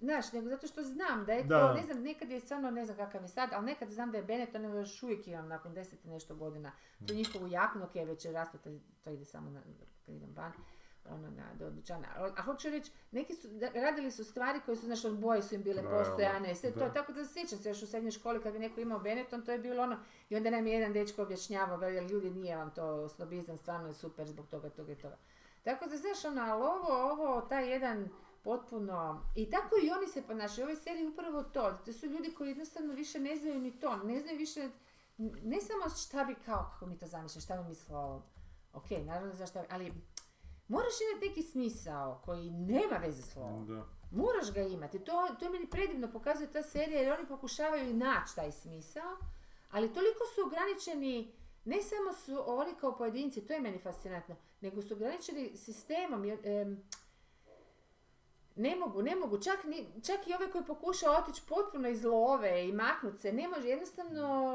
znaš, nego zato što znam da je
Da.
to, ne znam, nekad je stvarno, ne znam kakav je sad, ali nekad znam da je Benetton, evo još uvijek imam nakon deset i nešto godina, tu njihovu jaknu, ok, već je rasla, to, to ide samo na, kad idem van, ono na do dućana. A- A hoću reći, neki su, da- radili su stvari koje su, znaš, od boje su im bile
Trajalo,
postojane i sve to.
da.
Tako da sjećam se još u srednjoj školi kad bi neko imao Benetton, to je bilo ono, i onda nam je jedan dečko objašnjavao, veli, ljudi, nije vam to snobizam, stvarno je super zbog toga, toga i toga. Tako da, znaš, ono, ali ovo, ovo, taj jedan potpuno... I tako i oni se ponašaju. Ovoj seriji je upravo to. To su ljudi koji jednostavno više ne znaju ni to. Ne znaju više... Ne samo šta bi kao, kako mi to zamišljam, šta bi mislila o ovom. Ok, naravno znaš šta bi, ali moraš imati neki smisao koji nema veze s lovom.
Da.
Moraš ga imati. To, to meni predivno pokazuje ta serija jer oni pokušavaju i naći taj smisao, ali toliko su ograničeni, ne samo su oni kao pojedinci, to je meni fascinantno, nego su ograničeni sistemom. jer, em, ne mogu, ne mogu. Čak, ni, čak i ove koji pokuša otići potpuno iz love i maknut se, ne može. Jednostavno,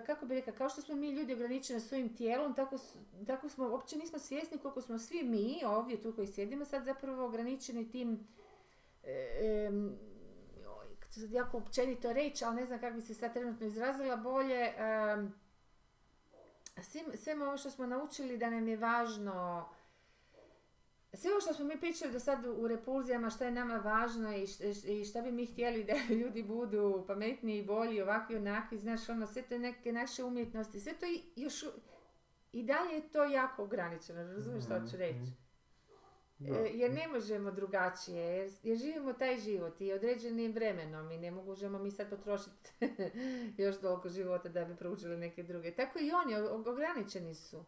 e, kako bi rekla, kao što smo mi ljudi ograničeni svojim tijelom, tako, s- tako smo, uopće nismo svjesni koliko smo svi mi ovdje tu koji sjedimo sad zapravo ograničeni tim e, em, oj, kako ću sad jako općenito reći, ali ne znam kako bi se sad trenutno izrazila bolje. em, svim, svem ovo što smo naučili da nam je važno, sve ovo što smo mi pričali do sad u- u repulzijama, što je nama važno i, š- i šta bi mi htjeli da ljudi budu pametniji, bolji, ovakvi, onakvi, znaš, ono, sve te neke naše umjetnosti, sve to i, još u- i dalje je to jako ograničeno, razumiješ što hoću reći?
Da.
E, Jer ne možemo drugačije, jer, jer živimo taj život i određenim vremenom i ne možemo mi sad potrošiti još toliko života da bi proučili neke druge. Tako i oni, o- o- ograničeni su.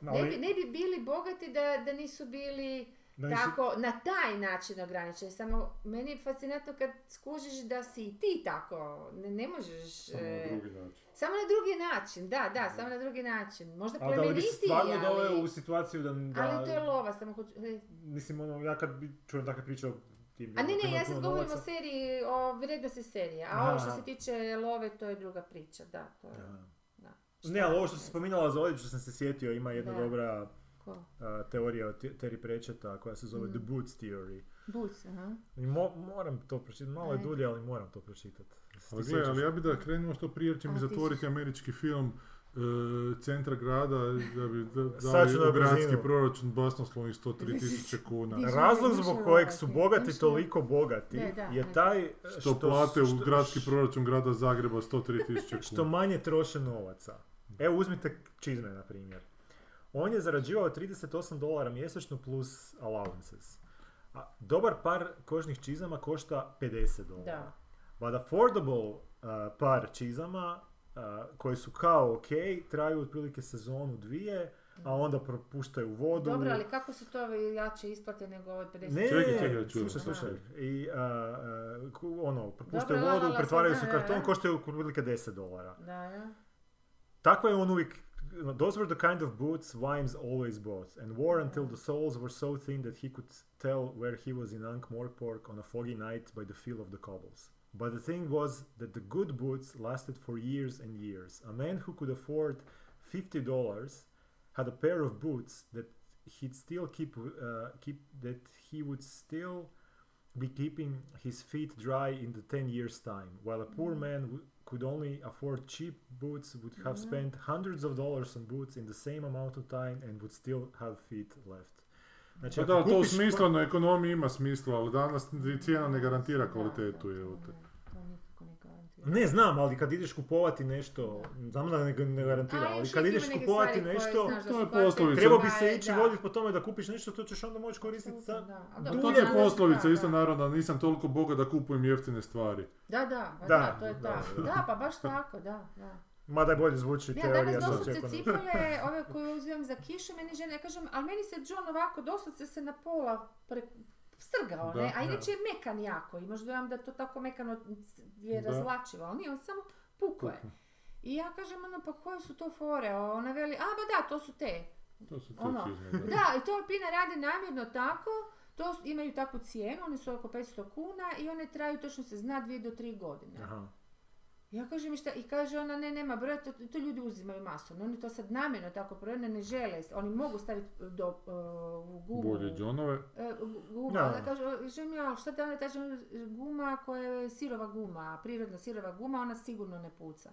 Ne bi, ne bi bili bogati da, da nisu bili
Da nisu-
tako, na taj način ograničeni. Samo meni je fascinantno kad skužiš da si i ti tako, ne, ne možeš...
Samo na
e,
drugi način.
samo na drugi način, da, da, samo na drugi način. Možda
Ali Mhm. da li bi se
plemenitiji,
stvarno doveo u
ali,
situaciju da... da
ali to je lova, samo hoću... e,
Mislim, ono, ja kad bi čujem takve priče o tim...
A ne,
ljudima koji
ne,
imaju
ja sad
puno
govorim o
novaca-
seriji, o vrijednosti serije, a
Aha,
ovo što
aha.
se tiče love, to je druga priča, da, to je,
Da.
da.
Ne, ali ovo što si spominjala za odjeću, što sam se sjetio, ima jedna
Da.
dobra
Ko?
a, teorija od Terry Pratchetta koja se zove
Mhm.
The Boots Theory.
Bulls, aha.
I mo- moram to pročitati, malo je
Ajde.
dulje, ali moram to pročitati.
Ali gle, ali ja bi da krenemo što prije, jer će mi
A, Ono ti
zatvoriti
ćeš.
američki film e, centra grada, da bi da,
Sad ću
dali
na
u gradski
brzinu.
proračun basnoslovnih 103 tisuće kuna.
Diš-
Razlog
Više
zbog
ne
kojeg
možemo
su
ovako,
bogati
više-
toliko bogati
Ne, da, ne.
je taj
Što plate u
što-
gradski proračun grada Zagreba 103 tisuće
Što
kuna.
manje troše novaca. Evo uzmite čizme, na primjer. On je zarađivao 38 dolara mjesečno plus allowances. A dobar par kožnih čizama košta 50 dolara.
Da.
But affordable uh, par čizama uh, koji su kao ok, traju otprilike sezonu dvije, a onda propuštaju vodu.
Mhm. Dobro, ali kako su to ove jače isplate nego od 50?
Ne,
Čekaj, čekaj, čujem.
slušaj, slušaj. I, a, a, ku- ono, propuštaju
Dobro, la, la,
vodu,
la,
pretvaraju
sad
se u
znam,
karton,
da.
koštaju otprilike 10 dolara.
Da, da.
Takva je on uvijek, those were the kind of boots Wimes always bought, and wore until the soles were so thin that he could tell where he was in Ankh-Morpork on a foggy night by the feel of the cobbles. But the thing was that the good boots lasted for years and years. A man who could afford fifty dollars had a pair of boots that he'd still keep, uh, keep that he would still be keeping his feet dry in the 10 years time while a poor man who could only afford cheap boots would have spent hundreds of dollars on boots in the same amount of time and would still have feet left znači,
Pa
ako
da, to u
kupiš pro-
smisleno ekonomiji ima smisla, ali danas cijena ne garantira
Da,
kvalitetu.
da,
Je,
to ne, To nikako ne garantira.
ne znam ali kad ideš kupovati nešto znam da ne, ne garantira
Ali
ali
još
kad
uvijek
ideš
ima neke
kupovati
stvari koje
nešto
znaš da
to
su
je
kvalitetne,
poslovica.
trebao bi
pa
se
je,
ići
da.
voditi po tome da kupiš nešto to ćeš onda moći koristiti
Apsolutno,
za
da. A dobro,
To
dulje
je
danas,
poslovica,
da,
isto
da.
naravno, nisam toliko boga da kupujem jeftine stvari.
Da, da, pa
Da,
da, to je
da,
tako.
da.
Da, pa baš tako, da, da.
mada je bolje zvuči
Ja
teorija
danas
sa
doslovce
očekujem.
cipele, ove koje uzimam za kišu, meni žena, ja kažem, ali meni se John ovako doslovce se na pola pre... strgao,
Da,
ne? A
da.
inače je mekan jako, imaš dojam da to tako mekano je
Da.
razvlačivo, ali nije, on samo pukuje. I ja kažem, ono, pa koje su to fore? A Ona veli, a ba da, to su te.
To su te
Ono,
čizme, da.
Da, i to Alpina radi namjerno tako, To s- imaju takvu cijenu, oni su oko 500 kuna i one traju, točno se zna, dvije do tri godine.
Aha.
Ja kažem, "I šta? I kaže ona, ne, nema broja, to, to ljudi uzimaju masovno. Oni to sad namjerno tako prodaju, ne žele. Oni mogu staviti do, e, u gumu.
Bolje džonove.
E, gu- guma,
Da.
ona kaže, "O, želim ja, ali šta da ona kaže, e, guma koja je sirova guma, prirodna sirova guma, ona sigurno ne puca.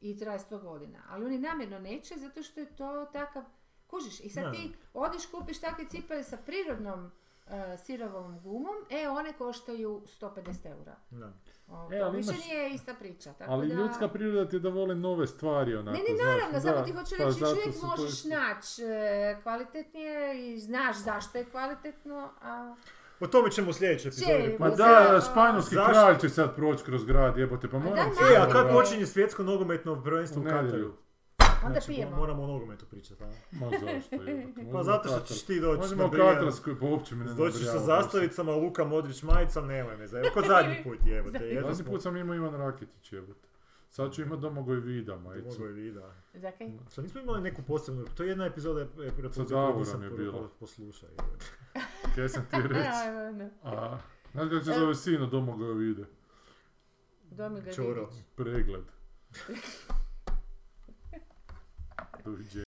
I traje 100 godina. Ali oni namjerno neće, zato što je to takav, kužiš, i sad
Da.
ti odeš kupiš takve cipele sa prirodnom e, sirovom gumom, e, one koštaju 150 eura.
Da.
O,
E,
to
ali
više
imaš-
nije ista priča. Tako
Ali
da...
ljudska priroda ti je da vole nove stvari, onako,
Ne, ne, naravno,
znaš,
samo
da,
ti hoću
pa
reći, još
zato
uvijek
su to
možeš
isto-
naći e, kvalitetnije i znaš zašto je kvalitetno, a...
O tome ćemo u sljedećoj epizodi.
Ćemo.
Ma
Za-
da, španjolski
Zašto?
kralj će sad proći kroz grad, jebote, pa
Ma
moram
da,
se-
naravno.
E, a kad
Da.
počinje svjetsko nogometno prvenstvo u
U nedjelju.
Kataru?
Onda
Znači,
pijemo.
moramo o nogometu pričati, a?
Ma zašto, jebote,
Pa
možemo
zato što
Katar.
ćeš ti doći
Možemo o
nabrijan,
Katarskoj, pa uopće me ne
Doći sa
nabrijava,
zastavicama, Luka Modrić majicom, nemoj me zajebati. Kod zadnji put jebote.
Zadnji
baš.
Jedno
Zadnji
smo
put sam imao Ivan Raketić, jebote. Sad ću imat Domagoj Vida, majicu.
mogo je vida.
Zakaj?
Što nismo imali neku posebnu, to je jedna epizoda epizoda
Sa
koju
Davorom
nisam
je
prvo
bilo.
poslušao. jebote.
Kaj sam ti reći?
A, ono,
A, znaš kako se zove sino Domagoj Vida?
Domagoj
Čoro.
Vidić.
Pregled. Doviđenja.